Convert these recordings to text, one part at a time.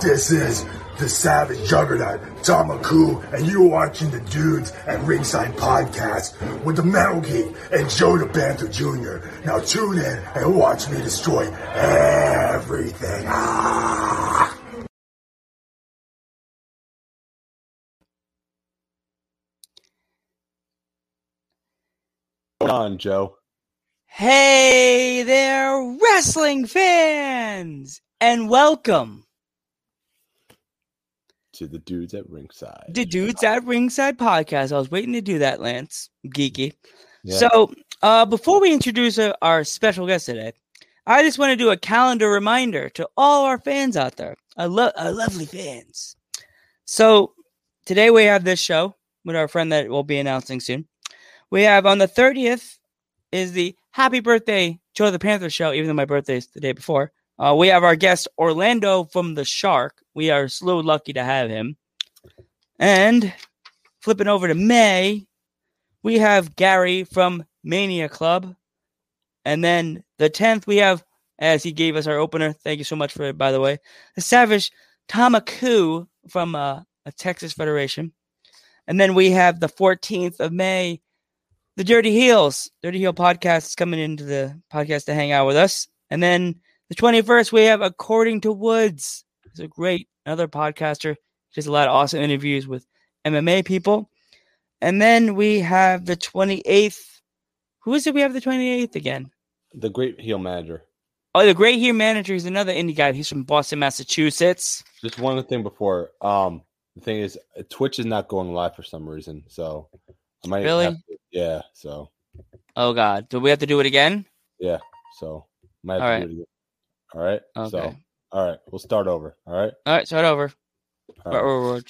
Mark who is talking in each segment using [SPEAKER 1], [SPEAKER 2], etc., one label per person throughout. [SPEAKER 1] This is the Savage Juggernaut, Tamaku, and you're watching the Dudes at Ringside Podcast with the Metal Geek and Joe the Panther Jr. Now tune in and watch me destroy everything. Ah.
[SPEAKER 2] Hold on, Joe.
[SPEAKER 3] Hey there, wrestling fans, and welcome
[SPEAKER 2] To the dudes at ringside.
[SPEAKER 3] to Dudes at Ringside Podcast. I was waiting to do that, Lance. Geeky.
[SPEAKER 2] Yeah.
[SPEAKER 3] So, uh, before we introduce uh, our special guest today, I just want to do a calendar reminder to all our fans out there, our, lo- our lovely fans. So, today we have this show with our friend that we'll be announcing soon. We have on the 30th is the Happy Birthday Joe the Panther show, even though my birthday is the day before. Uh, we have our guest Orlando from the Shark. We are so lucky to have him. And flipping over to May, we have Gary from Mania Club. And then the 10th, we have, as he gave us our opener, thank you so much for it, by the way, the Savage Tamaku from uh, a Texas Federation. And then we have the 14th of May, the Dirty Heels. Dirty Heel podcast is coming into the podcast to hang out with us. And then the 21st, we have According to Woods. He's a great, another podcaster. He does a lot of awesome interviews with MMA people. And then we have the 28th. Who is it we have the 28th again?
[SPEAKER 2] the great heel manager.
[SPEAKER 3] Oh, the Great Here Manager is another indie guy. He's from Boston, Massachusetts.
[SPEAKER 2] Just one other thing before. Um, the thing is, Twitch is not going live for some reason, so I might
[SPEAKER 3] Really?
[SPEAKER 2] have to- yeah. So
[SPEAKER 3] Oh, God. Do we have to do it again?
[SPEAKER 2] so might have
[SPEAKER 3] All
[SPEAKER 2] to
[SPEAKER 3] right.
[SPEAKER 2] do it again. All right.
[SPEAKER 3] Okay.
[SPEAKER 2] So all right, we'll start over. All right.
[SPEAKER 3] All right, start over.
[SPEAKER 2] All
[SPEAKER 3] Or-
[SPEAKER 2] right.
[SPEAKER 3] or- or-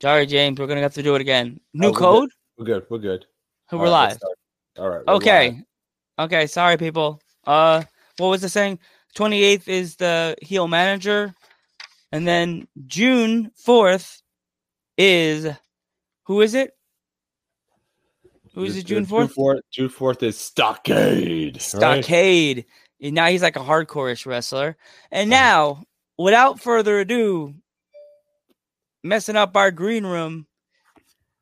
[SPEAKER 3] Sorry, James. We're going to have to do it again. New
[SPEAKER 2] Oh, we're good.
[SPEAKER 3] code?
[SPEAKER 2] We're good. We're good.
[SPEAKER 3] We're
[SPEAKER 2] All right,
[SPEAKER 3] live.
[SPEAKER 2] let's start. All right. we're
[SPEAKER 3] Okay.
[SPEAKER 2] live.
[SPEAKER 3] Okay. Sorry, people. Uh, what was the saying? 28th is the heel manager. And then June 4th is who is it? Who is
[SPEAKER 2] Ju-
[SPEAKER 3] it? June
[SPEAKER 2] Ju-
[SPEAKER 3] 4th?
[SPEAKER 2] June fourth is Stockade. right?
[SPEAKER 3] Stockade. And Now he's like a hardcore-ish wrestler. And now, without further ado, messing up our green room,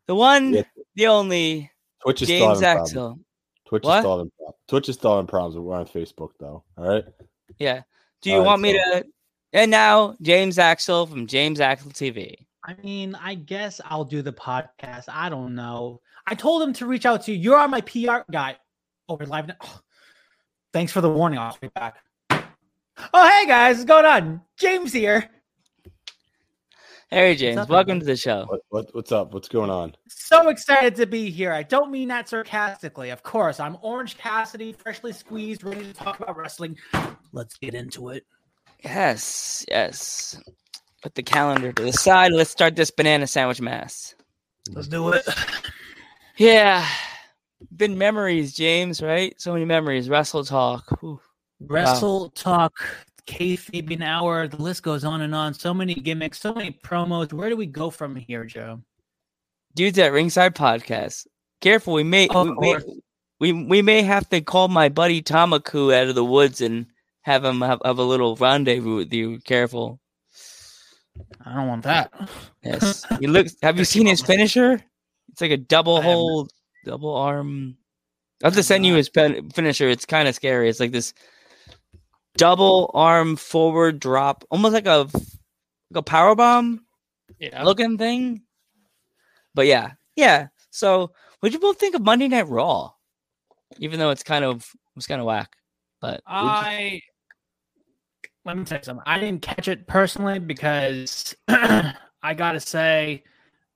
[SPEAKER 3] the one,
[SPEAKER 2] Yeah.
[SPEAKER 3] the only,
[SPEAKER 2] Twitch is still
[SPEAKER 3] James
[SPEAKER 2] having problems.
[SPEAKER 3] Axel.
[SPEAKER 2] Twitch is
[SPEAKER 3] What?
[SPEAKER 2] still having problems. Twitch is still having problems. We're on Facebook though. All right.
[SPEAKER 3] Yeah. Do you
[SPEAKER 2] Alright,
[SPEAKER 3] want me
[SPEAKER 2] so-
[SPEAKER 3] to? And now James Axel from James Axel TV.
[SPEAKER 4] I mean, I guess I'll do the podcast. I don't know. I told him to reach out to you. You're my PR guy. Oh, we're live now. Oh, thanks for the warning. I'll be back. Oh, hey guys, what's going on? James here.
[SPEAKER 3] Hey James,
[SPEAKER 4] up,
[SPEAKER 3] welcome
[SPEAKER 4] everybody?
[SPEAKER 3] to the show.
[SPEAKER 2] What, what what's up? What's going on?
[SPEAKER 4] So excited to be here. I don't mean that sarcastically. Of course, I'm Orange Cassidy, freshly squeezed, ready to talk about wrestling. Let's get into it.
[SPEAKER 3] Yes, yes. Put the calendar to the side. Let's start this banana sandwich mass.
[SPEAKER 4] Let's do it.
[SPEAKER 3] Yeah. Been memories, James, right? So many memories. Wrestle talk. Ooh.
[SPEAKER 4] Wrestle Talk, kayfabe an hour. The list goes on and on. So many gimmicks, so many promos. Where do we go from here, Joe?
[SPEAKER 3] Dudes at Ringside Podcast. Careful, we may
[SPEAKER 4] Oh, Of
[SPEAKER 3] we, may
[SPEAKER 4] course.
[SPEAKER 3] we we may have to call my buddy Tamaku out of the woods and have him have, have a little rendezvous with you. Careful.
[SPEAKER 4] I don't want that.
[SPEAKER 3] Yes. He looks have you seen his finisher? It's like a double
[SPEAKER 4] I have not.
[SPEAKER 3] hold, double arm. I'll have to
[SPEAKER 4] have
[SPEAKER 3] send you
[SPEAKER 4] not.
[SPEAKER 3] his pen, finisher. It's kind of scary. It's like this double arm forward drop, almost like a like a power bomb
[SPEAKER 4] Yeah.
[SPEAKER 3] looking thing. But yeah, yeah. So, what would you both think of Monday Night Raw? Even though it's kind of it was kind of whack, but
[SPEAKER 4] I let me tell you something. I didn't catch it personally because I gotta say,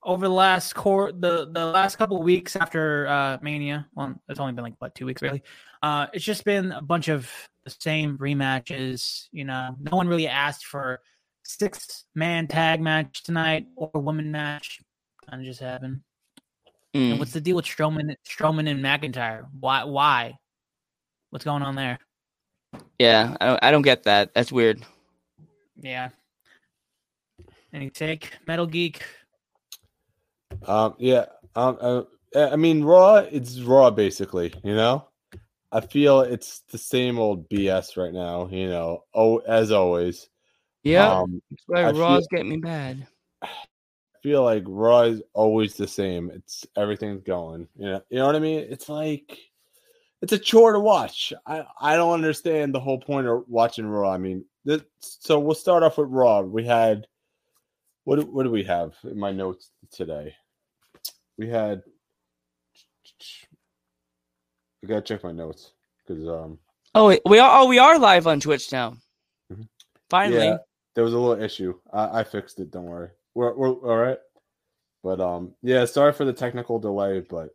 [SPEAKER 4] over the last core the the last couple weeks after uh, Mania, well, it's only been like what two weeks really. Uh, it's just been a bunch of the same rematches. You know, no one really asked for six man tag match tonight or woman match. Kind of just happened. And
[SPEAKER 3] mm,
[SPEAKER 4] what's the deal with Strowman, Strowman and McIntyre? Why? Why? What's going on there?
[SPEAKER 3] yeah, I don't, I don't get that. That's weird.
[SPEAKER 4] Yeah. Any take? Metal Geek.
[SPEAKER 2] Um, yeah. Um, uh, I mean, Raw. It's Raw, basically. You know. I feel it's the same old BS right now. You know, oh, as always.
[SPEAKER 3] Yeah,
[SPEAKER 2] Um,
[SPEAKER 3] that's why
[SPEAKER 2] I feel-
[SPEAKER 3] Raw's getting me bad.
[SPEAKER 2] I feel like Raw is always the same. It's everything's going. You know, you know what I mean? It's like it's a chore to watch. I I don't understand the whole point of watching Raw. I mean, this, so we'll start off with Raw. We had what do- what do we have in my notes today? We had I gotta check my notes because um
[SPEAKER 3] Oh, wait, we are. Oh, we are live on Twitch now.
[SPEAKER 2] Mhm.
[SPEAKER 3] Finally,
[SPEAKER 2] Yeah, there was a little issue. I, I fixed it. Don't worry. We're, we're all right. But um, yeah. Sorry for the technical delay, but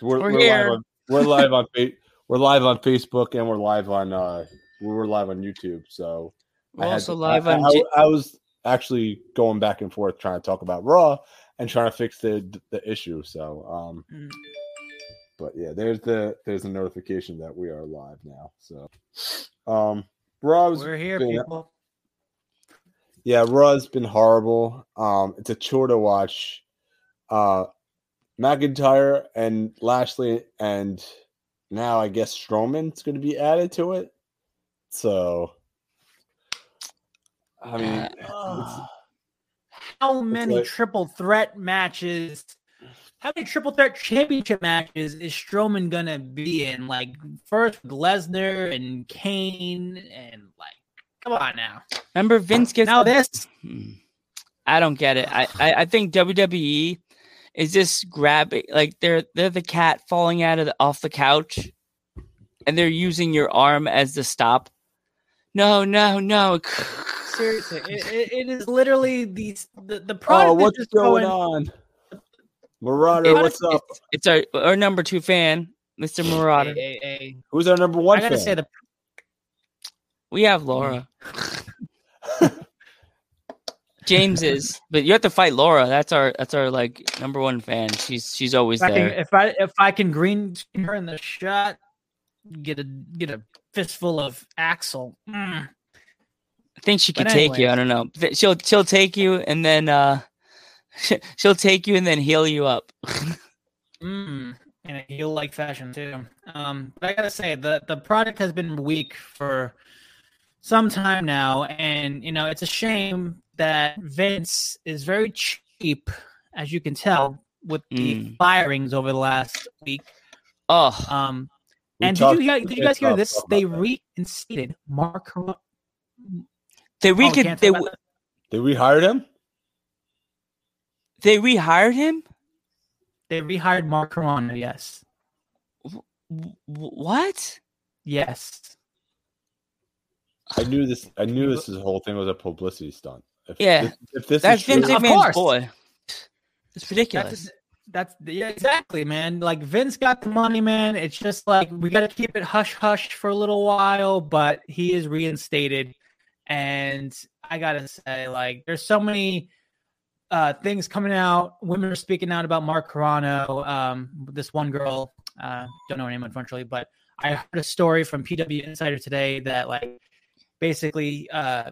[SPEAKER 2] we're,
[SPEAKER 3] We're
[SPEAKER 2] we're,
[SPEAKER 3] here.
[SPEAKER 2] live on we're live on fa- we're live on Facebook and we're live on uh we were live on YouTube. So
[SPEAKER 3] we're
[SPEAKER 2] I had
[SPEAKER 3] also
[SPEAKER 2] to-
[SPEAKER 3] live
[SPEAKER 2] I,
[SPEAKER 3] on.
[SPEAKER 2] I-
[SPEAKER 3] J-
[SPEAKER 2] I was actually going back and forth trying to talk about Raw and trying to fix the the issue. So um,
[SPEAKER 4] Mm.
[SPEAKER 2] but yeah, there's the there's the notification that we are live now. So um, Raw was
[SPEAKER 4] We're here,
[SPEAKER 2] Yeah.
[SPEAKER 4] people.
[SPEAKER 2] yeah, Raw's been horrible. Um, it's a chore to watch. Uh, McIntyre and Lashley, and now I guess Strowman's going to be added to it. So, I mean,
[SPEAKER 4] Uh,
[SPEAKER 2] it's-
[SPEAKER 4] How many
[SPEAKER 2] like-
[SPEAKER 4] triple threat matches? How many triple threat championship matches is Strowman gonna be in? Like first with Lesnar and Kane, and like, come on now.
[SPEAKER 3] remember, Vince gets
[SPEAKER 4] Now
[SPEAKER 3] the-
[SPEAKER 4] this.
[SPEAKER 3] Hmm. I don't get it. I, I, I think WWE is just grabbing like they're they're the cat falling out of the, off the couch, and they're using your arm as the stop. No, no, no.
[SPEAKER 4] Seriously, it, it, it is literally these the the product
[SPEAKER 2] oh,
[SPEAKER 4] is
[SPEAKER 2] what's
[SPEAKER 4] just
[SPEAKER 2] going
[SPEAKER 4] going.
[SPEAKER 2] on? Marauder,
[SPEAKER 3] It-
[SPEAKER 2] what's up?
[SPEAKER 3] It's, it's our our number two fan, Mr.
[SPEAKER 4] Hey,
[SPEAKER 3] Marauder.
[SPEAKER 4] hey, hey.
[SPEAKER 2] Who's our number one
[SPEAKER 4] I gotta
[SPEAKER 2] fan?
[SPEAKER 4] say the
[SPEAKER 3] We have Laura.
[SPEAKER 4] Mm.
[SPEAKER 3] James is, but you have to fight Laura. That's our that's our like number one fan. She's she's always
[SPEAKER 4] if I, can,
[SPEAKER 3] there.
[SPEAKER 4] if I if I can green screen her in the shot, get a get a fistful of Axel. Mm.
[SPEAKER 3] I think she could
[SPEAKER 4] But
[SPEAKER 3] take you. I don't know. Th- She'll she'll take you and then uh she'll take you and then heal you up.
[SPEAKER 4] Mm. In a heel like fashion too. Um, but I gotta say the the product has been weak for some time now, and you know it's a shame that Vince is very cheap, as you can tell with the
[SPEAKER 2] Hmm.
[SPEAKER 3] Mm.
[SPEAKER 4] firings over the last week.
[SPEAKER 3] Oh,
[SPEAKER 4] Um,
[SPEAKER 2] We
[SPEAKER 4] and did
[SPEAKER 2] talked-
[SPEAKER 4] you guys, did you guys hear
[SPEAKER 2] talked
[SPEAKER 4] this?
[SPEAKER 2] about
[SPEAKER 4] They
[SPEAKER 2] that.
[SPEAKER 4] reinstated Mark. Ro-
[SPEAKER 3] they
[SPEAKER 4] Oh,
[SPEAKER 3] re
[SPEAKER 4] can't talk
[SPEAKER 3] they
[SPEAKER 4] about
[SPEAKER 3] w-
[SPEAKER 4] that?
[SPEAKER 2] Did we hire him?
[SPEAKER 3] they rehired him.
[SPEAKER 4] they rehired Mark Carano. Yes,
[SPEAKER 3] W- w- what?
[SPEAKER 4] yes.
[SPEAKER 2] I knew this. I knew this whole thing was a publicity stunt. If
[SPEAKER 3] Yeah.
[SPEAKER 2] this, if this
[SPEAKER 3] That's
[SPEAKER 2] is true-
[SPEAKER 3] Vince
[SPEAKER 4] Of
[SPEAKER 3] McMahon's
[SPEAKER 4] course.
[SPEAKER 3] boy. It's ridiculous.
[SPEAKER 4] That's that's yeah, exactly, man. Like Vince got the money, man. It's just like we got to keep it hush hush for a little while, but he is reinstated, and I gotta say, like, there's so many. Uh, things coming out. Women are speaking out about Mark Carano. Um, this one girl, uh, don't know her name unfortunately, but I heard a story from PW Insider today that like basically uh,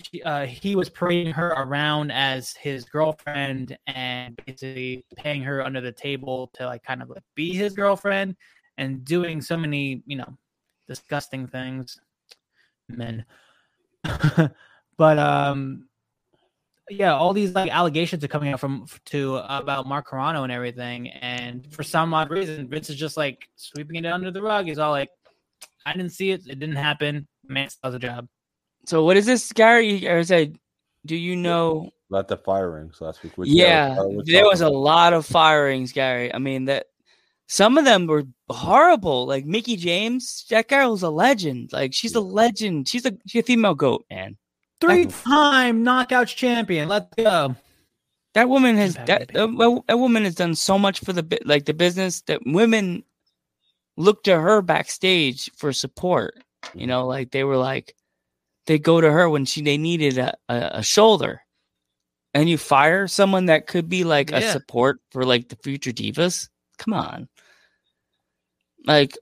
[SPEAKER 4] she, uh, he was parading her around as his girlfriend and basically paying her under the table to like kind of like be his girlfriend and doing so many you know disgusting things men but um yeah all these like allegations are coming out from to about mark carano and everything and for some odd reason vince is just like sweeping it under the rug he's all like i didn't see it it didn't happen man does a job
[SPEAKER 3] So what is this, Gary? Or is that? Do you know?
[SPEAKER 2] About the firings last week. which
[SPEAKER 3] yeah,
[SPEAKER 2] that was-
[SPEAKER 3] there was a lot of firings, Gary. I mean that some of them were horrible. Like Mickey James, that girl was a legend. Like she's a legend. She's a she's a female goat, man.
[SPEAKER 4] three time knockouts champion. Let's go.
[SPEAKER 3] That woman has
[SPEAKER 4] Impact
[SPEAKER 3] that,
[SPEAKER 4] the
[SPEAKER 3] that, wo- that woman has done so much for the bu- like the business that women look to her backstage for support. You know, like they were like they go to her when she they needed a, a, a shoulder, and you fire someone that could be like a
[SPEAKER 4] Yeah.
[SPEAKER 3] support for like the future divas. Come on, like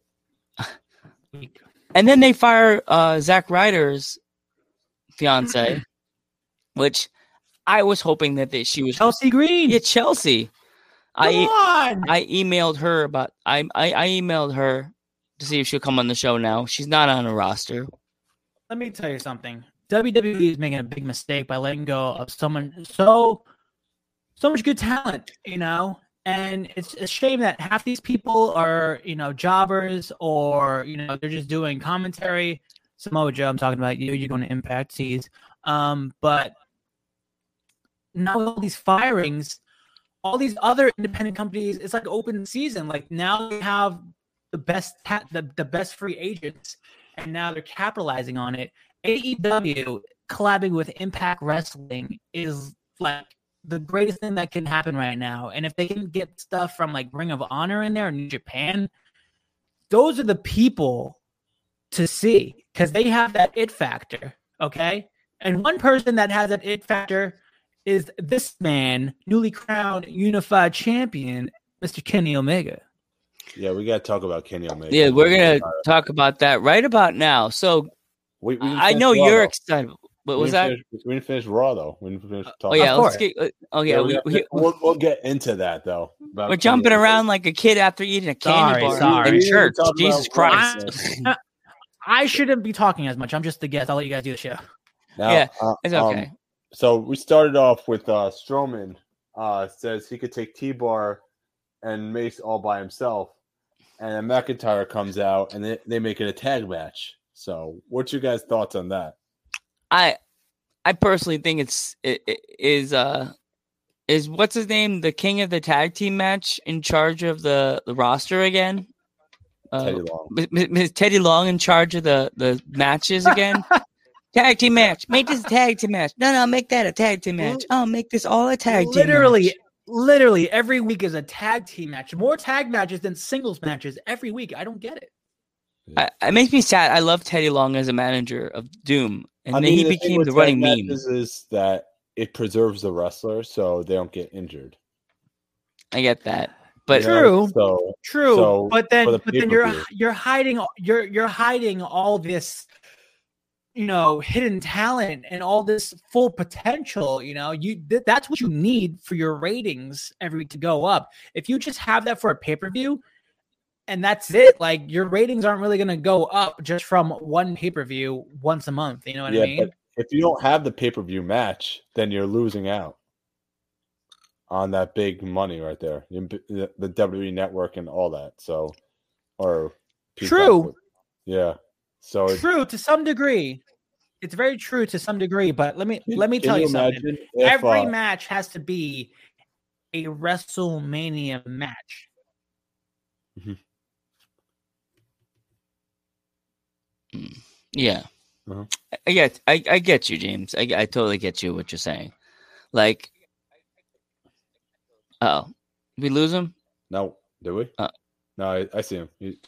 [SPEAKER 3] and then they fire uh, Zach Ryder's fiance, which I was hoping that they, she was
[SPEAKER 4] Chelsea Green.
[SPEAKER 3] yeah, Chelsea.
[SPEAKER 4] Come
[SPEAKER 3] I
[SPEAKER 4] on.
[SPEAKER 3] I emailed her about I, I I emailed her to see if she'll come on the show now. She's not on a roster.
[SPEAKER 4] Let me tell you something. WWE is making a big mistake by letting go of someone so so much good talent, you know? And it's a shame that half these people are, you know, jobbers or, you know, they're just doing commentary. Samoa Joe, I'm talking about you. You're going to impact sees. Um, but now with all these firings, all these other independent companies, it's like open season. Like now they have the best ta- the, the best free agents, and now they're capitalizing on it. AEW collabing with Impact Wrestling is like the greatest thing that can happen right now. And if they can get stuff from like Ring of Honor in there and New Japan, those are the people to see because they have that it factor. Okay. And one person that has that it factor is this man, newly crowned unified champion, Mr. Kenny Omega.
[SPEAKER 2] Yeah, we gotta talk about Kenny Omega.
[SPEAKER 3] Yeah, we're gonna talk about that right about now. So
[SPEAKER 2] We, we didn't
[SPEAKER 3] I
[SPEAKER 2] finish
[SPEAKER 3] know
[SPEAKER 2] Raw,
[SPEAKER 3] you're
[SPEAKER 2] though.
[SPEAKER 3] excited. What
[SPEAKER 2] We
[SPEAKER 3] was
[SPEAKER 2] didn't
[SPEAKER 3] that?
[SPEAKER 2] finish- we didn't finish Raw though. We didn't finish
[SPEAKER 3] Oh
[SPEAKER 2] talking.
[SPEAKER 3] yeah,
[SPEAKER 4] Of
[SPEAKER 3] let's
[SPEAKER 4] course.
[SPEAKER 3] get. uh, Oh yeah, we,
[SPEAKER 2] we,
[SPEAKER 3] we,
[SPEAKER 2] will we'll get into that though. about
[SPEAKER 3] we're
[SPEAKER 2] Kenny
[SPEAKER 3] jumping
[SPEAKER 2] Omega.
[SPEAKER 3] around like a kid after eating a candy
[SPEAKER 4] Sorry,
[SPEAKER 3] bar
[SPEAKER 4] sorry.
[SPEAKER 3] in
[SPEAKER 2] We didn't
[SPEAKER 3] church.
[SPEAKER 2] talk about
[SPEAKER 3] Jesus
[SPEAKER 2] Raw,
[SPEAKER 3] Christ!
[SPEAKER 2] so-
[SPEAKER 4] I shouldn't be talking as much. I'm just the guest. I'll let you guys do the show.
[SPEAKER 2] Now,
[SPEAKER 3] Yeah,
[SPEAKER 2] uh,
[SPEAKER 3] It's
[SPEAKER 2] um,
[SPEAKER 3] okay.
[SPEAKER 2] so we started off with uh Strowman uh says he could take T Bar and Mace all by himself. And then McIntyre comes out and they, they make it a tag match. So what's your guys' thoughts on that?
[SPEAKER 3] I I personally think it's it, it is uh is what's his name the king of the tag team match in charge of the, the roster again? Uh,
[SPEAKER 2] Teddy Long.
[SPEAKER 3] M- M- Is Teddy Long in charge of the, the matches again? tag team match. Make this a tag team match. No, no, make that a tag team match. Oh, make this all a tag team.
[SPEAKER 4] literally,
[SPEAKER 3] match.
[SPEAKER 4] literally every week is a tag team match. More tag matches than singles matches every week. I don't get it.
[SPEAKER 3] I, it makes me sad. I love Teddy Long as a manager of Doom, and then he
[SPEAKER 2] the thing
[SPEAKER 3] became
[SPEAKER 2] with
[SPEAKER 3] the
[SPEAKER 2] tag
[SPEAKER 3] running meme.
[SPEAKER 2] matches Is that it preserves the wrestler so they don't get injured.
[SPEAKER 3] I get that, but
[SPEAKER 2] you know?
[SPEAKER 4] True.
[SPEAKER 2] So
[SPEAKER 4] True,
[SPEAKER 2] So,
[SPEAKER 4] but then
[SPEAKER 2] for the
[SPEAKER 4] but then you're
[SPEAKER 2] pay-per-view.
[SPEAKER 4] you're hiding you're you're hiding all this you know hidden talent and all this full potential you know you th- that's what you need for your ratings every week to go up if you just have that for a pay-per-view and that's it like your ratings aren't really going to go up just from one pay-per-view once a month you know what
[SPEAKER 2] yeah,
[SPEAKER 4] i mean
[SPEAKER 2] but if you don't have the pay per view match, then you're losing out on that big money right there, You- the the WWE network and all that. So, or Peacock.
[SPEAKER 4] True.
[SPEAKER 2] yeah. So it-
[SPEAKER 4] true to some degree it's very true to some degree but let me
[SPEAKER 2] can-
[SPEAKER 4] let me
[SPEAKER 2] can
[SPEAKER 4] tell you something
[SPEAKER 2] imagine if,
[SPEAKER 4] every
[SPEAKER 2] uh,
[SPEAKER 4] match has to be a WrestleMania match.
[SPEAKER 3] yeah,
[SPEAKER 2] Uh-huh.
[SPEAKER 3] I- I get I, I get you, James. I I totally get you what you're saying. Like, oh, we lose him.
[SPEAKER 2] no, do we?
[SPEAKER 3] Uh.
[SPEAKER 2] no, I, I see him. He-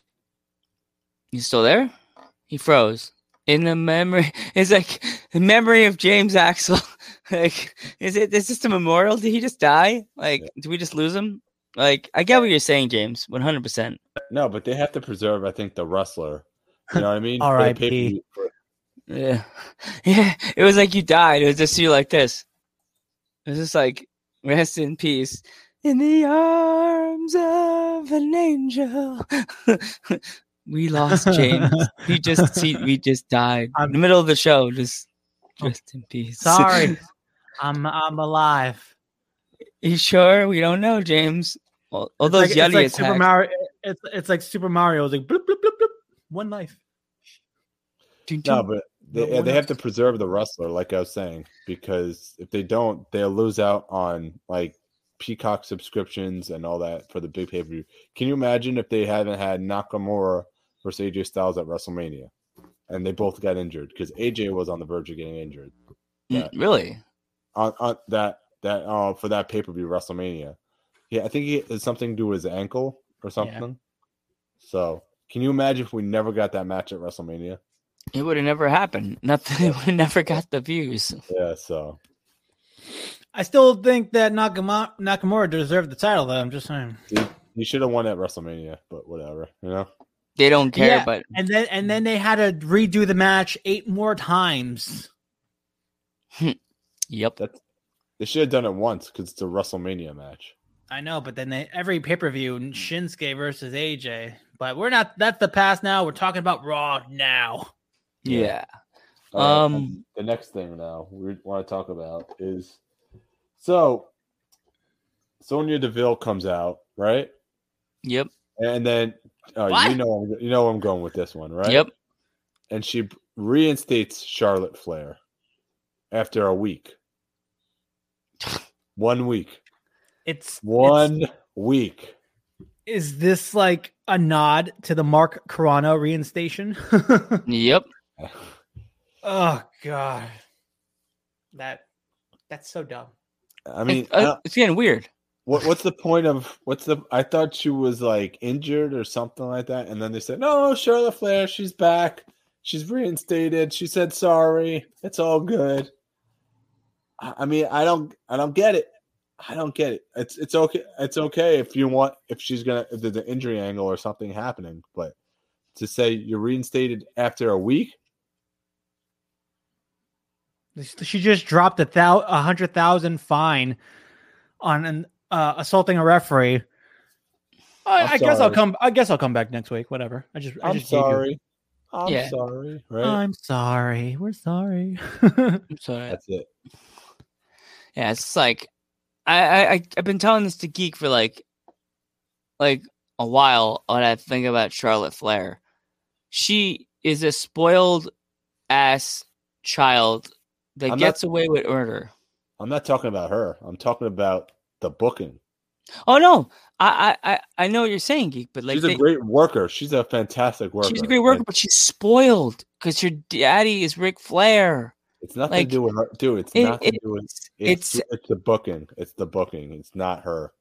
[SPEAKER 3] He's still there? He froze. In the memory, it's like the memory of James Axel. like, is it? Is this a memorial? Did he just die? Like, did we just lose him? Like, I get what you're saying, James. One hundred percent.
[SPEAKER 2] no, but they have to preserve, I think, the wrestler. You know what I mean? For the
[SPEAKER 4] R.I.P..
[SPEAKER 2] pay-per-view- for-
[SPEAKER 3] Yeah, yeah. It was like you died. It was just you like this. It was just like rest in peace. In the arms of an angel, we lost James. he just he, we just died in the middle of the show. Just rest in peace.
[SPEAKER 4] Sorry, I'm I'm alive.
[SPEAKER 3] You sure? We don't know, James. All, all
[SPEAKER 4] It's like-
[SPEAKER 3] those
[SPEAKER 4] it's
[SPEAKER 3] Yelly
[SPEAKER 4] like
[SPEAKER 3] attacks.
[SPEAKER 4] Super Mario. It's it's like Super Mario. It's like bloop bloop bloop bloop. One life.
[SPEAKER 3] Dun, dun.
[SPEAKER 2] No, but they,
[SPEAKER 4] No one
[SPEAKER 2] they have to
[SPEAKER 4] else.
[SPEAKER 2] preserve the wrestler, like I was saying, because if they don't, they'll lose out on like Peacock subscriptions and all that for the big pay per view. Can you imagine if they haven't had Nakamura versus AJ Styles at WrestleMania, and they both got injured because AJ was on the verge of getting injured
[SPEAKER 3] Mm, Really?
[SPEAKER 2] on, on that that uh, for that pay per view WrestleMania? Yeah, I think he had something to do with his ankle or something. So, can you imagine if we never got that match at WrestleMania?
[SPEAKER 3] It would have never happened. Nothing. It would have never got the views.
[SPEAKER 2] Yeah, so.
[SPEAKER 4] I still think that Nakama- Nakamura deserved the title, though. I'm just saying.
[SPEAKER 2] You should have won at WrestleMania, but whatever, you know.
[SPEAKER 3] They don't care.
[SPEAKER 4] Yeah.
[SPEAKER 3] But
[SPEAKER 4] And then and then they had to redo the match eight more times.
[SPEAKER 3] yep.
[SPEAKER 2] They should have done it once because it's a WrestleMania match.
[SPEAKER 4] I know, but then they, every pay per view
[SPEAKER 2] Hmm.
[SPEAKER 4] Shinsuke versus AJ. But we're not. That's the past now. We're talking about Raw now.
[SPEAKER 3] Yeah.
[SPEAKER 2] Uh,
[SPEAKER 3] Um,
[SPEAKER 2] and the next thing now we want to talk about is so Sonia Deville comes out, right?
[SPEAKER 3] Yep.
[SPEAKER 2] And then uh, you
[SPEAKER 4] What?
[SPEAKER 2] know I'm, you know I'm going with this one, right?
[SPEAKER 3] Yep.
[SPEAKER 2] And she reinstates Charlotte Flair after a week. One week.
[SPEAKER 4] It's it's-
[SPEAKER 2] One week.
[SPEAKER 4] is this like a nod to the Mark Carano reinstation?
[SPEAKER 3] Yep.
[SPEAKER 4] oh God, that that's so dumb.
[SPEAKER 2] I mean,
[SPEAKER 3] it's, uh,
[SPEAKER 2] I don't-
[SPEAKER 3] it's getting weird.
[SPEAKER 2] what, what's the point of what's the? I thought she was like injured or something like that, and then they said, "No, Charlotte Flair, she's back. She's reinstated. She said sorry. It's all good." I I mean, I don't, I don't get it. I don't get it. It's it's okay. It's okay if you want if she's gonna if there's an injury angle or something happening, but to say you're reinstated after a week,
[SPEAKER 4] She just dropped a thou a hundred thousand fine on an uh, assaulting a referee.
[SPEAKER 2] I'm
[SPEAKER 4] I, I guess I'll
[SPEAKER 2] sorry.
[SPEAKER 4] come. I guess I'll come back next week. Whatever. I just. I
[SPEAKER 2] I'm
[SPEAKER 4] just hate you.
[SPEAKER 2] sorry. I'm
[SPEAKER 3] Yeah.
[SPEAKER 2] sorry. Right?
[SPEAKER 4] I'm sorry. We're sorry.
[SPEAKER 3] I'm sorry.
[SPEAKER 2] That's it.
[SPEAKER 3] Yeah, it's like I, I I- I've been telling this to Geek for like like a while what I think about Charlotte Flair. She is a spoiled ass child that
[SPEAKER 2] I'm not-
[SPEAKER 3] gets away with murder.
[SPEAKER 2] I'm not talking about her. I'm talking about the booking.
[SPEAKER 3] Oh no. I I I- I know what you're saying, Geek, but like
[SPEAKER 2] she's
[SPEAKER 3] they-
[SPEAKER 2] a great worker. She's a fantastic worker.
[SPEAKER 3] she's a great worker,
[SPEAKER 2] And
[SPEAKER 3] but she's spoiled because her daddy is Ric Flair.
[SPEAKER 2] It's nothing
[SPEAKER 3] Like,
[SPEAKER 2] to do with her. Dude, it's
[SPEAKER 3] it-
[SPEAKER 2] not to
[SPEAKER 3] it-
[SPEAKER 2] do with
[SPEAKER 3] it's-
[SPEAKER 2] it's, it's the booking. It's the booking. It's not her.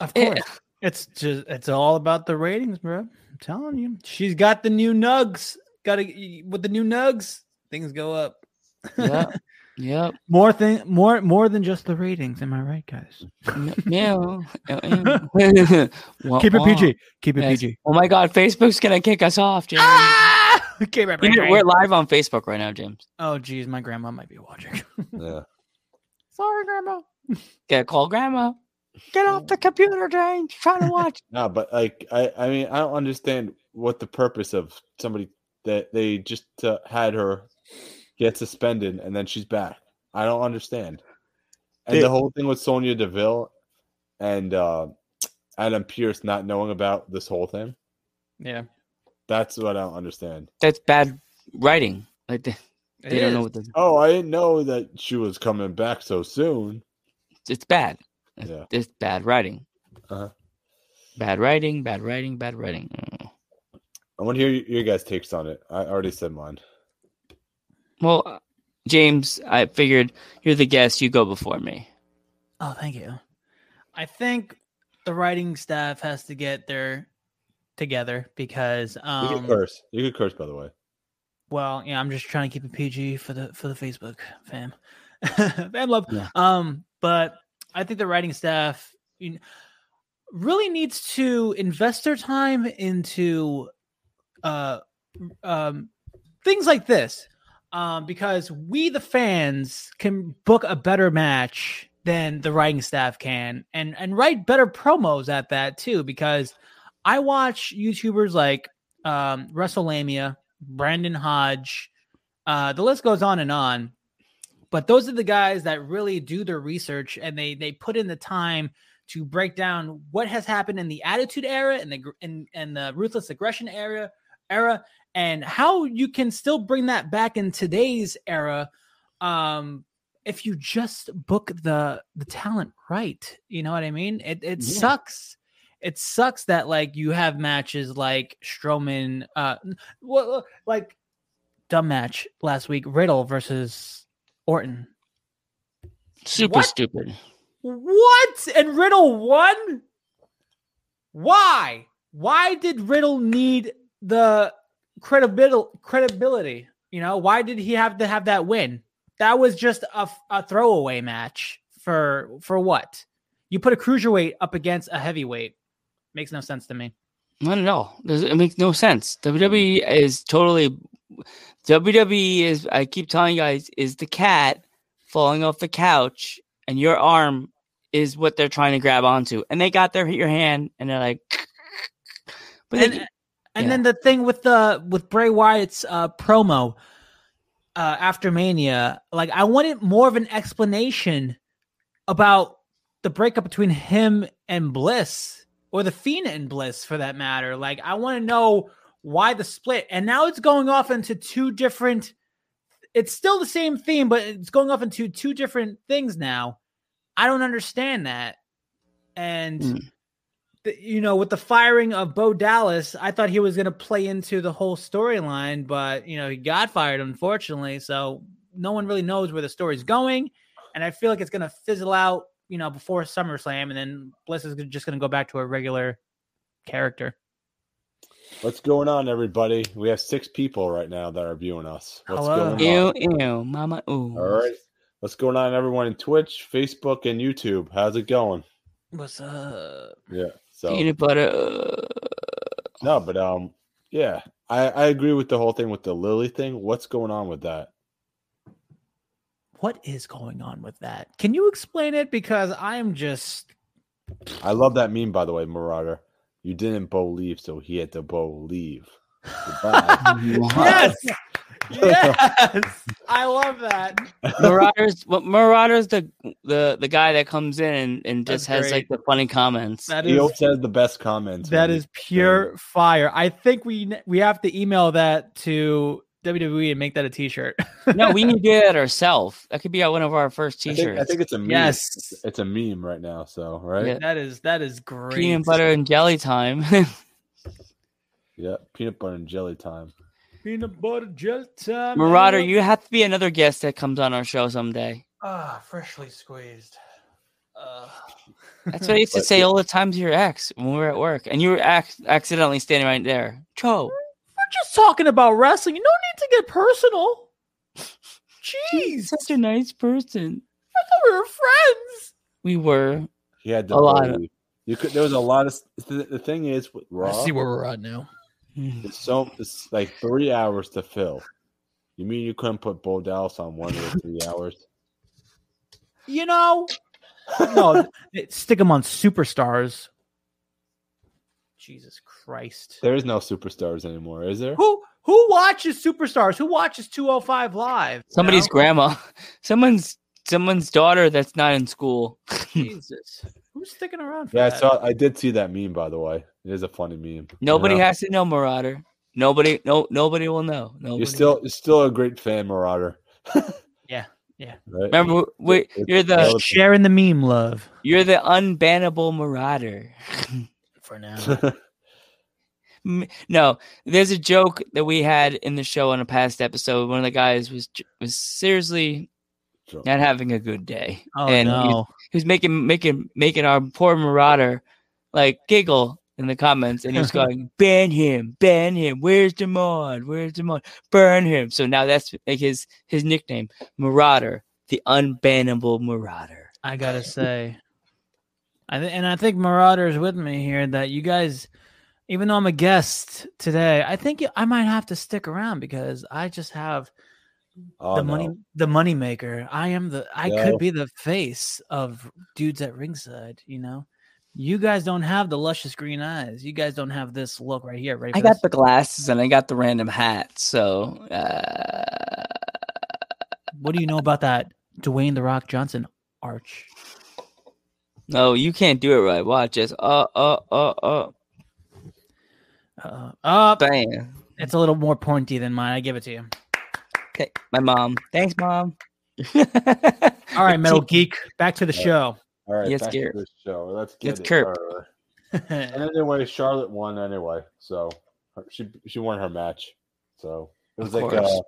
[SPEAKER 4] Of
[SPEAKER 3] Eh.
[SPEAKER 4] course. It's just it's all about the ratings, bro. I'm telling you. She's got the new nugs. Gotta with the new nugs, things go up.
[SPEAKER 3] Yep. yep.
[SPEAKER 4] more thing more more than just the ratings. Am I right, guys?
[SPEAKER 3] Meow. Keep
[SPEAKER 4] Keep it PG. Keep it
[SPEAKER 3] Uh, Yes.
[SPEAKER 4] PG.
[SPEAKER 3] Oh my God, Facebook's gonna kick us off, James.
[SPEAKER 4] Ah! Okay, right,
[SPEAKER 3] You
[SPEAKER 4] right,
[SPEAKER 3] know,
[SPEAKER 4] right.
[SPEAKER 3] We're live on Facebook right now, James.
[SPEAKER 4] Oh geez, my grandma might be watching.
[SPEAKER 3] Hmm.
[SPEAKER 2] Yeah.
[SPEAKER 4] Sorry, grandma.
[SPEAKER 3] Get a call, Grandma. Get off the computer, James. Trying to watch.
[SPEAKER 2] No, but like I, I mean, I don't understand what the purpose of somebody that they just uh, had her get suspended and then she's back. I don't understand. And
[SPEAKER 4] They-
[SPEAKER 2] the whole thing with Sonia Deville and uh, Adam Pierce not knowing about this whole thing.
[SPEAKER 4] Yeah.
[SPEAKER 2] That's what I don't understand.
[SPEAKER 3] That's bad writing. Like they,
[SPEAKER 4] it
[SPEAKER 3] they don't know
[SPEAKER 4] is.
[SPEAKER 3] what the,
[SPEAKER 2] Oh, I didn't know that she was coming back so soon.
[SPEAKER 3] it's bad. It's,
[SPEAKER 2] Yeah.
[SPEAKER 3] it's bad writing.
[SPEAKER 2] Uh-huh.
[SPEAKER 3] Bad writing. Bad writing. Bad writing. Mm.
[SPEAKER 2] I want to hear y- your guys' takes on it. I already said mine.
[SPEAKER 3] Well, uh, James, I figured you're the guest. You go before me.
[SPEAKER 4] Oh, thank you. I think the writing staff has to get their together because
[SPEAKER 2] You
[SPEAKER 4] um
[SPEAKER 2] can curse. You can curse, by the way.
[SPEAKER 4] Well, yeah, I'm just trying to keep it PG for the for the Facebook fam, fam love.
[SPEAKER 2] Yeah.
[SPEAKER 4] Um, but I think the writing staff you kn- really needs to invest their time into uh um things like this, um, because we the fans can book a better match than the writing staff can, and and write better promos at that too. Because I watch YouTubers like um WrestleLamia. Brandon Hodge. Uh, the list goes on and on. But those are the guys that really do their research and they they put in the time to break down what has happened in the Attitude Era and the gr- and and the Ruthless Aggression era era and how you can still bring that back in today's era. Um, if you just book the the talent right, you know what I mean. It it
[SPEAKER 2] Yeah.
[SPEAKER 4] sucks. It sucks that like you have matches like Strowman, uh, well, like dumb match last week riddle versus orton
[SPEAKER 3] Super
[SPEAKER 4] What?
[SPEAKER 3] stupid.
[SPEAKER 4] what and riddle won why why did riddle need the credibil- credibility you know why did he have to have that win that was just a, f- a throwaway match for for what you put a cruiserweight up against a heavyweight makes no sense to me
[SPEAKER 3] Not at all. Does- It makes no sense. WWE is totally. WWE is. I keep telling you guys is the cat falling off the couch, and your arm is what they're trying to grab onto, and they got their your hand, and they're like, but
[SPEAKER 4] and, uh,
[SPEAKER 3] they,
[SPEAKER 4] and
[SPEAKER 3] yeah.
[SPEAKER 4] then the thing with the with Bray Wyatt's uh, promo uh, after Mania, like I wanted more of an explanation about the breakup between him and Bliss, or the Fiend and Bliss, for that matter. Like I want to know why the split, and now it's going off into two different. It's still the same theme, but it's going off into two different things now. I don't understand that, and
[SPEAKER 3] Hmm.
[SPEAKER 4] the- you know, with the firing of Bo Dallas, I thought he was going to play into the whole storyline, but you know, he got fired unfortunately. So no one really knows where the story's going, and I feel like it's going to fizzle out, you know, before SummerSlam, and then Bliss is just going to go back to her regular character.
[SPEAKER 2] What's going on, everybody? We have six people right now that are viewing us. What's
[SPEAKER 4] Hello.
[SPEAKER 2] going on?
[SPEAKER 3] ew, ew, mama, ooh.
[SPEAKER 2] All right. What's going on, everyone in Twitch, Facebook, and YouTube? How's it going?
[SPEAKER 4] What's up?
[SPEAKER 2] Yeah. So
[SPEAKER 3] Peanut butter. uh,
[SPEAKER 2] no, but um, yeah, I I agree with the whole thing with the Lily thing. What's going on with that?
[SPEAKER 4] What is going on with that? Can you explain it? Because I'm just
[SPEAKER 2] I love that meme, by the way, Marauder. You didn't believe, so he had to believe. Goodbye.
[SPEAKER 4] yes, yes, I love that.
[SPEAKER 3] Marauder's what Marauder's the the the guy that comes in and, and just
[SPEAKER 4] That's
[SPEAKER 3] has like the funny comments.
[SPEAKER 4] That
[SPEAKER 2] Theo
[SPEAKER 4] is
[SPEAKER 2] says the best comments.
[SPEAKER 4] That
[SPEAKER 2] man.
[SPEAKER 4] is pure fire. I think we ne- we have to email that to WWE and make that a T-shirt.
[SPEAKER 3] no, we need to do that ourselves. That could be our- one of our first
[SPEAKER 2] I think,
[SPEAKER 3] T-shirts.
[SPEAKER 2] I think it's a meme.
[SPEAKER 4] yes,
[SPEAKER 2] It's a meme right now. So right.
[SPEAKER 3] Yeah.
[SPEAKER 4] that is that is great.
[SPEAKER 3] Peanut butter and jelly time.
[SPEAKER 2] Yeah, peanut butter and jelly time.
[SPEAKER 4] peanut butter gel time.
[SPEAKER 3] Marauder, you have to be another guest that comes on our show someday.
[SPEAKER 4] ah freshly squeezed. Uh,
[SPEAKER 3] That's what I used to
[SPEAKER 2] But-
[SPEAKER 3] say all the time to your ex when we were at work, and you were ac- accidentally standing right there. Cho,
[SPEAKER 4] we're just talking about wrestling. No need to get personal. Jeez, I
[SPEAKER 3] such a nice person.
[SPEAKER 4] thought we were friends.
[SPEAKER 3] We were.
[SPEAKER 2] He had to
[SPEAKER 3] A lot of-
[SPEAKER 2] believe. you could. There was a lot of. The, the thing is, with Raw,
[SPEAKER 4] we're at now.
[SPEAKER 2] it's so it's like three hours to fill. You mean you couldn't put Bo Dallas on one of the three hours?
[SPEAKER 4] You know, no, stick them on superstars. Jesus Christ.
[SPEAKER 2] There is no superstars anymore, is there?
[SPEAKER 4] Who who watches superstars? Who watches 205 live? you
[SPEAKER 3] Somebody's
[SPEAKER 4] know?
[SPEAKER 3] grandma, someone's someone's daughter that's not in school.
[SPEAKER 4] Jesus. Who's sticking around for
[SPEAKER 2] Yeah, I
[SPEAKER 4] that?
[SPEAKER 2] saw. I did see that meme, by the way. It is a funny meme.
[SPEAKER 3] Nobody
[SPEAKER 2] you know?
[SPEAKER 3] has to know Marauder. Nobody, no, nobody will know. Nobody.
[SPEAKER 2] You're still, you're still a great fan, Marauder.
[SPEAKER 4] Yeah, yeah.
[SPEAKER 2] Right?
[SPEAKER 3] remember. We,
[SPEAKER 2] It's-
[SPEAKER 3] you're
[SPEAKER 2] it's-
[SPEAKER 3] the
[SPEAKER 4] Uh, Sharing the meme love
[SPEAKER 3] you're the unbannable Marauder.
[SPEAKER 4] for now.
[SPEAKER 3] M- No, there's a joke that we had in the show on a past episode. One of the guys was j- was seriously
[SPEAKER 2] Drunk.
[SPEAKER 3] not having a good day,
[SPEAKER 4] Oh
[SPEAKER 3] and he,
[SPEAKER 4] no.
[SPEAKER 3] he was making making making our poor marauder like giggle in the comments, and he was going, "Ban him, ban him. Where's the mod? Where's the mod? Burn him." So now that's like his his nickname, Marauder, the unbannable Marauder.
[SPEAKER 4] I gotta say. I th- and I think Marauder's with me here that you guys even though I'm a guest today, I think I might have to stick around because I just have
[SPEAKER 2] Oh,
[SPEAKER 4] the
[SPEAKER 2] no.
[SPEAKER 4] money the money maker i am the i
[SPEAKER 2] No.
[SPEAKER 4] could be the face of dudes at ringside you know you guys don't have the luscious green eyes you guys don't have this look right here right
[SPEAKER 3] I got the glasses and I got the random hat. So uh,
[SPEAKER 4] what do you know about that dwayne the rock johnson arch
[SPEAKER 3] no, you can't do it right. Watch this. Uh, uh, uh, uh.
[SPEAKER 4] uh, up
[SPEAKER 3] Bam.
[SPEAKER 4] it's a little more pointy than mine i give it to you
[SPEAKER 3] Okay, my mom. Thanks, mom.
[SPEAKER 4] all right metal geek back to the
[SPEAKER 2] Yeah.
[SPEAKER 4] show
[SPEAKER 2] All right,
[SPEAKER 3] Yes,
[SPEAKER 2] back to
[SPEAKER 3] Garrett.
[SPEAKER 2] the show. Let's get
[SPEAKER 3] Yes,
[SPEAKER 2] it.
[SPEAKER 3] Kurt.
[SPEAKER 2] All right. And anyway, Charlotte won anyway, so her- she she won her match. So it
[SPEAKER 3] Of
[SPEAKER 2] was like
[SPEAKER 3] course.
[SPEAKER 2] uh,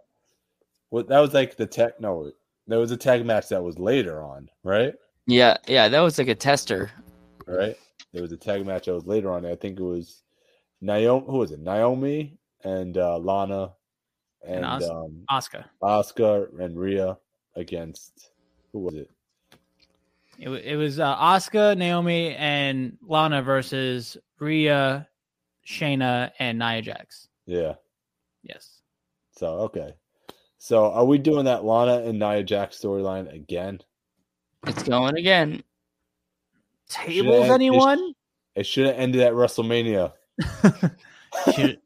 [SPEAKER 2] what that was like the tag. No, there was a tag match that was later on, right?
[SPEAKER 3] Yeah, yeah, that was like a tester.
[SPEAKER 2] Right. There was a tag match that was later on. I think it was Naomi. Who was it? Naomi and uh, Lana and,
[SPEAKER 4] And Asuka.
[SPEAKER 2] um,
[SPEAKER 4] oscar
[SPEAKER 2] Oscar and Rhea against who was it?
[SPEAKER 4] it, wa- it was uh, oscar naomi and lana versus Rhea, shayna and nia jax
[SPEAKER 2] Yeah.
[SPEAKER 4] yes
[SPEAKER 2] So okay. So are we doing that Lana and Nia Jax storyline again?
[SPEAKER 3] It's going again.
[SPEAKER 4] tables
[SPEAKER 2] Yeah, it-
[SPEAKER 4] anyone.
[SPEAKER 2] It should have ended at WrestleMania.
[SPEAKER 4] Should-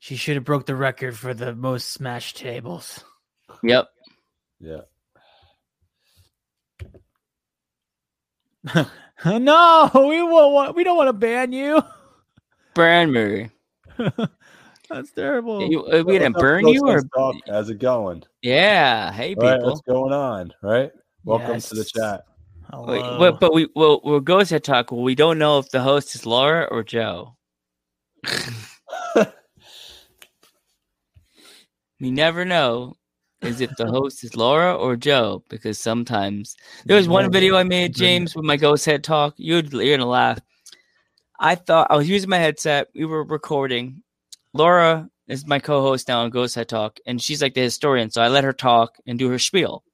[SPEAKER 4] she should have broke the record for the most smashed tables.
[SPEAKER 3] Yep.
[SPEAKER 2] Yeah.
[SPEAKER 4] no, we won't want, we don't want to ban you.
[SPEAKER 3] Burn me.
[SPEAKER 4] That's
[SPEAKER 2] Oh.
[SPEAKER 4] terrible.
[SPEAKER 3] You- uh, we didn't
[SPEAKER 2] What's up,
[SPEAKER 3] burn
[SPEAKER 2] Bill
[SPEAKER 3] you or
[SPEAKER 2] Sons Talk? how's it going?
[SPEAKER 3] yeah. Hey
[SPEAKER 2] All right,
[SPEAKER 3] people.
[SPEAKER 2] what's going on? Right? Welcome to the
[SPEAKER 4] Yes.
[SPEAKER 2] chat.
[SPEAKER 3] Wait,
[SPEAKER 4] Hello.
[SPEAKER 3] but, but we well we'll go to talk. We don't know if the host is Laura or Joe. we never know is if the host is Laura or Joe because sometimes there was one video I made, James, with my ghost head talk. You'd you're gonna laugh. I thought I was using my headset. We were recording. Laura is my co-host now on Ghost Head Talk, and she's like the historian. So I let her talk and do her spiel.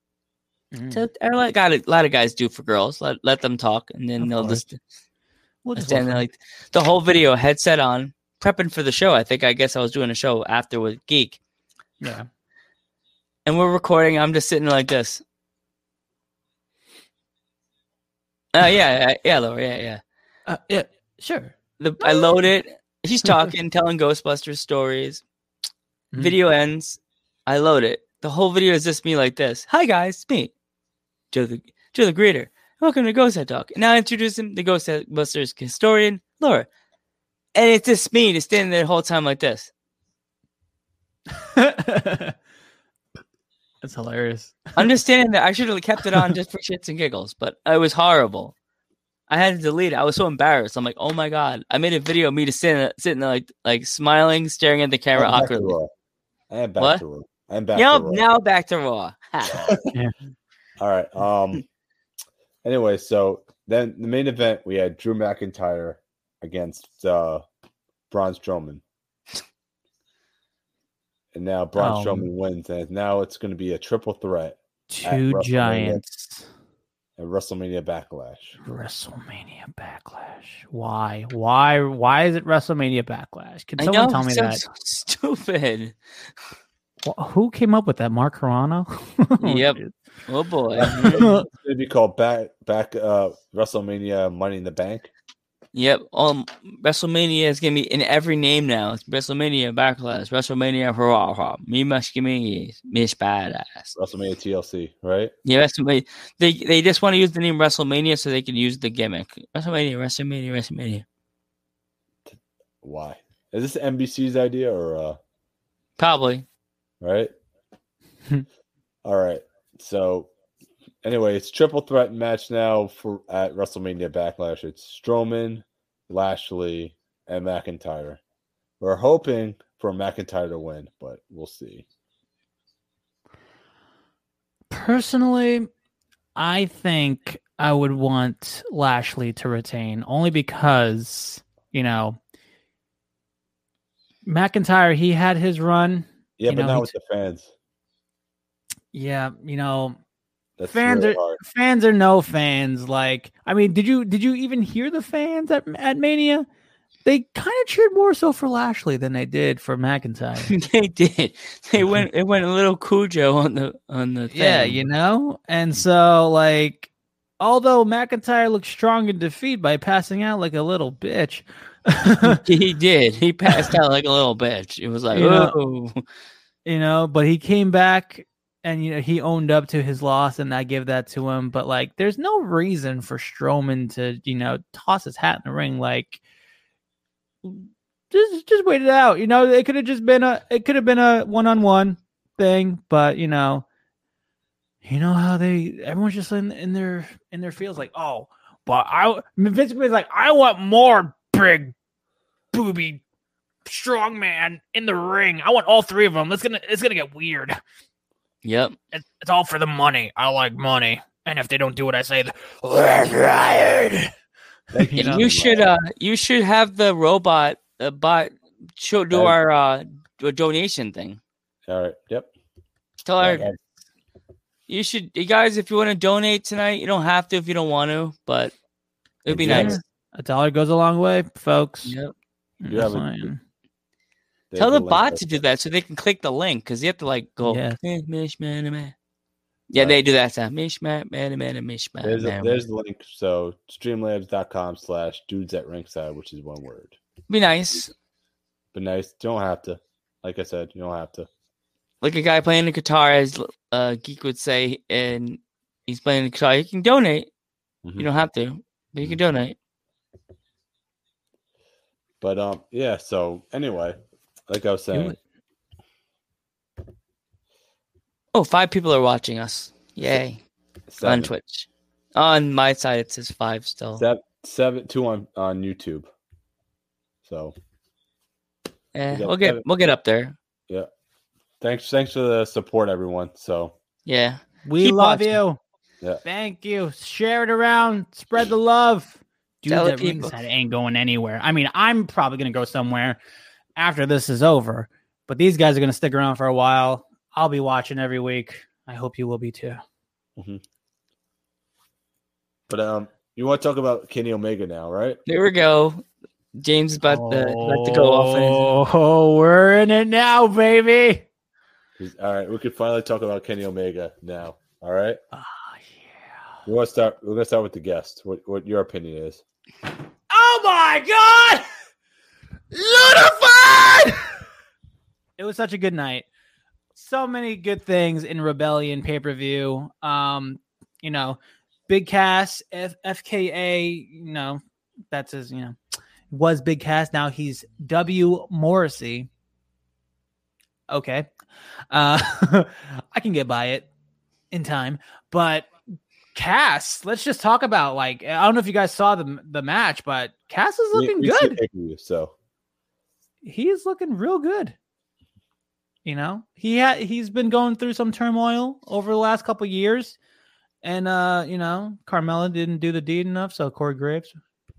[SPEAKER 4] Mm.
[SPEAKER 3] So I let got a lot of guys do for girls. Let let them talk, and then
[SPEAKER 4] Of
[SPEAKER 3] they'll
[SPEAKER 4] course.
[SPEAKER 3] just
[SPEAKER 4] We'll just
[SPEAKER 3] stand there like the whole video headset on, prepping for the show. I think I guess I was doing a show after with Geek,
[SPEAKER 4] yeah.
[SPEAKER 3] and we're recording. I'm just sitting like this. Oh yeah, yeah, yeah, Laura, yeah, yeah.
[SPEAKER 4] Uh, yeah, sure.
[SPEAKER 3] The, I load it. She's talking, telling Ghostbusters stories.
[SPEAKER 4] Mhm.
[SPEAKER 3] Video ends. I load it. The whole video is just me like this. Hi guys, it's me, Joe the Joe the Greeter. Welcome to Ghost Head Talk. And now I introduce him, the Ghost Ghostbusters historian, Laura. And it's just me just standing there the whole time like this.
[SPEAKER 4] That's hilarious.
[SPEAKER 3] Understanding that I should have kept it on just for shits and giggles, but it was horrible. I had to delete it. I was so embarrassed. I'm like, oh my god! I made a video of me just sitting, sitting there like, like smiling, staring at the camera
[SPEAKER 2] I'm back to
[SPEAKER 3] awkwardly.
[SPEAKER 2] Raw. I am back
[SPEAKER 3] What?
[SPEAKER 2] to Raw. I'm back
[SPEAKER 3] Yep,
[SPEAKER 2] to Raw.
[SPEAKER 3] now back to Raw. Ha.
[SPEAKER 2] All right. Um. anyway, so then the main event we had Drew McIntyre against uh Braun Strowman, and now Braun
[SPEAKER 3] Oh,
[SPEAKER 4] Um.
[SPEAKER 2] Strowman wins, and now it's going to be a triple threat
[SPEAKER 4] Two
[SPEAKER 2] WrestleMania.
[SPEAKER 4] giants.
[SPEAKER 2] at WrestleMania Backlash.
[SPEAKER 4] WrestleMania Backlash. Why? Why? Why is it WrestleMania Backlash? Can
[SPEAKER 3] I
[SPEAKER 4] someone
[SPEAKER 3] know,
[SPEAKER 4] tell me
[SPEAKER 3] it
[SPEAKER 4] that?
[SPEAKER 3] sounds So stupid.
[SPEAKER 4] Wh- Who came up with that? Mark Carano.
[SPEAKER 3] Yep. Oh boy.
[SPEAKER 2] it's going to be called back back uh WrestleMania Money in the Bank.
[SPEAKER 3] yep. Um, WrestleMania is gonna be in every name now. It's WrestleMania Backlash, WrestleMania Raw, Me Muskimini, Miss Badass.
[SPEAKER 2] WrestleMania TLC, right?
[SPEAKER 3] Yeah, WrestleMania. They they just want to use the name WrestleMania so they can use the gimmick. WrestleMania, WrestleMania, WrestleMania.
[SPEAKER 2] Why? Is this NBC's idea or uh
[SPEAKER 3] Probably.
[SPEAKER 2] right?
[SPEAKER 4] Hmm.
[SPEAKER 2] All right. So, anyway, it's triple threat match now for at WrestleMania Backlash. It's Strowman, Lashley, and McIntyre. We're hoping for McIntyre to win, but we'll see.
[SPEAKER 4] Personally, I think I would want Lashley to retain only because you know McIntyre. He had his run.
[SPEAKER 2] Yeah,
[SPEAKER 4] You
[SPEAKER 2] but
[SPEAKER 4] know,
[SPEAKER 2] not
[SPEAKER 4] he
[SPEAKER 2] with the fans.
[SPEAKER 4] Yeah, you know
[SPEAKER 2] That's
[SPEAKER 4] Fans
[SPEAKER 2] really
[SPEAKER 4] are-
[SPEAKER 2] hard.
[SPEAKER 4] fans or no fans like i mean did you did you even hear the fans at, at mania they kind of cheered more so for lashley than they did for mcintyre
[SPEAKER 3] they did. They went. It went a little Cujo on the on the. Thing.
[SPEAKER 4] yeah you know and so like although mcintyre looked strong in defeat by passing out like a little bitch
[SPEAKER 3] he did. He passed out like a little bitch. It was like,
[SPEAKER 4] You know-
[SPEAKER 3] oh,
[SPEAKER 4] you know but he came back and you know he owned up to his loss and i give that to him but like there's no reason for Strowman to you know toss his hat in the ring like just just wait it out you know it could have just been a it could have been a one-on-one thing but you know you know how they everyone's just in, in their in their feels like oh but i vince McMahon's like i want more big booby strong man in the ring. I want all three of them. It's gonna it's gonna get weird.
[SPEAKER 3] yep.
[SPEAKER 4] It's, it's all for the money. I like money. And if they don't do what I say, th-
[SPEAKER 2] Thank
[SPEAKER 4] You
[SPEAKER 3] You,
[SPEAKER 4] know?
[SPEAKER 2] Mike.
[SPEAKER 3] should uh, you should have the robot uh, bot show, do
[SPEAKER 2] That-
[SPEAKER 3] our uh, do- donation thing.
[SPEAKER 4] uh,
[SPEAKER 2] All right. Yep.
[SPEAKER 3] Tell our
[SPEAKER 2] Yeah,
[SPEAKER 3] you should you guys if you want to donate tonight. You don't have to if you don't want to, but it'd be
[SPEAKER 2] Yeah.
[SPEAKER 3] nice.
[SPEAKER 4] a dollar goes a long way, folks.
[SPEAKER 3] Yep.
[SPEAKER 4] I'm
[SPEAKER 2] Yeah,
[SPEAKER 4] just
[SPEAKER 2] but-
[SPEAKER 4] saying.
[SPEAKER 2] there's
[SPEAKER 3] Tell
[SPEAKER 2] a
[SPEAKER 3] the
[SPEAKER 2] link
[SPEAKER 3] bot
[SPEAKER 2] right
[SPEAKER 3] to do
[SPEAKER 2] there.
[SPEAKER 3] that so they can click the link because you have to like go.
[SPEAKER 4] Yes.
[SPEAKER 3] "Eh, mish, man, eh, man." Yeah, they do that sound. Mishmat, man, man, mishmat.
[SPEAKER 2] There's, a,
[SPEAKER 3] man.
[SPEAKER 2] there's the link. So streamlabs.com slash dudes at ringside, which is one word.
[SPEAKER 3] Be nice.
[SPEAKER 2] But nice. Don't have to. Like I said, you don't have to.
[SPEAKER 3] Like a guy playing the guitar, as uh, Geek would say, and he's playing the guitar. You can donate.
[SPEAKER 2] Mhm.
[SPEAKER 3] You don't have to, but you can
[SPEAKER 2] Mm-hmm.
[SPEAKER 3] donate.
[SPEAKER 2] But um, yeah. So anyway, like I was
[SPEAKER 3] Do
[SPEAKER 2] saying,
[SPEAKER 3] it. Oh, five people are watching us. Yay. On
[SPEAKER 2] seven,
[SPEAKER 3] Twitch. On my side, it says five still.
[SPEAKER 2] seven, seven, two on on YouTube. So
[SPEAKER 3] Eh,
[SPEAKER 2] We got
[SPEAKER 3] we'll get
[SPEAKER 2] seven.
[SPEAKER 3] we'll get up there.
[SPEAKER 2] thanks, thanks for the support, everyone. So
[SPEAKER 3] Yeah.
[SPEAKER 4] We
[SPEAKER 3] Keep
[SPEAKER 4] love
[SPEAKER 3] watching.
[SPEAKER 4] you.
[SPEAKER 2] Yeah.
[SPEAKER 4] Thank you. Share it around. Spread the love. Dude,
[SPEAKER 3] Tell
[SPEAKER 4] that
[SPEAKER 3] people.
[SPEAKER 4] ringside ain't going anywhere. I mean, I'm probably gonna go somewhere after this is over, but these guys are gonna stick around for a while. I'll be watching every week. I hope you will be too.
[SPEAKER 2] But um, you want to talk about Kenny Omega now, right?
[SPEAKER 3] There we go. James is about, to, about to go off. on
[SPEAKER 4] Oh, we're in it now, baby.
[SPEAKER 2] 'Cause- All right, we could finally talk about Kenny Omega now. All right,
[SPEAKER 4] Oh,
[SPEAKER 2] we want to start. We're gonna start with the guest. What what your opinion is?
[SPEAKER 3] Oh,
[SPEAKER 4] my god! Unified! It was such a good night. So many good things in Rebellion pay per view. Um, you know, Big Cass, F- FKA, you know, that's his, you know, was Big Cass. Now he's W. Morrissey. Okay. Uh, I can get by it in time, but Cass, let's just talk about like I don't know if you guys saw the the match, but Cass is looking
[SPEAKER 2] We- we see
[SPEAKER 4] good.
[SPEAKER 2] it for you, so
[SPEAKER 4] He is looking real good. You know, he had he's been going through some turmoil over the last couple years, and uh, you know, Carmella didn't do the deed enough, so Corey Graves,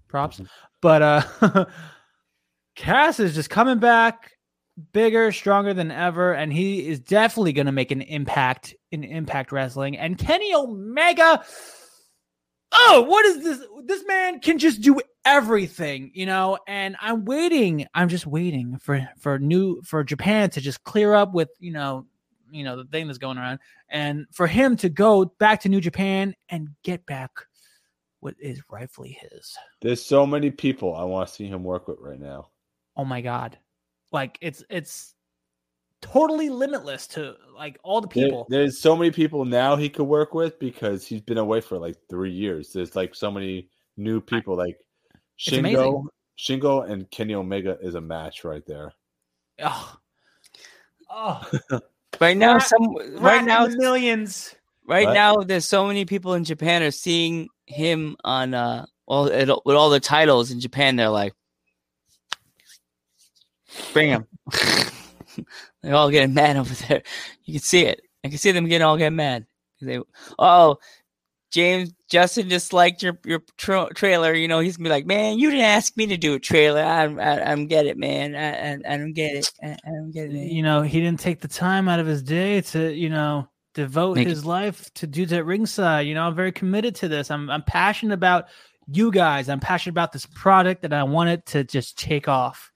[SPEAKER 4] props. But uh, Cass is just coming back bigger, stronger than ever, and he is definitely going to make an impact in Impact Wrestling. And Kenny Omega, oh, what is this? This man can just do everything, you know. And I'm waiting. I'm just waiting for for new for Japan to just clear up with you know you know the thing that's going around, and for him to go back to New Japan and get back what is rightfully his.
[SPEAKER 2] there's so many people I want to see him work with right now.
[SPEAKER 4] oh my god like it's it's totally limitless to like all the
[SPEAKER 2] There-
[SPEAKER 4] people
[SPEAKER 2] there's so many people now he could work with because he's been away for like three years. There's like so many new people, like Shingo,
[SPEAKER 4] amazing.
[SPEAKER 2] Shingo, and Kenny Omega is a match right there.
[SPEAKER 4] oh, oh
[SPEAKER 3] it. Right now,
[SPEAKER 4] Rat-
[SPEAKER 3] some right
[SPEAKER 4] racking
[SPEAKER 3] now,
[SPEAKER 4] the millions
[SPEAKER 3] right
[SPEAKER 2] What?
[SPEAKER 3] now, there's so many people in Japan are seeing him on uh all at, with all the titles in Japan. They're like, bring him. they're all getting mad over there. You can see it. I can see them getting all getting mad. They, oh, James Justin disliked your your tra- trailer. You know he's gonna be like, man, you didn't ask me to do a trailer. I I, I don't get it, man. I, I I don't get it. I, I don't get it. man."
[SPEAKER 4] you know he didn't take the time out of his day to you know devote
[SPEAKER 3] Make it-
[SPEAKER 4] his life to dudes at ringside you know i'm very committed to this i'm, I'm passionate about you guys i'm passionate about this product and i want it to just take off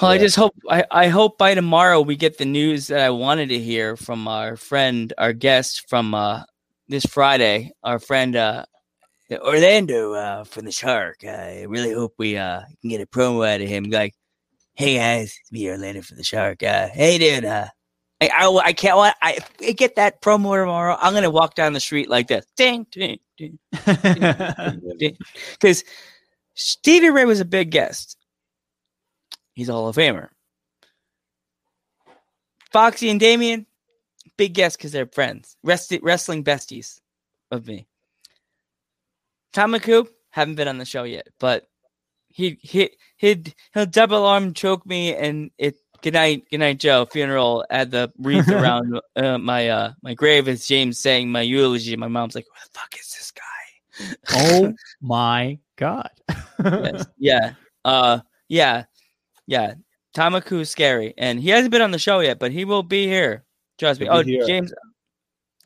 [SPEAKER 3] Well, I
[SPEAKER 2] Yeah.
[SPEAKER 3] just hope I, I hope by tomorrow we get the news that I wanted to hear from our friend, our guest from uh, this Friday, our friend uh, Orlando uh, from the Shark. I really hope we uh, can get a promo out of him. Like, hey guys, it's me Orlando from the Shark. Uh, hey dude, uh, I, I I can't wa- I, if we get that promo tomorrow. I'm gonna walk down the street like this, ding ding ding because Stevie Ray was a big guest. He's a Hall of Famer. Foxy and Damien, big guest because they're friends, Resti- wrestling besties of me. Tom McCoop, haven't been on the show yet, but he he he'd, he'll double arm choke me and it. Good night, good night, Joe. Funeral at the wreath around uh, my uh, my grave is James saying my eulogy. My mom's like, "Who the fuck is this guy?"
[SPEAKER 4] oh my god
[SPEAKER 3] Yes. yeah. Uh yeah. Yeah. Tamaku's scary. And he hasn't been on the show yet, but he will be here. Trust me.
[SPEAKER 2] He'll
[SPEAKER 3] Oh,
[SPEAKER 2] be here.
[SPEAKER 3] James.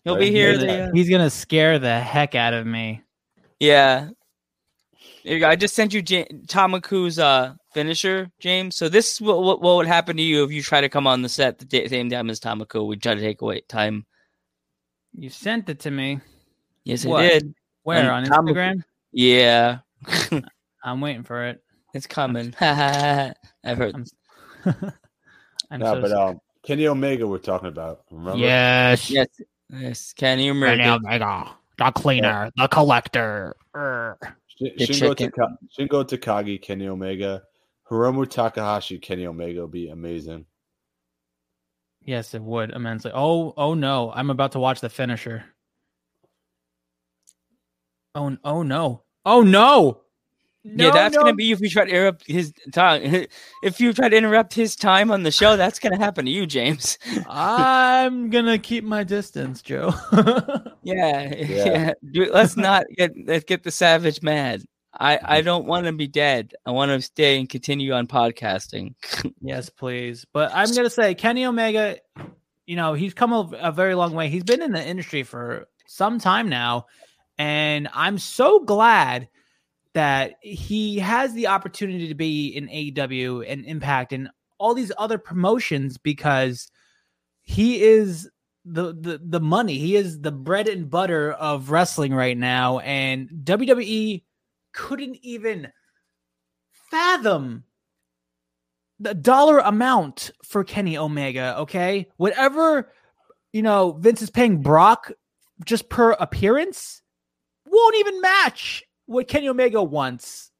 [SPEAKER 3] He'll
[SPEAKER 2] Right
[SPEAKER 3] be here.
[SPEAKER 2] here.
[SPEAKER 3] the, uh,
[SPEAKER 4] he's gonna scare the heck out of me
[SPEAKER 3] yeah. There you go. I just sent you ja- Tamaku's uh finisher, James. So this is what, what what would happen to you if you try to come on the set the da- same time as Tamaku. We try to take away time
[SPEAKER 4] You sent it to me.
[SPEAKER 3] Yes,
[SPEAKER 4] What?
[SPEAKER 3] I did.
[SPEAKER 4] Where on
[SPEAKER 3] On Comic-
[SPEAKER 4] Instagram?
[SPEAKER 3] Yeah,
[SPEAKER 4] I'm waiting for it.
[SPEAKER 3] it's coming. I've heard.
[SPEAKER 4] I'm- I'm
[SPEAKER 2] No,
[SPEAKER 4] so
[SPEAKER 2] but
[SPEAKER 4] sick.
[SPEAKER 2] um, Kenny Omega we're talking about. Remember?
[SPEAKER 5] Yes.
[SPEAKER 3] Yes, yes. Kenny
[SPEAKER 5] Kenny
[SPEAKER 3] Omega.
[SPEAKER 5] Omega, the cleaner, the collector. Err.
[SPEAKER 2] Shi-
[SPEAKER 3] The
[SPEAKER 2] Shingo,
[SPEAKER 3] chicken.
[SPEAKER 2] Taka- Shingo Takagi, Kenny Omega, Hiromu Takahashi, Kenny Omega would be amazing.
[SPEAKER 4] Yes, it would immensely. Oh, oh no! I'm about to watch the finisher. Oh, n- oh no! Oh no!
[SPEAKER 3] yeah,
[SPEAKER 4] No,
[SPEAKER 3] that's
[SPEAKER 4] no.
[SPEAKER 3] gonna be if you try to interrupt his time. If you try to interrupt his time on the show, that's gonna happen to you, James.
[SPEAKER 4] I'm gonna keep my distance, Joe.
[SPEAKER 3] Yeah, yeah. Dude, let's not get let's get the savage mad. I
[SPEAKER 2] Mm-hmm.
[SPEAKER 3] I don't want to be dead. I want to stay and continue on podcasting.
[SPEAKER 4] yes, please. But I'm gonna say Kenny Omega. You know, he's come a, a very long way. He's been in the industry for some time now, and I'm so glad that he has the opportunity to be in AEW and Impact and all these other promotions because he is the, the the money. He is the bread and butter of wrestling right now, and WWE couldn't even fathom the dollar amount for Kenny Omega. Okay, whatever you know, Vince is paying Brock just per appearance won't even match what Kenny Omega wants.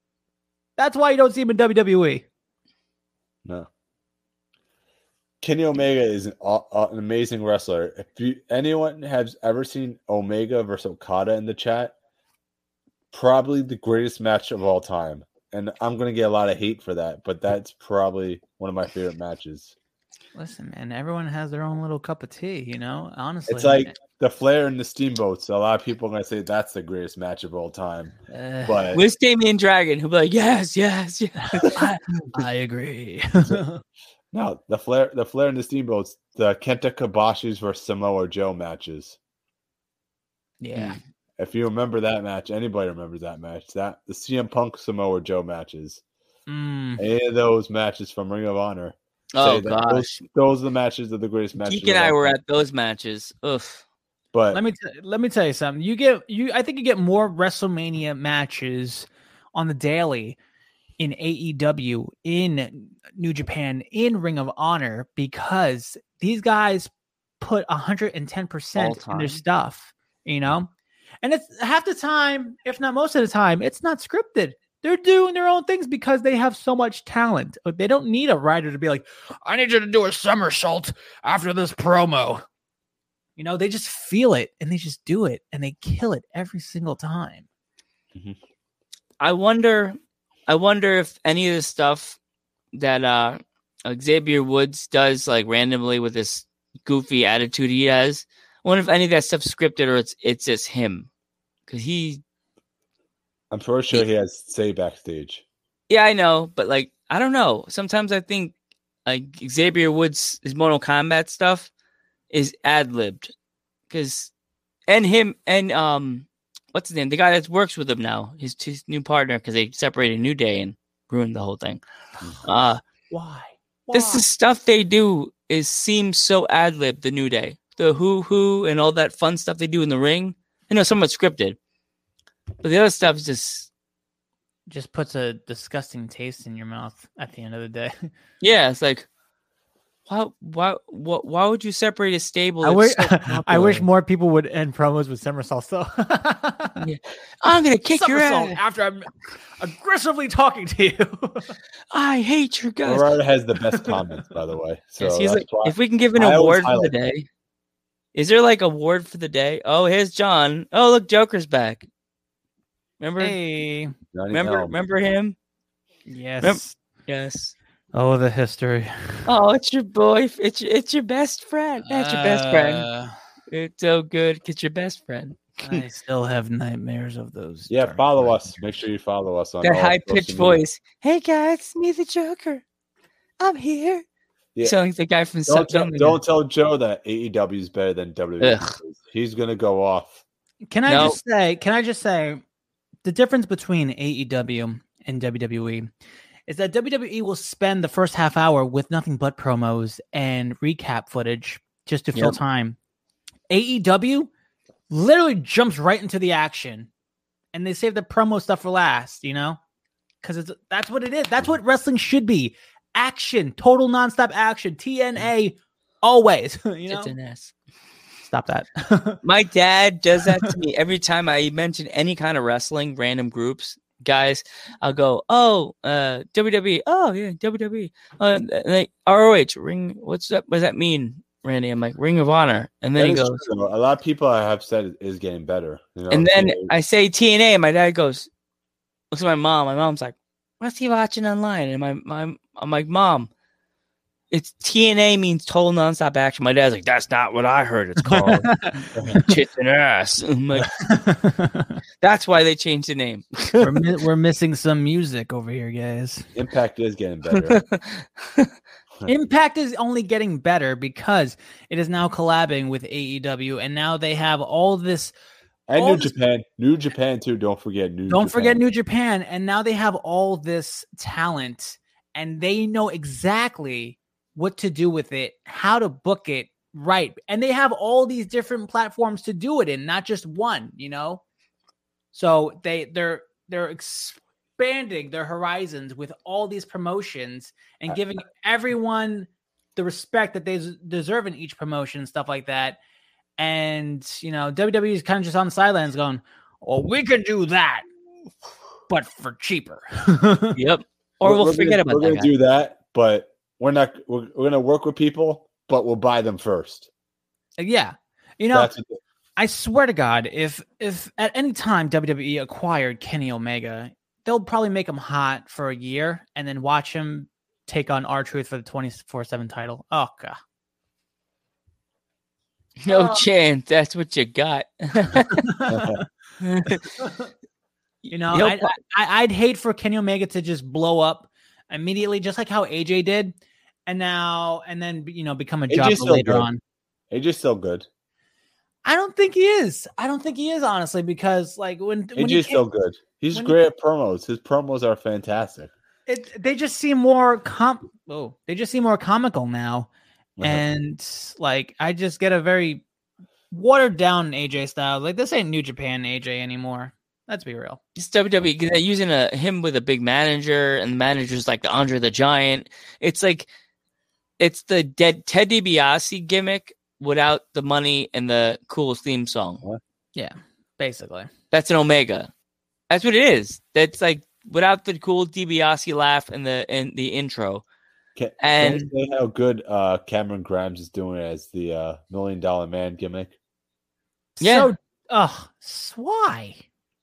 [SPEAKER 4] That's why you don't see him in E. WWE.
[SPEAKER 2] No. Kenny Omega is an, aw- aw- an amazing wrestler. If you, anyone has ever seen Omega versus Okada in the chat, probably the greatest match of all time. And I'm going to get a lot of hate for that, but that's probably one of my favorite matches.
[SPEAKER 4] Listen, man, everyone has their own little cup of tea, you know. Honestly,
[SPEAKER 2] It's like the Flair and the Steamboats. A lot of people are going to say that's the greatest match of all time.
[SPEAKER 4] uh,
[SPEAKER 2] But
[SPEAKER 3] Where's Damien Dragon? He'll be like, yes, yes, Oh, yes.
[SPEAKER 4] I, I agree.
[SPEAKER 2] no, the Flair, the Flair and the Steamboats, the Kenta Kobashi's versus Samoa Joe matches.
[SPEAKER 4] yeah,
[SPEAKER 2] If you remember that match, anybody remembers that match. That the CM Punk Samoa Joe matches,
[SPEAKER 4] Mm,
[SPEAKER 2] any of those matches from Ring of Honor.
[SPEAKER 3] Oh
[SPEAKER 2] say that
[SPEAKER 3] gosh,
[SPEAKER 2] Those are the matches of the greatest matches.
[SPEAKER 3] Geek and
[SPEAKER 2] of
[SPEAKER 3] I
[SPEAKER 2] all
[SPEAKER 3] were
[SPEAKER 2] time.
[SPEAKER 3] at those matches. Oof.
[SPEAKER 2] But
[SPEAKER 4] let me t- let me tell you something. You get you. I think you get more WrestleMania matches on the daily in AEW, in New Japan, in Ring of Honor because these guys put 110% in
[SPEAKER 3] All-time.
[SPEAKER 4] their stuff, you know? And it's half the time, if not most of the time, it's not scripted. They're doing their own things because they have so much talent. Uh, They don't need a writer to be like, I need you to do a somersault after this promo. You know, they just feel it and they just do it and they kill it every single time.
[SPEAKER 3] I wonder, I wonder if any of the stuff that uh Xavier Woods does, like randomly with this goofy attitude he has, I wonder if any of that stuff's scripted or it's it's just him, because he,
[SPEAKER 2] I'm pretty sure he has say backstage.
[SPEAKER 3] yeah, I know, but like I don't know. Sometimes I think like Xavier Woods' his Mortal Kombat stuff is ad libbed, because and him and um what's his name, the guy that works with him now, his, his new partner, because they separated New Day and ruined the whole thing. Uh
[SPEAKER 4] Why?
[SPEAKER 3] This
[SPEAKER 4] Why?
[SPEAKER 3] is stuff they do is seems so ad lib. The New Day, the Who Who, and all that fun stuff they do in the ring. I know somewhat scripted, but the other stuff is just
[SPEAKER 4] just puts a disgusting taste in your mouth at the end of the day.
[SPEAKER 3] yeah. It's like why why why, why would you separate a stable?
[SPEAKER 4] I
[SPEAKER 3] that's
[SPEAKER 4] wish,
[SPEAKER 3] so
[SPEAKER 4] I wish
[SPEAKER 3] popular?
[SPEAKER 4] more people would end promos with somersaults though.
[SPEAKER 3] I'm gonna kick your
[SPEAKER 4] Somersault
[SPEAKER 3] ass.
[SPEAKER 4] after I'm aggressively talking to you.
[SPEAKER 3] I hate your guys.
[SPEAKER 2] Gerardo has the best comments, by the way. So
[SPEAKER 3] Yes, he's
[SPEAKER 2] that's
[SPEAKER 3] like,
[SPEAKER 2] why-
[SPEAKER 3] if we can give an
[SPEAKER 2] I always
[SPEAKER 3] award for the
[SPEAKER 2] highlight
[SPEAKER 3] day, is there like award for the day? Oh, here's John. Oh, look, Joker's back. Remember,
[SPEAKER 4] hey,
[SPEAKER 2] Johnny
[SPEAKER 3] remember,
[SPEAKER 2] Elm.
[SPEAKER 3] remember him?
[SPEAKER 4] yes.
[SPEAKER 3] Yes.
[SPEAKER 4] Oh, the history.
[SPEAKER 3] Oh, it's your boy. f- It's your, it's your best friend. That's your best
[SPEAKER 4] Uh.
[SPEAKER 3] friend. It's so good. It's your best friend.
[SPEAKER 4] I still have nightmares of those.
[SPEAKER 2] Yeah, follow us. Make sure you follow us on
[SPEAKER 3] That
[SPEAKER 2] all
[SPEAKER 3] high pitched
[SPEAKER 2] social media.
[SPEAKER 3] voice. Hey guys, it's me the Joker. I'm here.
[SPEAKER 2] Yeah.
[SPEAKER 3] Sound like the guy from
[SPEAKER 2] Don't
[SPEAKER 3] Sub-
[SPEAKER 2] tell, don't tell Joe that AEW is better than WWE. is. He's gonna go off.
[SPEAKER 4] Can I
[SPEAKER 3] No.
[SPEAKER 4] just say? Can I just say the difference between AEW and WWE is that WWE will spend the first half hour with nothing but promos and recap footage just to fill
[SPEAKER 3] Yep.
[SPEAKER 4] time. AEW literally jumps right into the action, and they save the promo stuff for last. You know, because it's that's what it is. That's what wrestling should be: action, total nonstop action. TNA always. you know,
[SPEAKER 3] It's an S.
[SPEAKER 4] stop that.
[SPEAKER 3] My dad does that to me every time I mention any kind of wrestling, random groups, guys. I'll go, oh, uh, WWE. Oh, yeah, WWE. Uh, like ROH, ring. What's that? What does that mean, Randy? I'm like, Ring of Honor. And then
[SPEAKER 2] That
[SPEAKER 3] he
[SPEAKER 2] is
[SPEAKER 3] goes,
[SPEAKER 2] true, though. A lot of people I have said is getting better. you know?
[SPEAKER 3] and then
[SPEAKER 2] People-
[SPEAKER 3] I say TNA, and my dad goes, looks at my mom. My mom's like, what's he watching online? And my, my I'm like, mom, it's TNA means total nonstop action. My dad's like, that's not what I heard it's called. Tits and ass. I'm like, that's why they changed the name.
[SPEAKER 4] we're, mi- we're missing some music over here, guys.
[SPEAKER 2] Impact is getting better.
[SPEAKER 4] Impact is only getting better because it is now collabing with AEW, and now they have all this.
[SPEAKER 2] And
[SPEAKER 4] All
[SPEAKER 2] New
[SPEAKER 4] this-
[SPEAKER 2] Japan, New Japan too. Don't forget New.
[SPEAKER 4] Don't forget
[SPEAKER 2] Japan.
[SPEAKER 4] New Japan, and now they have all this talent, and they know exactly what to do with it, how to book it right, and they have all these different platforms to do it in, not just one. You know, so they they're they're expanding their horizons with all these promotions and
[SPEAKER 2] I-
[SPEAKER 4] giving everyone the respect that they s- deserve in each promotion and stuff like that. And you know, WWE is kind of just on the sidelines going, "Well, we could do that, but for cheaper."
[SPEAKER 3] yep. Or
[SPEAKER 2] We're-
[SPEAKER 3] we'll
[SPEAKER 2] we're
[SPEAKER 3] forget
[SPEAKER 2] gonna,
[SPEAKER 3] about
[SPEAKER 2] We're
[SPEAKER 3] that.
[SPEAKER 2] gonna
[SPEAKER 3] guy.
[SPEAKER 2] do that, but we're not. We're, we're gonna work with people, but we'll buy them first.
[SPEAKER 4] yeah, you know,
[SPEAKER 2] That's what-
[SPEAKER 4] I swear to God, if if at any time WWE acquired Kenny Omega, they'll probably make him hot for a year and then watch him take on R Truth for the twenty four seven title. Oh god.
[SPEAKER 3] No chance. That's what you got.
[SPEAKER 4] You know,
[SPEAKER 3] He'll
[SPEAKER 4] I'd, I, I'd hate for Kenny Omega to just blow up immediately, just like how AJ did, and now and then you know become a
[SPEAKER 2] AJ
[SPEAKER 4] jobber
[SPEAKER 2] still
[SPEAKER 4] later
[SPEAKER 2] good.
[SPEAKER 4] on.
[SPEAKER 2] AJ's still good.
[SPEAKER 4] I don't think he is. I don't think he is honestly because like when when he
[SPEAKER 2] AJ's
[SPEAKER 4] came-
[SPEAKER 2] still good. He's
[SPEAKER 4] when he
[SPEAKER 2] great at promos. His promos are fantastic.
[SPEAKER 4] it, they just seem more com. Oh, they just seem more comical now,
[SPEAKER 2] Uh-huh.
[SPEAKER 4] and like I just get a very watered down AJ style. Like this ain't New Japan AJ anymore. Let's be real.
[SPEAKER 3] It's WWE 'cause they're using a him with a big manager, and the manager's like the Andre the Giant. It's like it's the dead Ted DiBiase gimmick without the money and the cool theme song.
[SPEAKER 4] Basically,
[SPEAKER 3] That's an Omega. That's what it is. That's like without the cool DiBiase laugh and the and the intro.
[SPEAKER 2] Can,
[SPEAKER 3] and-
[SPEAKER 2] can I say how good uh, Cameron Grimes is doing as the uh, Million Dollar Man gimmick?
[SPEAKER 3] Yeah.
[SPEAKER 4] So, ugh, s- why?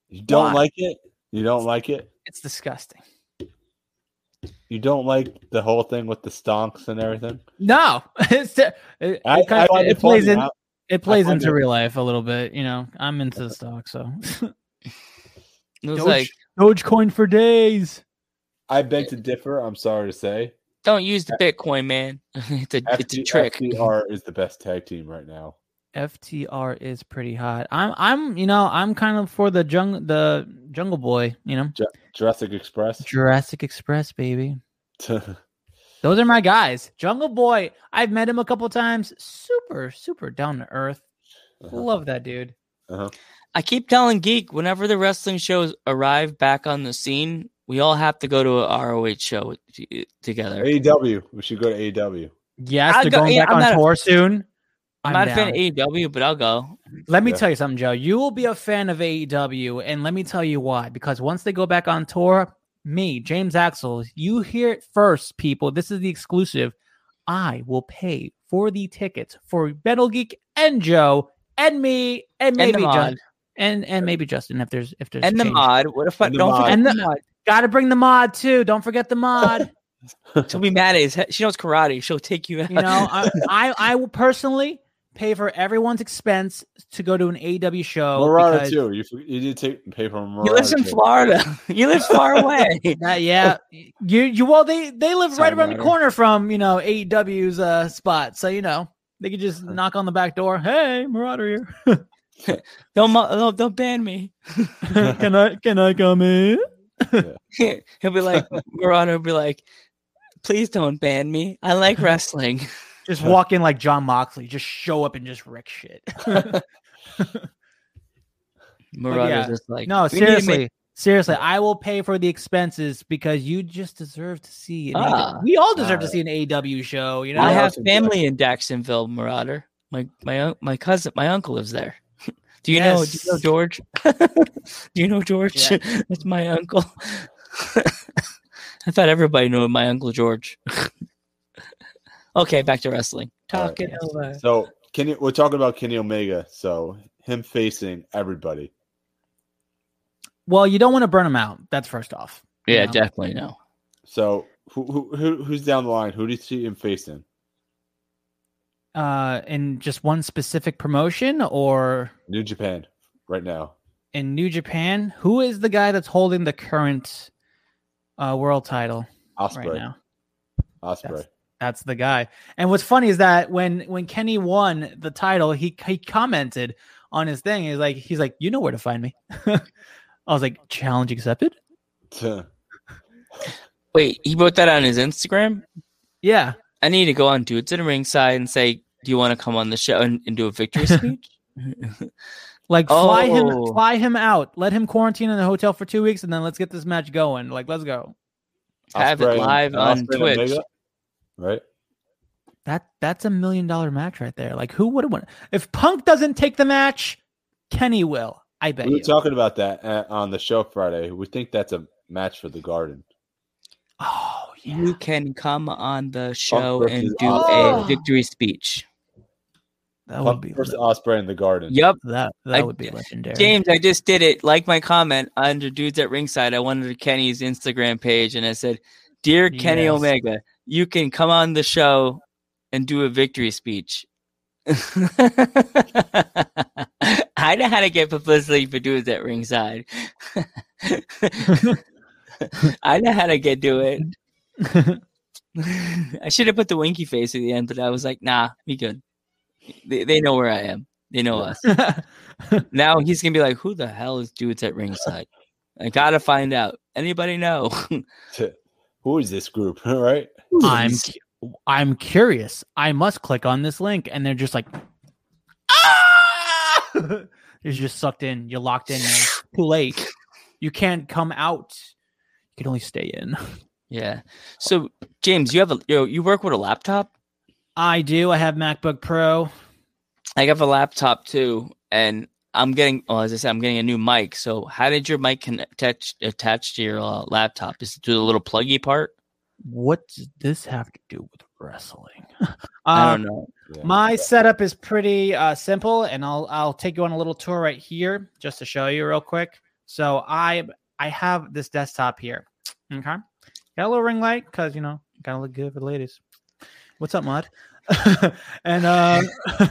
[SPEAKER 2] You don't
[SPEAKER 4] Why?
[SPEAKER 2] like it. You don't like it.
[SPEAKER 4] It's disgusting.
[SPEAKER 2] You don't like the whole thing with the stonks and everything.
[SPEAKER 4] No, it's it, it,
[SPEAKER 2] I,
[SPEAKER 4] kind
[SPEAKER 2] I
[SPEAKER 4] of-
[SPEAKER 2] find
[SPEAKER 4] it
[SPEAKER 2] it
[SPEAKER 4] plays
[SPEAKER 2] funny.
[SPEAKER 4] in
[SPEAKER 2] I-
[SPEAKER 4] it plays
[SPEAKER 2] find
[SPEAKER 4] into
[SPEAKER 2] it-
[SPEAKER 4] real life a little bit. You know, I'm into the stock, so
[SPEAKER 3] It was
[SPEAKER 4] Doge,
[SPEAKER 3] like
[SPEAKER 4] Dogecoin for days.
[SPEAKER 2] I beg to differ. I'm sorry to say.
[SPEAKER 3] don't use the Bitcoin, man. it's a it's a
[SPEAKER 2] FT
[SPEAKER 3] trick.
[SPEAKER 2] FTR is the best tag team right now.
[SPEAKER 4] FTR is pretty hot. I'm I'm you know I'm kind of for the jung the Jungle Boy. You know,
[SPEAKER 2] Jurassic Express.
[SPEAKER 4] Jurassic Express, baby. Those are my guys. Jungle Boy. I've met him a couple times. Super super down to earth.
[SPEAKER 2] Uh-huh.
[SPEAKER 4] Love that dude.
[SPEAKER 3] I keep telling Geek whenever the wrestling shows arrive back on the scene, we all have to go to a ROH show t- together.
[SPEAKER 2] AEW. We should go to AEW.
[SPEAKER 4] Yes,
[SPEAKER 3] I
[SPEAKER 4] they're
[SPEAKER 3] go-
[SPEAKER 4] going
[SPEAKER 3] yeah,
[SPEAKER 4] back
[SPEAKER 3] I'm
[SPEAKER 4] on
[SPEAKER 3] not a-
[SPEAKER 4] tour soon.
[SPEAKER 3] I'm not a fan
[SPEAKER 4] down.
[SPEAKER 3] of AEW, but I'll go.
[SPEAKER 4] Let me
[SPEAKER 2] Yeah.
[SPEAKER 4] tell you something, Joe. You will be a fan of AEW, and let me tell you why. Because once they go back on tour, me, James Axel, you hear it first, people. This is the exclusive. I will pay for the tickets for Metal Geek and Joe and me and
[SPEAKER 3] And
[SPEAKER 4] maybe
[SPEAKER 3] the mod.
[SPEAKER 4] Justin and and maybe Justin if there's if there's
[SPEAKER 3] And the
[SPEAKER 4] change.
[SPEAKER 3] mod. What if I
[SPEAKER 2] And the
[SPEAKER 3] don't
[SPEAKER 2] mod.
[SPEAKER 3] forget
[SPEAKER 4] And
[SPEAKER 3] the
[SPEAKER 4] the-
[SPEAKER 3] mod?
[SPEAKER 4] Gotta bring the mod too. Don't forget the mod.
[SPEAKER 3] Toby Maddie, she knows karate. She'll take you out.
[SPEAKER 4] you know, I, I I will personally pay for everyone's expense to go to an AEW show.
[SPEAKER 2] Murata
[SPEAKER 4] Oh, because-
[SPEAKER 2] too. You for- you did take pay for Murata.
[SPEAKER 3] you live in
[SPEAKER 2] too.
[SPEAKER 3] Florida. You live far away.
[SPEAKER 4] That yeah, you you well they they live
[SPEAKER 3] Sorry,
[SPEAKER 4] right around the
[SPEAKER 3] Ryder.
[SPEAKER 4] corner from you know AEW's uh spot, so you know they could
[SPEAKER 3] Uh-huh.
[SPEAKER 4] just knock on the back door. Hey, Marauder here.
[SPEAKER 3] Don't, mo- don't don't ban me.
[SPEAKER 4] can I can I come in?
[SPEAKER 3] He'll be like, Murata will be like, please don't ban me. I like wrestling.
[SPEAKER 4] Just walk in like John Moxley, just show up and just wreck shit.
[SPEAKER 3] Murata
[SPEAKER 4] yeah,
[SPEAKER 3] just like
[SPEAKER 4] no,
[SPEAKER 3] "We need to make-
[SPEAKER 4] seriously, seriously, I will pay for the expenses because you just deserve to see. An
[SPEAKER 3] Ah,
[SPEAKER 4] AEW we all deserve to
[SPEAKER 2] alright.
[SPEAKER 4] see an AW show. You know,
[SPEAKER 3] I
[SPEAKER 2] Yeah,
[SPEAKER 3] have
[SPEAKER 2] that's important.
[SPEAKER 3] family in Jacksonville, Marauder. My my un- my cousin, my uncle lives there. Do you know? Do you know
[SPEAKER 4] Yes.
[SPEAKER 3] George? do you know George? That's my uncle. I thought everybody knew my uncle George. okay, back to wrestling.
[SPEAKER 4] talking
[SPEAKER 3] Yes.
[SPEAKER 4] over.
[SPEAKER 2] So Kenny, we're talking about Kenny Omega. So him facing everybody.
[SPEAKER 4] Well, you don't want to burn them out. That's first off.
[SPEAKER 3] Yeah,
[SPEAKER 4] No.
[SPEAKER 3] definitely no.
[SPEAKER 2] So who, who, who who's down the line? Who do you see him facing?
[SPEAKER 4] Uh, in just one specific promotion or
[SPEAKER 2] New Japan right now.
[SPEAKER 4] in New Japan, who is the guy that's holding the current uh, world title
[SPEAKER 2] Osprey.
[SPEAKER 4] right now?
[SPEAKER 2] Osprey.
[SPEAKER 4] That's the guy. And what's funny is that when when Kenny won the title, he he commented on his thing. He's like, he's like, you know where to find me. I was like, challenge accepted.
[SPEAKER 3] Wait, he wrote that on his Instagram.
[SPEAKER 4] Yeah,
[SPEAKER 3] I need to go on dudes in ringside and say, "Do you want to come on the show and, and do a victory speech?"
[SPEAKER 4] like fly
[SPEAKER 3] Oh.
[SPEAKER 4] him, fly him out. Let him quarantine in the hotel for two weeks, and then let's get this match going. Like, let's go.
[SPEAKER 3] Have it
[SPEAKER 2] Ospreay and-
[SPEAKER 3] live
[SPEAKER 2] and
[SPEAKER 3] on
[SPEAKER 2] Ospreay and
[SPEAKER 3] Twitch.
[SPEAKER 2] Omega, Right?
[SPEAKER 4] That that's a million dollar match right there. Like, who would want if Punk doesn't take the match? Kenny will. I bet
[SPEAKER 2] we were
[SPEAKER 4] you.
[SPEAKER 2] talking about that uh, on the show Friday. We think that's a match for the Garden.
[SPEAKER 4] oh yeah.
[SPEAKER 3] you can come on the show
[SPEAKER 2] versus
[SPEAKER 3] and do a
[SPEAKER 4] Osprey.
[SPEAKER 3] victory speech.
[SPEAKER 4] That would
[SPEAKER 2] Punk
[SPEAKER 4] be
[SPEAKER 2] versus
[SPEAKER 4] lit.
[SPEAKER 2] Osprey in the Garden.
[SPEAKER 3] Yep.
[SPEAKER 4] that
[SPEAKER 3] I-
[SPEAKER 4] that would be legendary.
[SPEAKER 3] James, I just did it. Like my comment under Dudes at Ringside, I went to Kenny's Instagram page and I said, Dear Kenny
[SPEAKER 4] Yes.
[SPEAKER 3] Omega, you can come on the show and do a victory speech. I know how to get publicity for Dudes at Ringside. I know how to get do it. I should have put the winky face at the end, but I was like, nah, be good. They, they know where I am. They know us. Now he's gonna be like, "Who the hell is dudes at ringside?" I gotta find out. Anybody know?
[SPEAKER 2] Who is this group? right?
[SPEAKER 4] I'm cu- I'm curious. I must click on this link, and they're just like, ah! you're just sucked in. You're locked in. Man. Too late. You can't come out. You can only stay in.
[SPEAKER 3] yeah. So James, you have a you, you work with a laptop.
[SPEAKER 4] I do. I have MacBook Pro.
[SPEAKER 3] I have a laptop too, and I'm getting. Well, as I said, I'm getting a new mic. So how did your mic connect attach, attach to your uh, laptop? Is it through the little pluggy part?
[SPEAKER 4] What does this have to do with wrestling?
[SPEAKER 3] I
[SPEAKER 4] Um,
[SPEAKER 3] don't know.
[SPEAKER 2] Yeah.
[SPEAKER 4] my setup is pretty uh, simple, and I'll I'll take you on a little tour right here just to show you real quick. So I I have this desktop here. Okay, got a little ring light because you know gotta look good for the ladies. What's up, Mod? and uh,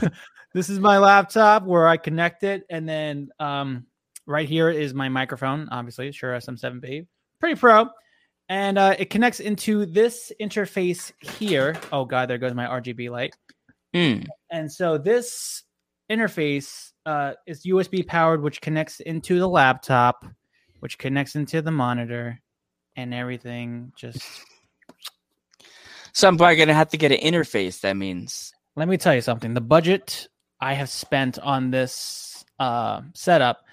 [SPEAKER 4] this is my laptop where I connect it, and then um, right here is my microphone. Obviously, sure SM7B, pretty pro. And uh, it connects into this interface here. Oh god, there goes my RGB light.
[SPEAKER 3] Hmm.
[SPEAKER 4] And so this interface uh, is USB powered, which connects into the laptop, which connects into the monitor, and everything. Just
[SPEAKER 3] So I'm probably gonna have to get an interface. That means
[SPEAKER 4] let me tell you something. The budget I have spent on this uh, setup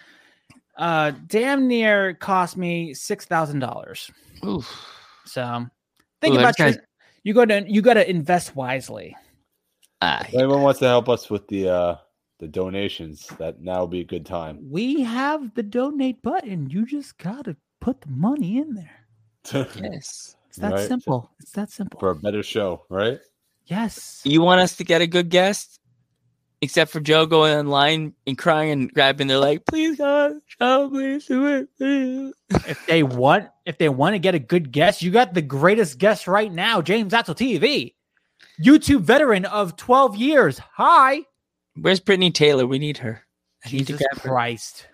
[SPEAKER 4] uh, damn near cost me six thousand dollars.
[SPEAKER 3] oof.
[SPEAKER 4] So think
[SPEAKER 3] Ooh,
[SPEAKER 4] about your,
[SPEAKER 3] that's
[SPEAKER 4] you got to you got to invest wisely.
[SPEAKER 3] Ah,
[SPEAKER 2] If anyone wants to help us with the uh the donations, that now would be a good time.
[SPEAKER 4] We have the donate button. You just gotta put the money in there.
[SPEAKER 3] yes.
[SPEAKER 4] It's that
[SPEAKER 2] Right.
[SPEAKER 4] simple. It's that simple.
[SPEAKER 2] For a better show, right?
[SPEAKER 4] yes.
[SPEAKER 3] You want us to get a good guest? Except for Joe going online and crying and grabbing their leg, please God, Joe, please do it. please."
[SPEAKER 4] If they want, if they want to get a good guess, you got the greatest guess right now, James Atzel TV, YouTube veteran of 12 years. Hi,
[SPEAKER 3] Where's Brittany Taylor? We need her. I need
[SPEAKER 4] Jesus
[SPEAKER 3] to grab her.
[SPEAKER 4] Christ.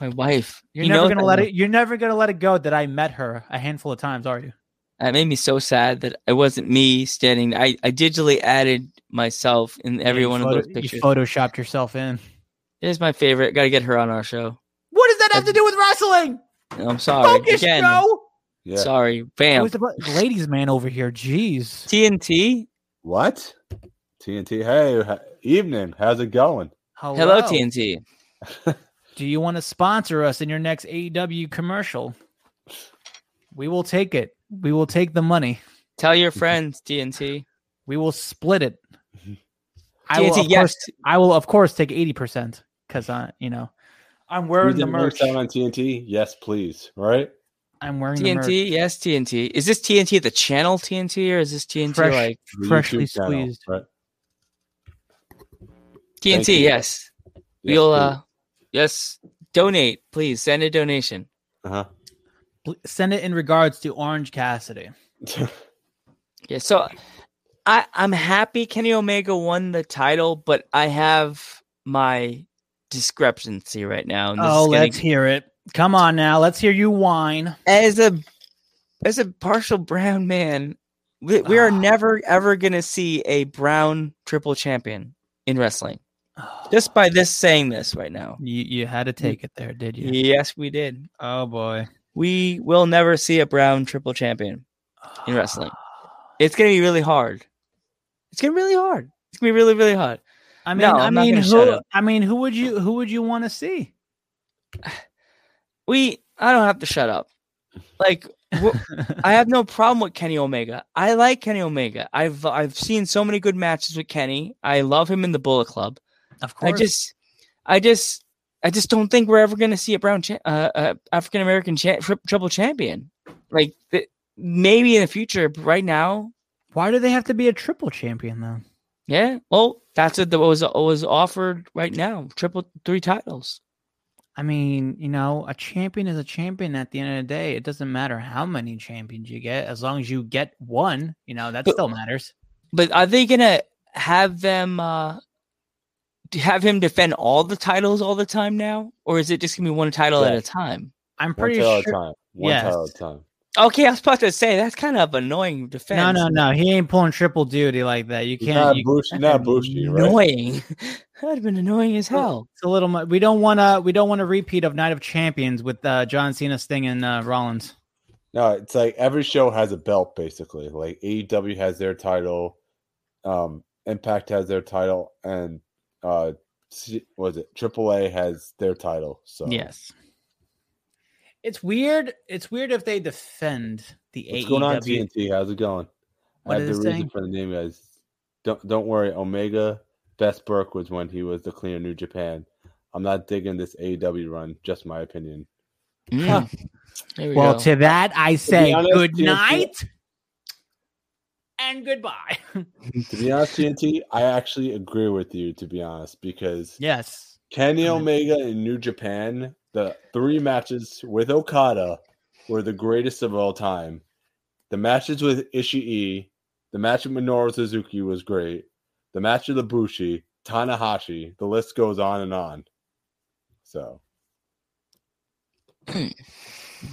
[SPEAKER 3] my wife.
[SPEAKER 4] You're
[SPEAKER 3] You know
[SPEAKER 4] never gonna
[SPEAKER 3] that-
[SPEAKER 4] let it. You're never gonna let it go that I met her a handful of times, are you?
[SPEAKER 3] That made me so sad that it wasn't me standing. I, I digitally added myself in every
[SPEAKER 4] You
[SPEAKER 3] one of
[SPEAKER 4] photo-
[SPEAKER 3] those pictures.
[SPEAKER 4] You photoshopped yourself in.
[SPEAKER 3] Here's my favorite. Got to get her on our show.
[SPEAKER 4] What does that have to do with wrestling?
[SPEAKER 3] I'm sorry.
[SPEAKER 4] Focus,
[SPEAKER 3] Again,
[SPEAKER 4] Joe.
[SPEAKER 2] Yeah.
[SPEAKER 3] sorry. Bam.
[SPEAKER 4] Who's the bu- ladies' man over here? Jeez.
[SPEAKER 3] TNT.
[SPEAKER 2] what? TNT. Hey, h- evening. How's it going?
[SPEAKER 3] Hello, TNT.
[SPEAKER 4] Do you want to sponsor us in your next AEW commercial? We will take it. We will take the money.
[SPEAKER 3] Tell your friends, DNT.
[SPEAKER 4] We will split it. I will,
[SPEAKER 3] DNT,
[SPEAKER 4] of
[SPEAKER 3] yes.
[SPEAKER 4] course, I will of course take eighty percent because I, you know, I'm wearing
[SPEAKER 2] We
[SPEAKER 4] the
[SPEAKER 2] did Moonshine
[SPEAKER 4] merch.
[SPEAKER 2] on TNT. Yes, please. Right?
[SPEAKER 4] I'm wearing the merch.
[SPEAKER 3] TNT, yes, TNT. Is this TNT the channel TNT or is this TNT
[SPEAKER 4] Fresh
[SPEAKER 3] like
[SPEAKER 2] The YouTube
[SPEAKER 4] Freshly
[SPEAKER 2] channel,
[SPEAKER 4] squeezed.
[SPEAKER 2] Right. Thank
[SPEAKER 3] TNT?
[SPEAKER 2] you. Yes,
[SPEAKER 3] Yes. We'll
[SPEAKER 2] please.
[SPEAKER 3] uh yes, donate, please. Send a donation.
[SPEAKER 2] Uh-huh.
[SPEAKER 4] Bl- Send it in regards to Orange Cassidy.
[SPEAKER 3] Yeah, so I I'm happy Kenny Omega won the title, but I have my discrepancy right now. and this
[SPEAKER 4] Oh,
[SPEAKER 3] is gonna-
[SPEAKER 4] let's hear it. Come on now, let's hear you whine.
[SPEAKER 3] as a as a partial brown man, we, we are
[SPEAKER 4] Ah.
[SPEAKER 3] never ever gonna see a brown triple champion in wrestling. Just by this saying this right now.
[SPEAKER 4] you, you had to take it there, did you?
[SPEAKER 3] Yes, we did.
[SPEAKER 4] Oh boy,
[SPEAKER 3] We will never see a brown triple champion in
[SPEAKER 4] Ah.
[SPEAKER 3] wrestling. It's gonna be really hard. It's gonna be really hard. It's gonna be really, really hard.
[SPEAKER 4] I mean,
[SPEAKER 3] No,
[SPEAKER 4] I
[SPEAKER 3] I'm not
[SPEAKER 4] mean,
[SPEAKER 3] gonna shut
[SPEAKER 4] who?
[SPEAKER 3] up.
[SPEAKER 4] I mean, who would you? Who would you want to see?
[SPEAKER 3] We I don't have to shut up. Like wh- I have no problem with Kenny Omega. I like Kenny Omega. I've I've seen so many good matches with Kenny. I love him in the Bullet Club.
[SPEAKER 4] of
[SPEAKER 3] I just, I just, I just don't think we're ever going to see a brown, cha- uh, uh, African American cha- tri- triple champion. Like th- maybe in the future, but right now,
[SPEAKER 4] Why do they have to be a triple champion though?
[SPEAKER 3] yeah. Well, that's what the- what was what was offered right now. Triple three titles.
[SPEAKER 4] I mean, you know, a champion is a champion at the end of the day. It doesn't matter how many champions you get, as long as you get one, you know, that
[SPEAKER 3] But-
[SPEAKER 4] still matters.
[SPEAKER 3] But are they going to have them? uh d- have him defend all the titles all the time now, or is it just gonna be one title at a
[SPEAKER 2] Yes.
[SPEAKER 3] time?
[SPEAKER 4] I'm
[SPEAKER 2] One
[SPEAKER 4] pretty
[SPEAKER 2] title at a
[SPEAKER 4] sure.
[SPEAKER 2] time. One
[SPEAKER 4] Yes.
[SPEAKER 2] title at a time.
[SPEAKER 3] Okay, I was about to say that's kind of annoying defense.
[SPEAKER 4] No, no, no. He ain't pulling triple duty like that. You
[SPEAKER 2] He's not
[SPEAKER 4] can't. you-
[SPEAKER 2] Bushi, not Bushi, right?
[SPEAKER 3] annoying. That'd have been annoying as hell.
[SPEAKER 4] it's a little. mu- We don't want to. We don't want a repeat of Night of Champions with uh, John Cena, Sting, and uh, Rollins.
[SPEAKER 2] No, it's like every show has a belt basically. Like AEW has their title, um, Impact has their title, and uh, C- was it AAA has their title. So
[SPEAKER 4] Yes. It's weird. It's weird if they defend the
[SPEAKER 2] what's
[SPEAKER 4] AEW.
[SPEAKER 2] going on TNT? How's it going?
[SPEAKER 4] E What
[SPEAKER 2] I have
[SPEAKER 4] is
[SPEAKER 2] the reason
[SPEAKER 4] it saying?
[SPEAKER 2] for the name, guys. Don't don't worry. Omega Best Burke was when he was the cleaner New Japan. I'm not digging this AEW run. Just my opinion.
[SPEAKER 3] Mm. There we
[SPEAKER 4] Well,
[SPEAKER 3] go.
[SPEAKER 4] to that I say
[SPEAKER 2] honest,
[SPEAKER 4] good
[SPEAKER 2] TNT
[SPEAKER 4] night and goodbye.
[SPEAKER 2] To be honest, TNT, I actually agree with you. To be honest, because
[SPEAKER 4] yes.
[SPEAKER 2] Kenny
[SPEAKER 4] I mean-
[SPEAKER 2] Omega in New Japan, the three matches with Okada were the greatest of all time. The matches with Ishii, the match with Minoru Suzuki was great. The match with Ibushi, Tanahashi, the list goes on and on. So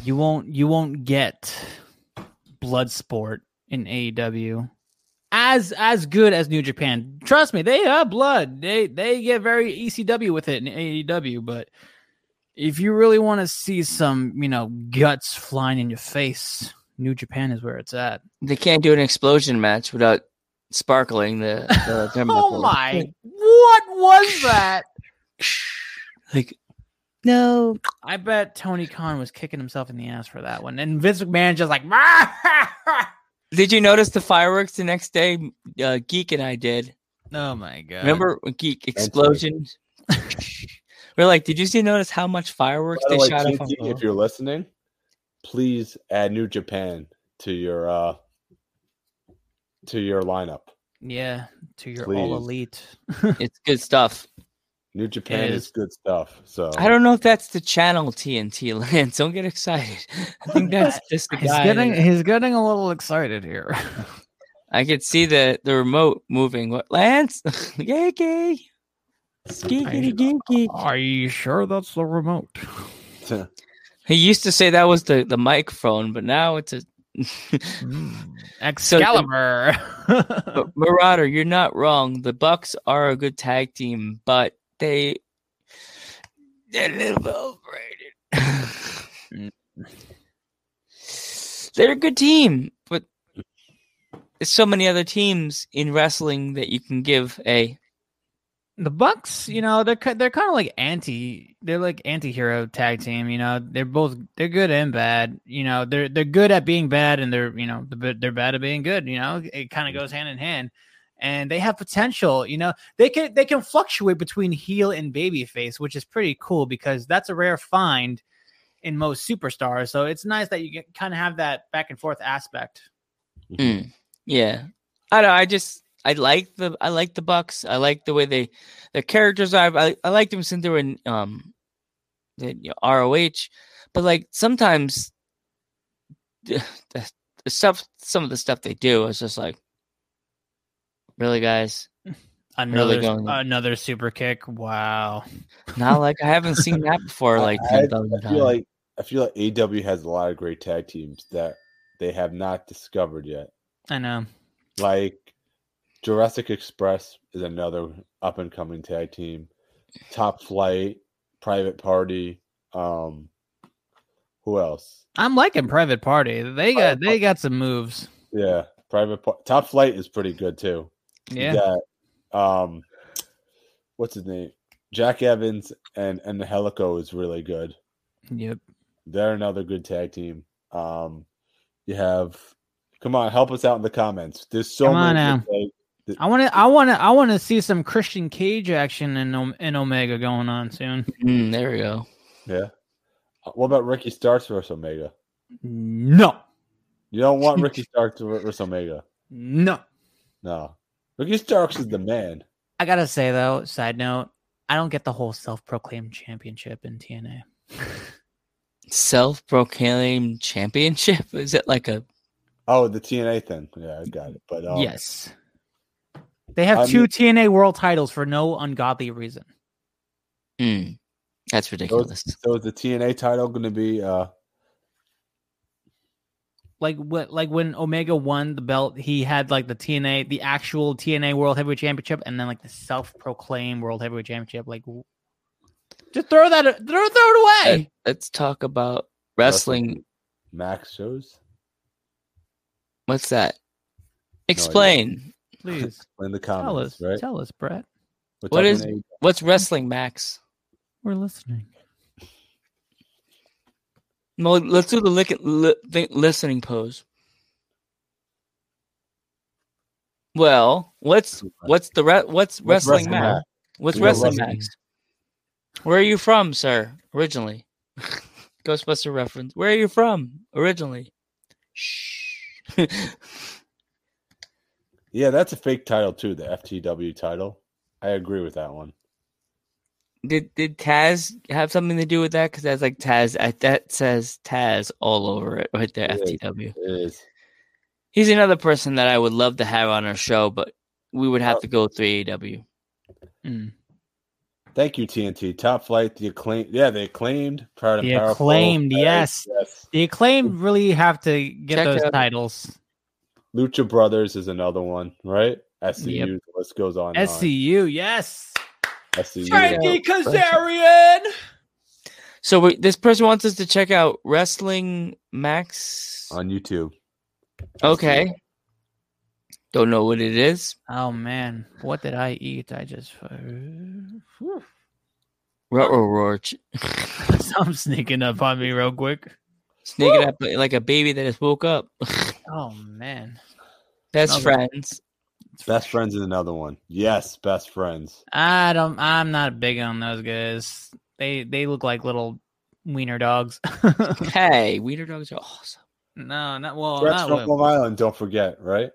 [SPEAKER 4] You won't you won't get Bloodsport in AEW as as good as New Japan. Trust me, they have blood. They they get very ECW with it in AEW, but if you really want to see some, you know, guts flying in your face, New Japan is where it's at.
[SPEAKER 3] they can't do an explosion match without sparkling the. the
[SPEAKER 4] Oh
[SPEAKER 3] chemical.
[SPEAKER 4] my! What was that?
[SPEAKER 3] Like, no.
[SPEAKER 4] I bet Tony Khan was kicking himself in the ass for that one, and Vince McMahon just like, oh
[SPEAKER 3] Did you notice the fireworks the next day? Uh, Geek and I did.
[SPEAKER 4] Oh my god!
[SPEAKER 3] Remember when Geek explosion? We're like, did you see notice how much fireworks
[SPEAKER 2] by the
[SPEAKER 3] they
[SPEAKER 2] way,
[SPEAKER 3] shot off?
[SPEAKER 2] TNT,
[SPEAKER 3] on-
[SPEAKER 2] if you're listening, please add New Japan to your uh to your lineup.
[SPEAKER 4] Yeah, to your all
[SPEAKER 2] Please.
[SPEAKER 4] elite.
[SPEAKER 3] It's good stuff.
[SPEAKER 2] New Japan
[SPEAKER 4] It
[SPEAKER 2] is.
[SPEAKER 4] is.
[SPEAKER 2] good stuff. So
[SPEAKER 3] I don't know if that's the channel TNT Lance. Don't get excited. I think that's just the
[SPEAKER 4] He's
[SPEAKER 3] guy.
[SPEAKER 4] getting he's getting a little excited here.
[SPEAKER 3] I could see the the remote moving. What Lance? Geeky. Skeekity geeky.
[SPEAKER 4] Are you sure that's the remote?
[SPEAKER 3] He used to say that was the the microphone, but now it's a
[SPEAKER 4] Hmm.
[SPEAKER 3] So-
[SPEAKER 4] Excalibur.
[SPEAKER 3] But Marauder. You're not wrong. The Bucks are a good tag team, but they they're a little bit overrated. they're a good team, but there's so many other teams in wrestling that you can give a
[SPEAKER 4] the Bucks, you know, they're ki- they're kind of like anti, they're like anti-hero tag team. You know, they're both they're good and bad. You know, they're they're good at being bad, and they're you know the bit- they're bad at being good. You know, it kind of goes hand in hand, and they have potential. You know, they can they can fluctuate between heel and babyface, which is pretty cool because that's a rare find in most superstars. So it's nice that you kind of have that back and forth aspect.
[SPEAKER 3] Yeah, I don't. I just I like the I like the Bucks. I like the way they their characters are. I I like them since they were in um the you know, ROH, but like sometimes the, the, the stuff some of the stuff they do is just like really guys.
[SPEAKER 4] Another
[SPEAKER 3] going-
[SPEAKER 4] another super kick. Wow.
[SPEAKER 3] Not like I haven't seen that before. Like
[SPEAKER 2] I, I
[SPEAKER 3] ten thousand times.
[SPEAKER 2] feel like I feel like AW has a lot of great tag teams that they have not discovered yet.
[SPEAKER 4] I know.
[SPEAKER 2] Like Jurassic Express is another up and coming tag team. Top Flight, Private Party, um who else?
[SPEAKER 4] I'm liking Private Party. They got they got some moves.
[SPEAKER 2] Yeah, Private Par- Top Flight is pretty good too. You
[SPEAKER 4] Yeah.
[SPEAKER 2] got, um what's his name? Jack Evans and and the Helico is really good.
[SPEAKER 4] Yep.
[SPEAKER 2] They're another good tag team. Um, you have, come on, help us out in the comments. There's so
[SPEAKER 4] Come on
[SPEAKER 2] many.
[SPEAKER 4] now.
[SPEAKER 2] good tag-
[SPEAKER 4] I want to I want to I want to see some Christian Cage action in Om- in Omega going on soon.
[SPEAKER 3] Mm, there we go.
[SPEAKER 2] Uh, What about Ricky Starks versus Omega?
[SPEAKER 4] No.
[SPEAKER 2] You don't want Ricky Starks versus Omega.
[SPEAKER 4] No.
[SPEAKER 2] No, Ricky Starks is the man.
[SPEAKER 4] I got to say though, side note, I don't get the whole self-proclaimed championship in TNA.
[SPEAKER 3] Self-proclaimed championship is it like a
[SPEAKER 2] Oh, the TNA thing. Yeah, I got it. But um,
[SPEAKER 4] yes. They have
[SPEAKER 2] I'm-
[SPEAKER 4] two TNA world titles for no ungodly reason.
[SPEAKER 3] mm, that's ridiculous.
[SPEAKER 2] so is the TNA title going to be? uh
[SPEAKER 4] Like what like when Omega won the belt, he had like the TNA, the actual TNA World Heavyweight Championship and then like the self-proclaimed World Heavyweight Championship like w- just throw that throw, throw it away.
[SPEAKER 3] Let- Let's talk about wrestling
[SPEAKER 2] Max shows?
[SPEAKER 3] What's that? Explain.
[SPEAKER 4] Please
[SPEAKER 2] In the
[SPEAKER 4] tell
[SPEAKER 2] comments,
[SPEAKER 4] us.
[SPEAKER 2] right?
[SPEAKER 4] Tell us, Brett.
[SPEAKER 2] We're
[SPEAKER 3] What
[SPEAKER 2] talking
[SPEAKER 3] is-
[SPEAKER 2] AEW.
[SPEAKER 3] What's wrestling, Max?
[SPEAKER 4] We're listening.
[SPEAKER 3] No, let's do the lick, li- thi- listening pose. Well, what's what's the re- what's,
[SPEAKER 2] What's
[SPEAKER 3] wrestling, Max?
[SPEAKER 2] Max?
[SPEAKER 3] What's
[SPEAKER 2] We are
[SPEAKER 3] wrestling,
[SPEAKER 2] wrestling.
[SPEAKER 3] Max? Where are you from, sir? Originally, Ghostbuster reference. Where are you from originally? Shh.
[SPEAKER 2] Yeah, that's a fake title too. The FTW title. I agree with that one.
[SPEAKER 3] did did Taz have something to do with that? Because that's like Taz. I, that says Taz all over it right there.
[SPEAKER 2] It is.
[SPEAKER 3] FTW.
[SPEAKER 2] It is.
[SPEAKER 3] He's another person that I would love to have on our show, but we would have to go through AEW.
[SPEAKER 4] Hmm.
[SPEAKER 2] Thank you, TNT. Top Flight, the acclaimed. Yeah, they acclaimed. Proud and
[SPEAKER 4] The
[SPEAKER 2] powerful.
[SPEAKER 4] Acclaimed,
[SPEAKER 2] Right,
[SPEAKER 4] yes.
[SPEAKER 2] yes.
[SPEAKER 4] The acclaimed really have to get
[SPEAKER 3] Check
[SPEAKER 4] those
[SPEAKER 3] out-
[SPEAKER 4] titles.
[SPEAKER 2] Lucha Brothers is another one, right? SCU.
[SPEAKER 4] Yep.
[SPEAKER 2] The list goes on. and on.
[SPEAKER 4] SCU, yes.
[SPEAKER 2] SCU.
[SPEAKER 3] Frankie
[SPEAKER 4] Kazarian.
[SPEAKER 3] So we, this person wants us to check out Wrestling Max.
[SPEAKER 2] on YouTube.
[SPEAKER 3] Okay. Don't know what it is.
[SPEAKER 4] Oh man, what did I eat? I just Whew.
[SPEAKER 3] Ruh-roh roach.
[SPEAKER 4] some sneaking up on me real quick.
[SPEAKER 3] Sneaking up like a baby that has woke up.
[SPEAKER 4] Oh man,
[SPEAKER 3] Best
[SPEAKER 4] Another-
[SPEAKER 3] friends.
[SPEAKER 2] Best Friends is another one. Yes, Best Friends.
[SPEAKER 4] I don't. I'm not big on those guys. They they look like little wiener dogs.
[SPEAKER 3] Hey, wiener dogs are awesome.
[SPEAKER 4] no, not well.
[SPEAKER 2] Threats
[SPEAKER 4] not
[SPEAKER 2] from
[SPEAKER 4] with-
[SPEAKER 2] Long Island, don't forget, right?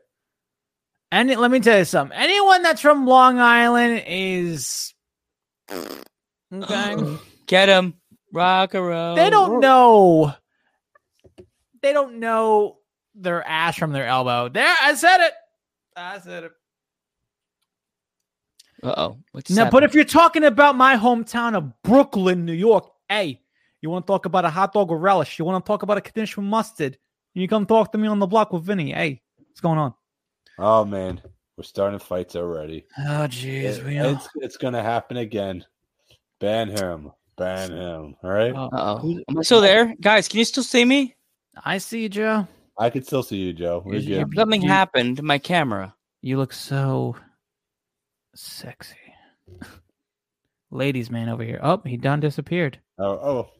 [SPEAKER 4] Any, let me tell you something. Anyone that's from Long Island is okay.
[SPEAKER 3] Get him. Rock a roll.
[SPEAKER 4] they don't know. They don't know their ass from their elbow. There, I said it. I said it.
[SPEAKER 3] Uh oh. What's
[SPEAKER 4] No,
[SPEAKER 3] that?
[SPEAKER 4] but if you're talking about my hometown of Brooklyn, New York, hey, you want to talk about a hot dog with relish? You want to talk about a condition with mustard? You come talk to me on the block with Vinny. Hey, what's going on?
[SPEAKER 2] Oh man, we're starting fights already.
[SPEAKER 4] Oh, jeez, we
[SPEAKER 2] it's it's gonna happen again. Ban him. Ban him. All right.
[SPEAKER 3] Uh oh. Am I still there, guys? Can you still see me?
[SPEAKER 4] I see you, Joe.
[SPEAKER 2] I can still see you, Joe. We're
[SPEAKER 4] Usually
[SPEAKER 2] good.
[SPEAKER 4] you-
[SPEAKER 3] Something
[SPEAKER 4] you-
[SPEAKER 3] happened to my camera.
[SPEAKER 4] You look so sexy. Ladies man over here. Oh, he done disappeared.
[SPEAKER 2] Oh, oh,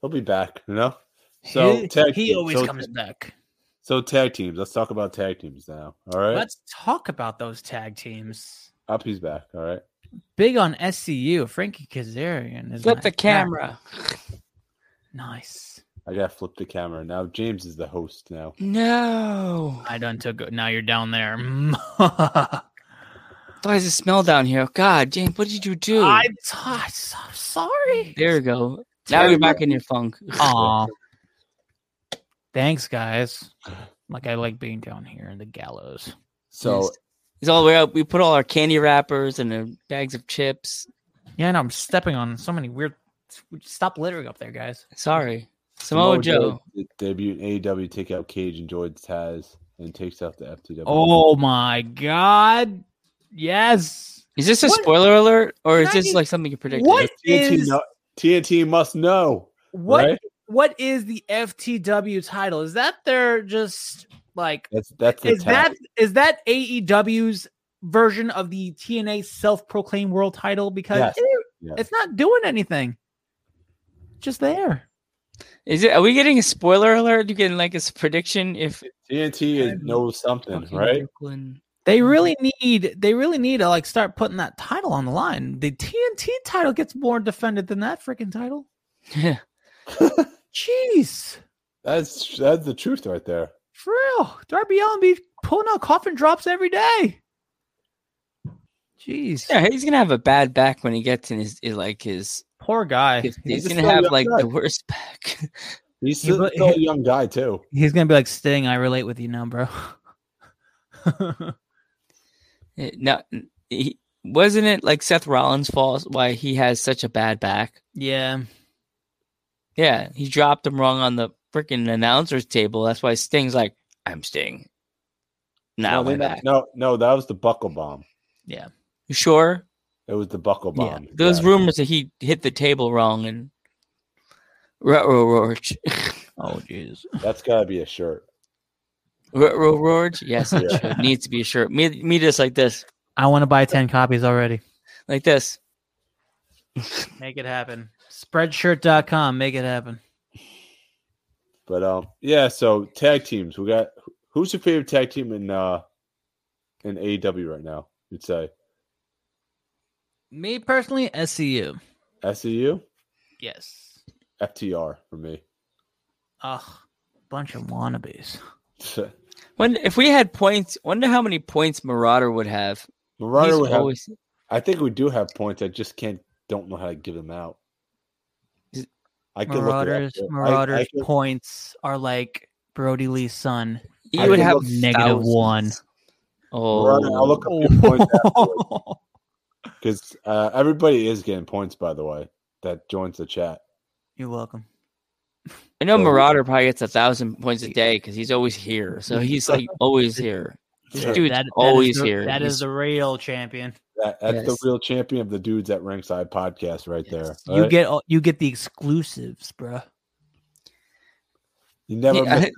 [SPEAKER 2] he'll be back. You know. So
[SPEAKER 4] he,
[SPEAKER 2] tag
[SPEAKER 4] he
[SPEAKER 2] team.
[SPEAKER 4] always
[SPEAKER 2] So-
[SPEAKER 4] comes back.
[SPEAKER 2] So tag teams. Let's talk about tag teams now. All right.
[SPEAKER 4] Let's talk about those tag teams.
[SPEAKER 2] Uppy's back. All right.
[SPEAKER 4] Big on SCU. Frankie Kazarian is
[SPEAKER 3] Flip
[SPEAKER 4] back.
[SPEAKER 3] the camera.
[SPEAKER 4] Nice.
[SPEAKER 2] I gotta flip the camera now. James is the host now.
[SPEAKER 3] No.
[SPEAKER 4] I done took. Now you're down there.
[SPEAKER 3] Why does it smell down here? God, James, what did you do?
[SPEAKER 4] I'm so- so sorry.
[SPEAKER 3] There you go. Now you're back in your funk.
[SPEAKER 4] Aw. Thanks, guys. Like I like being down here in the gallows.
[SPEAKER 2] So
[SPEAKER 3] Yes. It's all the way up. We put all our candy wrappers and the bags of chips.
[SPEAKER 4] Yeah, and I'm stepping on so many weird. Stop littering up there, guys.
[SPEAKER 3] Sorry. Samoa Joe.
[SPEAKER 2] de- debut in AEW take out Cage, enjoys Taz, and takes out the FTW.
[SPEAKER 4] Oh my god! Yes.
[SPEAKER 3] Is this a
[SPEAKER 4] What?
[SPEAKER 3] spoiler alert or is
[SPEAKER 4] Can I
[SPEAKER 3] this
[SPEAKER 4] be-
[SPEAKER 3] like something you predicted?
[SPEAKER 4] What
[SPEAKER 2] TNT,
[SPEAKER 4] is-
[SPEAKER 2] no- TNT must know.
[SPEAKER 4] What?
[SPEAKER 2] Right?
[SPEAKER 4] What is the FTW title? Is that their just like?
[SPEAKER 2] That's that's the
[SPEAKER 4] Is
[SPEAKER 2] tag.
[SPEAKER 4] that is that AEW's version of the TNA self-proclaimed world title? Because
[SPEAKER 2] Yes.
[SPEAKER 4] it-
[SPEAKER 2] Yes.
[SPEAKER 4] it's not doing anything. Just there.
[SPEAKER 3] Is it? Are we getting a spoiler alert? You getting like a s- prediction if
[SPEAKER 2] TNT is knows something,
[SPEAKER 3] fucking
[SPEAKER 2] right?
[SPEAKER 3] Brooklyn-
[SPEAKER 2] Mm-hmm.
[SPEAKER 4] They really need they really need to like start putting that title on the line. The TNT title gets more defended than that freaking title. Jeez.
[SPEAKER 2] That's that's the truth right there.
[SPEAKER 4] For real. Darby Allen be pulling out coffin drops every day. Jeez.
[SPEAKER 3] yeah, he's gonna have a bad back when he gets in his, his like his.
[SPEAKER 4] Poor guy.
[SPEAKER 3] He's, gonna
[SPEAKER 2] still
[SPEAKER 3] have
[SPEAKER 2] young
[SPEAKER 3] like
[SPEAKER 2] guy.
[SPEAKER 3] the worst back.
[SPEAKER 2] He's
[SPEAKER 4] He
[SPEAKER 2] still,
[SPEAKER 4] bu-
[SPEAKER 2] still a young guy too.
[SPEAKER 4] He's gonna be like Sting, I relate with you now, bro.
[SPEAKER 3] Eh, no, he, wasn't it like Seth Rollins' fault why he has such a bad back?
[SPEAKER 4] yeah.
[SPEAKER 3] Yeah, he dropped him wrong on the freaking announcer's table. That's why Sting's like, "I'm Sting." Now
[SPEAKER 2] no, they
[SPEAKER 3] my
[SPEAKER 2] not-
[SPEAKER 3] back.
[SPEAKER 2] no, no, that was the buckle bomb.
[SPEAKER 3] You sure?
[SPEAKER 2] It was the buckle
[SPEAKER 4] Yeah.
[SPEAKER 2] bomb.
[SPEAKER 3] There was
[SPEAKER 2] Yeah.
[SPEAKER 3] rumors that he hit the table wrong and. Ruh-roh Roach.
[SPEAKER 4] Oh jeez.
[SPEAKER 2] That's gotta be a shirt.
[SPEAKER 3] Ruh-roh Roach? Yes, it
[SPEAKER 2] Yeah.
[SPEAKER 3] should. needs to be a shirt. Me, me just like this.
[SPEAKER 4] I want to buy 10 copies already.
[SPEAKER 3] Like this.
[SPEAKER 4] Make it happen. Spreadshirt.com, make it happen.
[SPEAKER 2] But um, yeah. So tag teams, we got who's your favorite tag team in uh in AEW right now? You'd say
[SPEAKER 4] Me personally,
[SPEAKER 2] E
[SPEAKER 4] SCU.
[SPEAKER 2] SEU,
[SPEAKER 4] Yes.
[SPEAKER 2] FTR for me.
[SPEAKER 4] Ugh, bunch of wannabes.
[SPEAKER 3] When if we had points, wonder how many points Marauder would have.
[SPEAKER 2] Marauder
[SPEAKER 3] He's
[SPEAKER 2] would have.
[SPEAKER 3] always-
[SPEAKER 2] I think we do have points. I just can't. Don't know how to give them out.
[SPEAKER 3] Is-
[SPEAKER 2] I could look it up,
[SPEAKER 4] Marauders,
[SPEAKER 2] but I- I
[SPEAKER 4] Marauders
[SPEAKER 2] could-
[SPEAKER 4] points are like Brody Lee's son.
[SPEAKER 3] he
[SPEAKER 2] I
[SPEAKER 3] would
[SPEAKER 2] can
[SPEAKER 3] have
[SPEAKER 2] look
[SPEAKER 4] negative one.
[SPEAKER 3] thousands. Oh,
[SPEAKER 2] Marauder, I'll look up your points afterwards because uh, everybody is getting points. By the way, that joins the chat.
[SPEAKER 4] You're welcome.
[SPEAKER 3] I know
[SPEAKER 2] so-
[SPEAKER 3] Marauder probably gets a thousand points a day because he's always here. So he's like always here. This
[SPEAKER 2] Sure.
[SPEAKER 3] dude's always here.
[SPEAKER 4] That is
[SPEAKER 3] He's-
[SPEAKER 4] the real champion.
[SPEAKER 2] That, that's
[SPEAKER 3] Yes.
[SPEAKER 2] the real champion of the dudes at Ringside Podcast right there. all
[SPEAKER 4] You
[SPEAKER 2] right?
[SPEAKER 4] get all, you get the exclusives, bruh.
[SPEAKER 2] you never
[SPEAKER 3] Yeah, I-
[SPEAKER 2] miss,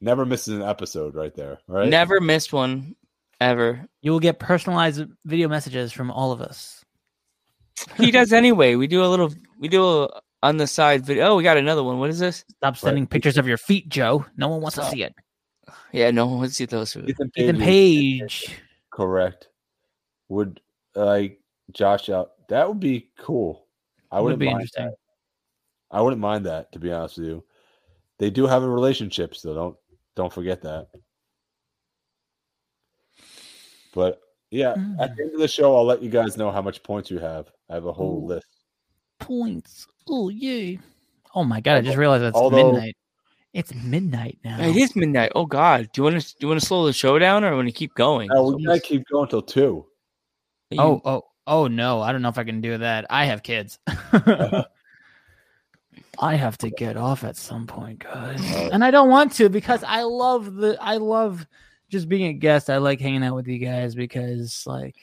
[SPEAKER 2] never misses an episode right there. all Right?
[SPEAKER 3] never missed one ever.
[SPEAKER 4] You will get personalized video messages from all of us.
[SPEAKER 3] He does anyway. We do a little. We do a on the side video. Oh, we got another one. What is this?
[SPEAKER 4] Stop sending pictures of your feet, Joe. No one wants to
[SPEAKER 3] Stop.
[SPEAKER 4] see it.
[SPEAKER 3] Yeah, no one would see those.
[SPEAKER 2] Ethan Page.
[SPEAKER 4] Ethan Page.
[SPEAKER 2] Correct. Would like Josh out? That would be cool. I
[SPEAKER 4] would
[SPEAKER 2] wouldn't
[SPEAKER 4] be
[SPEAKER 2] mind
[SPEAKER 4] interesting.
[SPEAKER 2] That. I wouldn't mind that to be honest with you. They do have a relationship, so don't don't forget that. But yeah, at
[SPEAKER 4] Mm.
[SPEAKER 2] the end of the show, I'll let you guys know how much points you have. I have a whole
[SPEAKER 4] Ooh.
[SPEAKER 2] list.
[SPEAKER 4] points. Oh yay! Oh my god! I just realized it's
[SPEAKER 2] Although-
[SPEAKER 4] midnight. It's midnight now.
[SPEAKER 3] It is midnight. Oh God, do you want to do you want to slow the show down or want to keep going?
[SPEAKER 2] Oh, we
[SPEAKER 3] It's
[SPEAKER 2] gotta
[SPEAKER 3] almost-
[SPEAKER 2] keep going till two.
[SPEAKER 3] you-
[SPEAKER 4] Oh oh oh no! I don't know if I can do that. I have kids. I have to get off at some point, guys,
[SPEAKER 2] Uh,
[SPEAKER 4] and I don't want to because I love the I love just being a guest. I like hanging out with you guys because like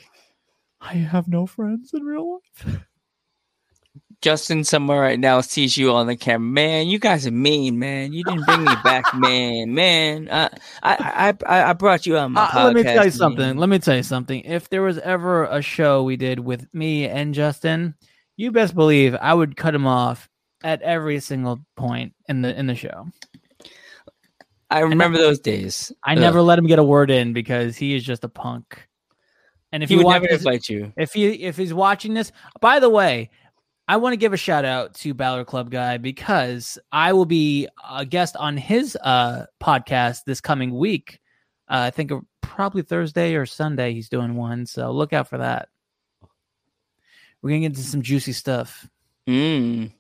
[SPEAKER 4] I have no friends in real life.
[SPEAKER 3] Justin somewhere right now sees you on the camera. Man, you guys are mean, man. You didn't bring me back, man. Man, I I I, I brought you on my
[SPEAKER 4] Uh, let me
[SPEAKER 3] podcast,
[SPEAKER 4] tell you
[SPEAKER 3] man.
[SPEAKER 4] something. Let me tell you something. If there was ever a show we did with me and Justin, you best believe I would cut him off at every single point in the in the show.
[SPEAKER 3] I remember those days.
[SPEAKER 4] I
[SPEAKER 3] Ugh.
[SPEAKER 4] never let him get a word in because he is just a punk. And if
[SPEAKER 3] he
[SPEAKER 4] you
[SPEAKER 3] would
[SPEAKER 4] watch
[SPEAKER 3] never
[SPEAKER 4] this-
[SPEAKER 3] invite you.
[SPEAKER 4] if he if he's watching this, by the way, I want to give a shout out to Balor Club guy because I will be a guest on his uh podcast this coming week. Uh, I think probably Thursday or Sunday he's doing one, so look out for that. We're gonna get into some juicy stuff.
[SPEAKER 3] Mm.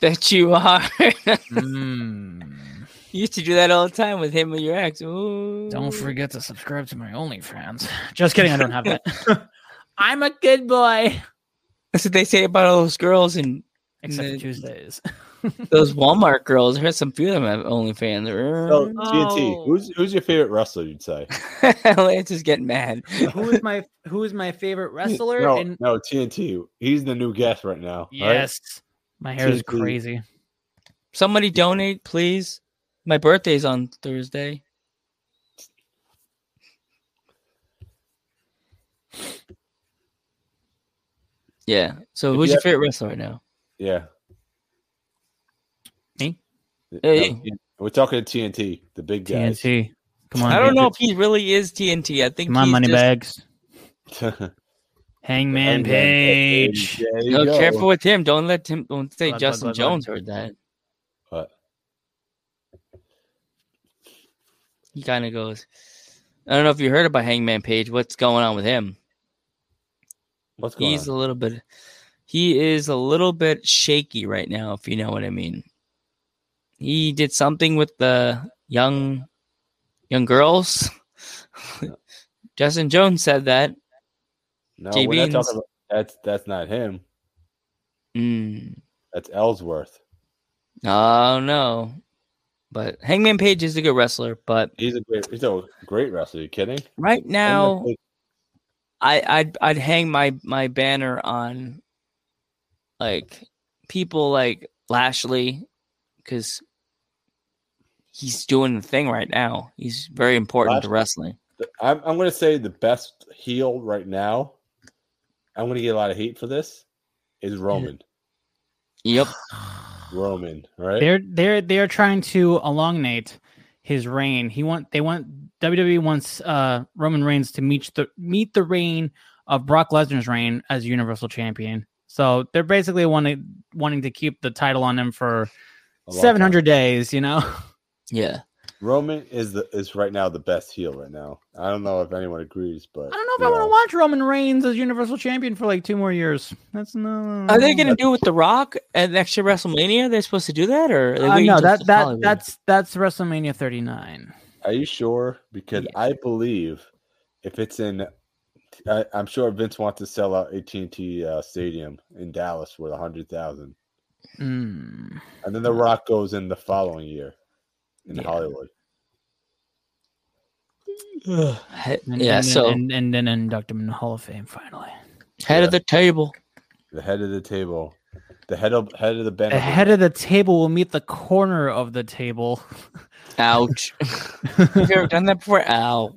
[SPEAKER 3] That you are. you
[SPEAKER 4] Mm.
[SPEAKER 3] used to do that all the time with him and your ex. Ooh.
[SPEAKER 4] Don't forget to subscribe to my OnlyFans. Just kidding, I don't have that. I'm a good boy,
[SPEAKER 3] That's what they say about all those girls and
[SPEAKER 4] except for
[SPEAKER 3] Nah.
[SPEAKER 4] Tuesdays.
[SPEAKER 3] those Walmart girls. I heard some few of them have OnlyFans.
[SPEAKER 2] So,
[SPEAKER 3] Err.
[SPEAKER 2] GNT, who's who's your favorite wrestler? You'd say
[SPEAKER 3] Lance is getting mad.
[SPEAKER 4] who is my who is my favorite wrestler?
[SPEAKER 2] No,
[SPEAKER 4] and
[SPEAKER 2] no, TNT. He's the new guest right now. right?
[SPEAKER 4] yes, my hair is
[SPEAKER 2] TNT.
[SPEAKER 4] crazy.
[SPEAKER 3] Somebody donate, please. My birthday's on Thursday. Yeah. So
[SPEAKER 2] If
[SPEAKER 3] who's
[SPEAKER 2] you
[SPEAKER 3] your
[SPEAKER 2] have-
[SPEAKER 3] favorite wrestler right now?
[SPEAKER 2] Yeah.
[SPEAKER 4] Me?
[SPEAKER 2] No,
[SPEAKER 3] Hey.
[SPEAKER 2] T- we're talking to TNT, the big guys.
[SPEAKER 4] TNT. Come on.
[SPEAKER 3] I don't
[SPEAKER 4] baby.
[SPEAKER 3] know if he really is TNT. I think
[SPEAKER 4] Come on,
[SPEAKER 3] he's
[SPEAKER 4] money
[SPEAKER 3] just-
[SPEAKER 4] bags. Hangman
[SPEAKER 2] And then-
[SPEAKER 4] Page.
[SPEAKER 2] There you
[SPEAKER 3] No,
[SPEAKER 2] go.
[SPEAKER 3] careful with him. Don't let him. Don't say
[SPEAKER 4] Blah, blah,
[SPEAKER 3] Justin
[SPEAKER 4] blah, blah.
[SPEAKER 3] Jones heard that.
[SPEAKER 2] What?
[SPEAKER 3] He kind of goes. I don't know if you heard about Hangman Page. What's going on with him?
[SPEAKER 2] What's going
[SPEAKER 3] He's
[SPEAKER 2] on?
[SPEAKER 3] a little bit. He is a little bit shaky right now, if you know what I mean. He did something with the young, young girls. Justin Jones said that.
[SPEAKER 2] No,
[SPEAKER 3] Jay
[SPEAKER 2] we're not
[SPEAKER 3] Beans.
[SPEAKER 2] talking about, that's that's not him.
[SPEAKER 3] Mm.
[SPEAKER 2] That's Ellsworth.
[SPEAKER 3] Oh no. But Hangman Page is a good wrestler, but
[SPEAKER 2] He's a great he's a great wrestler. you kidding?
[SPEAKER 3] right now I, I'd I'd hang my, my banner on like people like Lashley because he's doing the thing right now. He's very important to
[SPEAKER 2] Lashley?
[SPEAKER 3] wrestling.
[SPEAKER 2] I'm I'm gonna say the best heel right now. I'm gonna get a lot of heat for this. Is Roman.
[SPEAKER 3] Yep.
[SPEAKER 2] Roman, right?
[SPEAKER 4] They're they're they're trying to elongate his reign. He want they want WWE wants uh Roman Reigns to meet the meet the reign of Brock Lesnar's reign as Universal Champion. So they're basically wanting wanting to keep the title on him for
[SPEAKER 2] A long time.
[SPEAKER 4] 700 days, you know.
[SPEAKER 3] Yeah.
[SPEAKER 2] Roman is the is right now the best heel right now. I don't know if anyone agrees, but
[SPEAKER 4] I don't know if I want to watch Roman Reigns as Universal Champion for like two more years. That's no.
[SPEAKER 3] Are they gonna do it with The Rock at next year WrestleMania? They're supposed to do that or are they
[SPEAKER 4] Uh,
[SPEAKER 3] waiting
[SPEAKER 4] no,
[SPEAKER 3] till
[SPEAKER 4] that that
[SPEAKER 3] Hollywood?
[SPEAKER 4] that's that's WrestleMania 39.
[SPEAKER 2] Are you sure? Because
[SPEAKER 4] Yeah.
[SPEAKER 2] I believe if it's in, I, I'm sure Vince wants to sell out AT&T uh, Stadium in Dallas with a hundred thousand,
[SPEAKER 4] Mm.
[SPEAKER 2] and then The Rock goes in the following year in
[SPEAKER 4] Yeah.
[SPEAKER 2] Hollywood.
[SPEAKER 4] And,
[SPEAKER 3] yeah,
[SPEAKER 4] and,
[SPEAKER 3] so
[SPEAKER 4] and, and then induct him in the Hall of Fame finally.
[SPEAKER 3] head of the table.
[SPEAKER 2] The head of the table, the head of head of the
[SPEAKER 4] The
[SPEAKER 2] banner.
[SPEAKER 4] head of the table will meet the corner of the table.
[SPEAKER 3] Ouch. Have you ever done that before? Ow.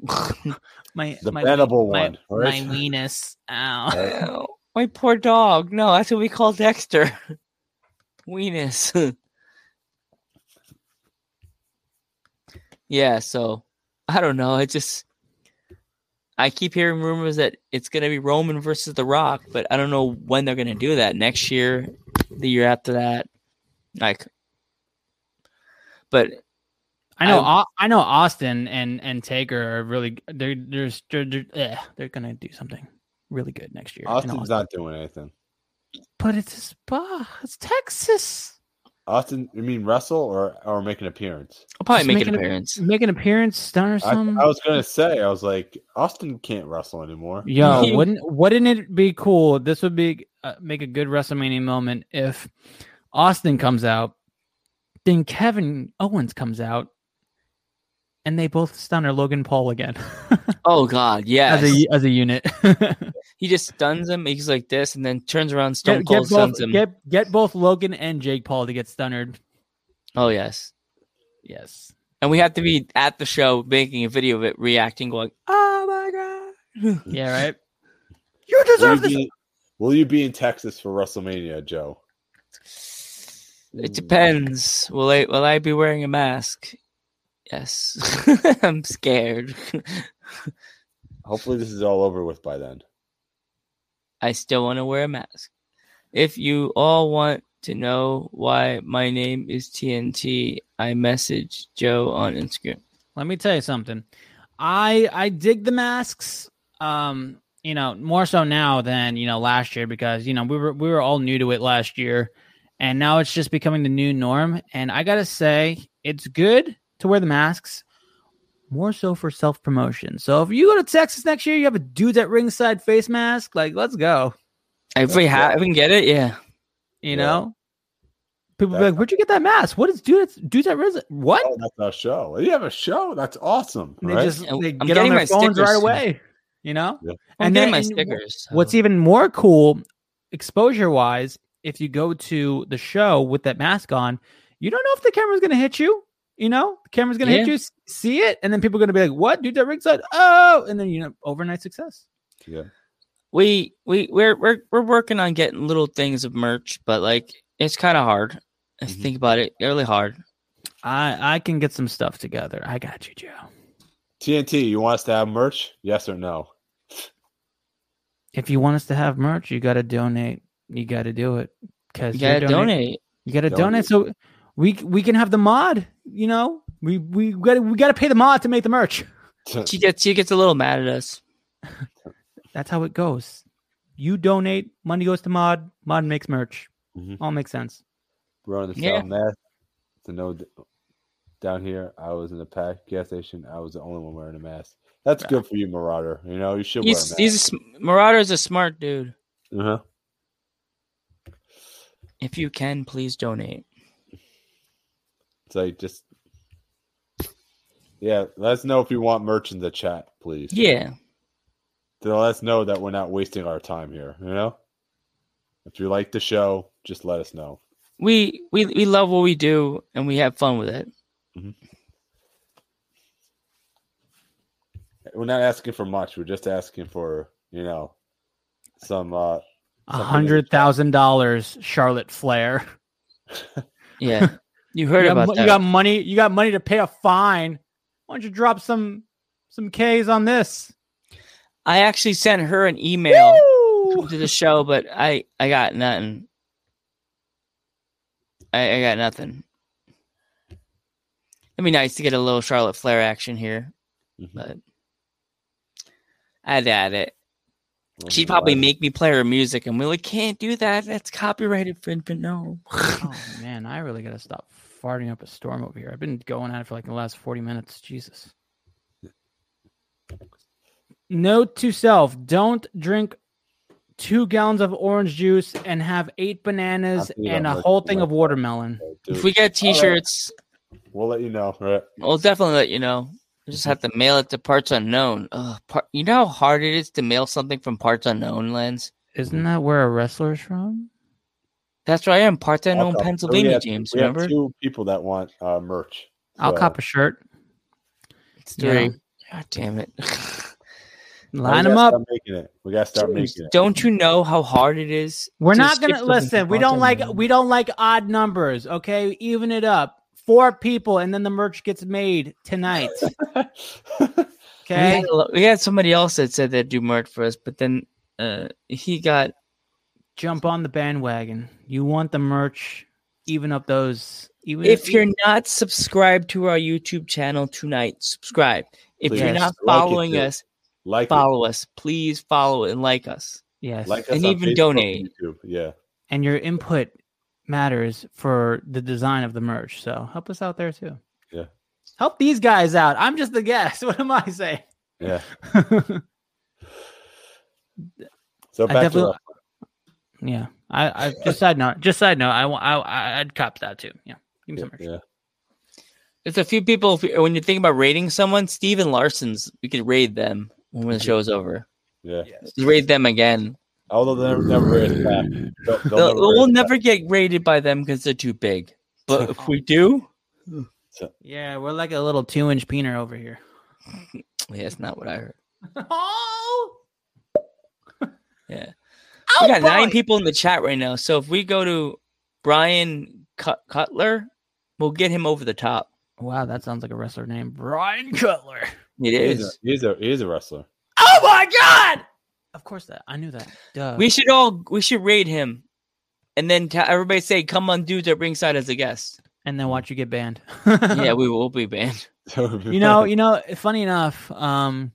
[SPEAKER 4] my
[SPEAKER 2] The
[SPEAKER 4] my,
[SPEAKER 2] bendable
[SPEAKER 4] my,
[SPEAKER 2] one, right?
[SPEAKER 4] my weenus. Ow.
[SPEAKER 2] Right?
[SPEAKER 3] Ow. My poor dog. No, that's what we call Dexter. Weenus. yeah, so I don't know. I just I keep hearing rumors that it's gonna be Roman versus The Rock, but I don't know when they're gonna do that. Next year, the year after that. Like but
[SPEAKER 4] I know.
[SPEAKER 3] I-
[SPEAKER 4] I, I know. Austin and and Taker are really. They're they're they're, they're, eh, they're gonna do something really good next year. in
[SPEAKER 2] Austin's
[SPEAKER 4] Austin.
[SPEAKER 2] not doing anything.
[SPEAKER 4] But it's a spa. It's Texas.
[SPEAKER 2] Austin, you mean wrestle or or make an appearance?
[SPEAKER 3] I'll probably
[SPEAKER 4] Just
[SPEAKER 3] make an
[SPEAKER 4] making a-
[SPEAKER 3] appearance.
[SPEAKER 4] make an appearance, stun or
[SPEAKER 2] I,
[SPEAKER 4] something.
[SPEAKER 2] I was gonna say, I was like, Austin can't wrestle anymore.
[SPEAKER 4] Yo,
[SPEAKER 3] You-
[SPEAKER 4] wouldn't wouldn't it be cool? This would be uh, make a good WrestleMania moment if Austin comes out, then Kevin Owens comes out, and they both stunner Logan Paul again
[SPEAKER 3] Oh God, yes.
[SPEAKER 4] as a as a unit.
[SPEAKER 3] he just stuns him. He's like this, and then turns around, Stone
[SPEAKER 4] get,
[SPEAKER 3] Cold
[SPEAKER 4] get
[SPEAKER 3] stuns
[SPEAKER 4] both
[SPEAKER 3] him.
[SPEAKER 4] get get both Logan and Jake Paul to get stunnered.
[SPEAKER 3] oh yes,
[SPEAKER 4] Yes.
[SPEAKER 3] and we have to be at the show making a video of it, reacting, going, "Oh my God."
[SPEAKER 4] Yeah. Right. You deserve
[SPEAKER 2] will,
[SPEAKER 4] this.
[SPEAKER 2] you be, will you be in Texas for WrestleMania, Joe?
[SPEAKER 3] It depends. Will I will I be wearing a mask? Yes. I'm scared.
[SPEAKER 2] Hopefully, this is all over with by then.
[SPEAKER 3] I still want to wear a mask. If you all want to know why my name is TNT, I message Joe on Instagram.
[SPEAKER 4] Let me tell you something. I I dig the masks. Um, you know, more so now than you know last year because you know we were we were all new to it last year, and now it's just becoming the new norm. And I gotta say, it's good to wear the masks. More so for self promotion. So if you go to Texas next year, you have a dude at ringside face mask. Like, let's go.
[SPEAKER 3] If we, ha- if we can get it, yeah.
[SPEAKER 4] You
[SPEAKER 2] Yeah.
[SPEAKER 4] know, people be
[SPEAKER 2] That-
[SPEAKER 4] like, "Where'd you get that mask? What is dude? Dude at ringside? What?"
[SPEAKER 2] Oh, that's our show. You have a show. That's awesome.
[SPEAKER 4] And they
[SPEAKER 2] right?
[SPEAKER 4] just
[SPEAKER 3] I'm
[SPEAKER 4] they get on
[SPEAKER 3] getting
[SPEAKER 4] their
[SPEAKER 3] my
[SPEAKER 4] phones
[SPEAKER 3] stickers
[SPEAKER 4] right
[SPEAKER 3] soon.
[SPEAKER 4] away. You know,
[SPEAKER 2] Yeah.
[SPEAKER 3] I'm getting
[SPEAKER 4] and then
[SPEAKER 3] my
[SPEAKER 4] and
[SPEAKER 3] stickers. so-
[SPEAKER 4] What's e-, even more cool, exposure wise, if you go to the show with that mask on, you don't know if the camera's gonna hit you. You know, the camera's gonna hit
[SPEAKER 3] Yeah.
[SPEAKER 4] you, s- see it, and then people are gonna be like, "What, dude? That ringside? Oh!" And then you know, overnight success.
[SPEAKER 3] we we we're we're we're working on getting little things of merch, but like it's kind of hard. I
[SPEAKER 4] Mm-hmm.
[SPEAKER 2] Mhm.
[SPEAKER 3] think about it, really hard.
[SPEAKER 4] I I can get some stuff together. I got you, Joe.
[SPEAKER 2] TNT, you want us to have merch? Yes or no?
[SPEAKER 4] If you want us to have merch, you got to donate. You got to do it because
[SPEAKER 3] You gotta donate.
[SPEAKER 4] You gotta
[SPEAKER 2] Donate.
[SPEAKER 4] donate. So we we can have the mod. You know, we we gotta we gotta pay the mod to make the merch.
[SPEAKER 3] She gets she gets a little mad at us.
[SPEAKER 4] That's how it goes. You donate, money goes to mod. Mod makes merch.
[SPEAKER 3] Mm-hmm.
[SPEAKER 2] Mhm.
[SPEAKER 4] All makes sense.
[SPEAKER 2] We're on the
[SPEAKER 3] Yeah.
[SPEAKER 2] sound math. To know d- down here, I was in the pack gas station. I was the only one wearing a mask. That's
[SPEAKER 4] Yeah.
[SPEAKER 2] good for you, Marauder. You know you should wear a
[SPEAKER 3] He's
[SPEAKER 2] mask.
[SPEAKER 3] he's a, sm- Marauder's a smart dude.
[SPEAKER 2] uh-huh.
[SPEAKER 3] If you can, please donate.
[SPEAKER 2] It's like just yeah. Let us know if you want merch in the chat, please.
[SPEAKER 3] Yeah,
[SPEAKER 2] To let us know that we're not wasting our time here. You know, if you like the show, just let us know.
[SPEAKER 3] we we we love what we do and we have fun with it.
[SPEAKER 2] We're not asking for much. We're just asking for you know some uh
[SPEAKER 4] A
[SPEAKER 2] Something
[SPEAKER 4] hundred thousand dollars, Charlotte Flair.
[SPEAKER 3] Yeah, you heard
[SPEAKER 4] you, got,
[SPEAKER 3] about
[SPEAKER 4] mo-
[SPEAKER 3] that?
[SPEAKER 4] you got money. You got money to pay a fine. Why don't you drop some some K's on this?
[SPEAKER 3] I actually sent her an email
[SPEAKER 4] Woo!
[SPEAKER 3] to the show, but I I got nothing. I, I got nothing. It'd be nice to get a little Charlotte Flair action here,
[SPEAKER 2] Mhm.
[SPEAKER 3] but I'd add it. She'd probably make me play her music, and Willie can't do that. That's copyrighted infringement. No.
[SPEAKER 4] Oh man, I really gotta stop farting up a storm over here. I've been going at it for like the last forty minutes. Jesus. Note to self: Don't drink two gallons of orange juice and have eight bananas
[SPEAKER 2] After you
[SPEAKER 4] and
[SPEAKER 2] got
[SPEAKER 4] a
[SPEAKER 2] like-
[SPEAKER 4] whole thing
[SPEAKER 2] like-
[SPEAKER 4] of watermelon.
[SPEAKER 3] if we get T-shirts,
[SPEAKER 2] We'll let you know. All right.
[SPEAKER 3] we'll definitely let you know. We just have to mail it to Parts Unknown. Ugh, par- you know how hard it is to mail something from Parts Unknown, Lens.
[SPEAKER 4] Isn't that where a wrestler's from?
[SPEAKER 3] That's where I am, Parts Unknown,
[SPEAKER 2] Okay. So we
[SPEAKER 3] Pennsylvania,
[SPEAKER 2] have-
[SPEAKER 3] James.
[SPEAKER 2] We
[SPEAKER 3] Remember?
[SPEAKER 2] have two people that want uh, merch.
[SPEAKER 4] I'll
[SPEAKER 2] So,
[SPEAKER 4] cop a shirt.
[SPEAKER 3] It's
[SPEAKER 4] Yeah.
[SPEAKER 3] three. God damn it.
[SPEAKER 2] we
[SPEAKER 4] Line
[SPEAKER 2] gotta
[SPEAKER 4] them up.
[SPEAKER 2] start making it. We gotta start
[SPEAKER 3] James,
[SPEAKER 2] making it.
[SPEAKER 3] Don't you know how hard it is?
[SPEAKER 4] We're
[SPEAKER 3] to
[SPEAKER 4] not
[SPEAKER 3] skip
[SPEAKER 4] gonna
[SPEAKER 3] the link
[SPEAKER 4] listen. We
[SPEAKER 3] button?
[SPEAKER 4] don't like we don't like odd numbers. Okay, even it up. Four people, and then the merch gets made tonight.
[SPEAKER 3] We had,
[SPEAKER 4] Okay,
[SPEAKER 3] a lo- we had somebody else that said they'd do merch for us, but then uh, he got
[SPEAKER 4] jump on the bandwagon. You want the merch? Even up those. Even
[SPEAKER 3] if you're not subscribed to our YouTube channel tonight, subscribe. If you're
[SPEAKER 2] Please.
[SPEAKER 3] not
[SPEAKER 2] Like it,
[SPEAKER 3] following
[SPEAKER 2] too.
[SPEAKER 3] us,
[SPEAKER 2] like it.
[SPEAKER 3] follow us. Please follow and like us.
[SPEAKER 4] yes,
[SPEAKER 2] Like us
[SPEAKER 3] and
[SPEAKER 2] on
[SPEAKER 3] even
[SPEAKER 2] Facebook
[SPEAKER 3] donate.
[SPEAKER 2] YouTube. Yeah.
[SPEAKER 4] and your input matters for the design of the merch. So help us out there too.
[SPEAKER 2] Yeah.
[SPEAKER 4] help these guys out. I'm just the guest. What am I saying?
[SPEAKER 2] Yeah.
[SPEAKER 4] yeah,
[SPEAKER 2] So
[SPEAKER 4] I
[SPEAKER 2] back to
[SPEAKER 4] definitely-
[SPEAKER 2] us.
[SPEAKER 4] I, I just side note. Just side note. I, wa- I I'd cop that too. Yeah, give
[SPEAKER 2] yeah,
[SPEAKER 4] me some merch.
[SPEAKER 2] yeah.
[SPEAKER 3] There's a few people if you- when you think about rating someone. Steven Larson's, we could raid them when the show's over.
[SPEAKER 2] Yeah.
[SPEAKER 4] Yes.
[SPEAKER 3] Just raid them again.
[SPEAKER 2] Although they'll never raise it back. They'll, they'll
[SPEAKER 3] They'll-
[SPEAKER 2] raise
[SPEAKER 3] we'll
[SPEAKER 2] it
[SPEAKER 3] never get rated by them because they're too big. But if we do,
[SPEAKER 4] Yeah, we're like a little two inch peener over here.
[SPEAKER 3] yeah, it's not what I heard.
[SPEAKER 4] oh,
[SPEAKER 3] Yeah.
[SPEAKER 4] oh
[SPEAKER 3] We got nine
[SPEAKER 4] boy.
[SPEAKER 3] people in the chat right now. So if we go to Brian Cut- Cutler, we'll get him over the top.
[SPEAKER 4] Wow, that sounds like a wrestler name, Brian Cutler.
[SPEAKER 3] It
[SPEAKER 2] back.
[SPEAKER 3] is.
[SPEAKER 2] He's a, he's a he's a wrestler.
[SPEAKER 4] Oh my god! Of course that I knew that. Duh.
[SPEAKER 3] We should all we should raid him, and then t- everybody say, "Come on, dudes at ringside as a guest."
[SPEAKER 4] and then watch you get banned.
[SPEAKER 3] yeah, we will be banned.
[SPEAKER 4] you know, you know. Funny enough, um,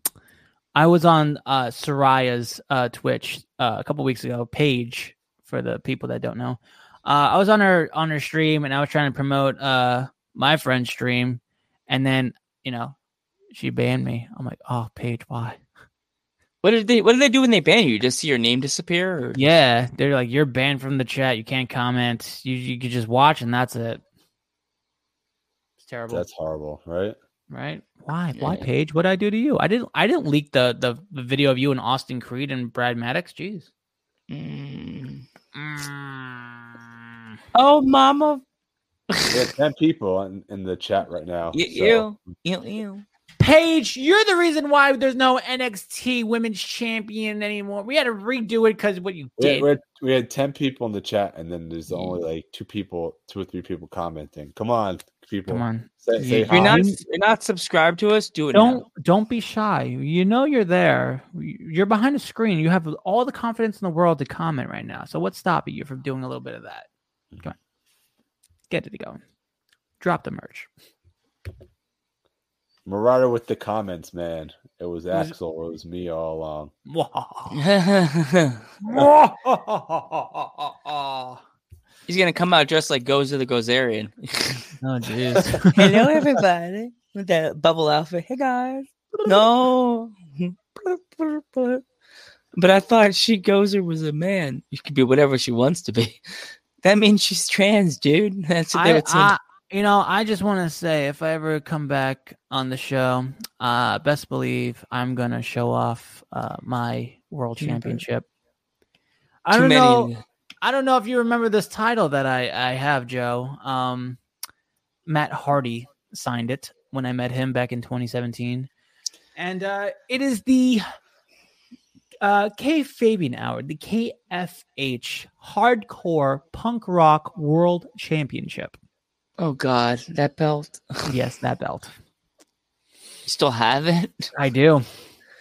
[SPEAKER 4] I was on uh, Soraya's uh, Twitch uh, a couple weeks ago page for the people that don't know. Uh, I was on her on her stream and I was trying to promote uh, my friend's stream, and then you know she banned me. I'm like, oh, Paige, why?
[SPEAKER 3] What did they What did they do when they ban you? Just see your name disappear? Or...
[SPEAKER 4] Yeah, they're like, you're banned from the chat. You can't comment. You you can just watch and that's it. It's terrible.
[SPEAKER 2] that's horrible, right?
[SPEAKER 4] right? Why? Why,
[SPEAKER 3] Yeah.
[SPEAKER 4] Paige? What did I do to you? I didn't. I didn't leak the the, the video of you and Austin Creed and Brad Maddox. Jeez.
[SPEAKER 3] Mm.
[SPEAKER 4] Mm.
[SPEAKER 3] Oh, mama.
[SPEAKER 2] We have ten people in, in the chat right now.
[SPEAKER 3] You,
[SPEAKER 2] Oh, so-
[SPEAKER 3] you, you, you.
[SPEAKER 4] Paige, you're the reason why there's no NXT Women's Champion anymore. We had to redo it because what you
[SPEAKER 2] We had,
[SPEAKER 4] did.
[SPEAKER 2] we, had, we had 10 people in the chat, and then there's only like two people, two or three people commenting. Come on, people.
[SPEAKER 4] Come on.
[SPEAKER 2] Say, say
[SPEAKER 4] You're
[SPEAKER 3] If you're
[SPEAKER 2] hi.
[SPEAKER 3] not if you're not subscribed to us, do it. now.
[SPEAKER 4] Don't don't be shy. You know you're there. You're behind a screen. You have all the confidence in the world to comment right now. So what's stopping you from doing a little bit of that? Come on, get it going. Drop the merch.
[SPEAKER 2] Marauder with the comments, man. It was
[SPEAKER 4] was-
[SPEAKER 2] Axel. It was me all along.
[SPEAKER 4] oh
[SPEAKER 3] He's gonna come out dressed like Gozer the Gozerian.
[SPEAKER 4] jeez.
[SPEAKER 3] Hello, everybody. With that bubble outfit. Hey, guys. No. But I thought she Gozer was a man. She could be whatever she wants to be. That means she's trans, dude. That's what they
[SPEAKER 4] I,
[SPEAKER 3] would say.
[SPEAKER 4] I, you know, I just want to say if I ever come back on the show, uh, best believe I'm gonna show off uh, my world
[SPEAKER 3] Mhm.
[SPEAKER 4] championship. I
[SPEAKER 3] Too
[SPEAKER 4] don't
[SPEAKER 3] many.
[SPEAKER 4] know. I don't know if you remember this title that I, I have, Joe. Um, Matt Hardy signed it when I met him back in 2017. And uh, it is the uh, K Fabian Hour, the KFH Hardcore Punk Rock World Championship.
[SPEAKER 3] Oh, God. That belt.
[SPEAKER 4] Yes, that belt.
[SPEAKER 3] You still have it?
[SPEAKER 4] I do.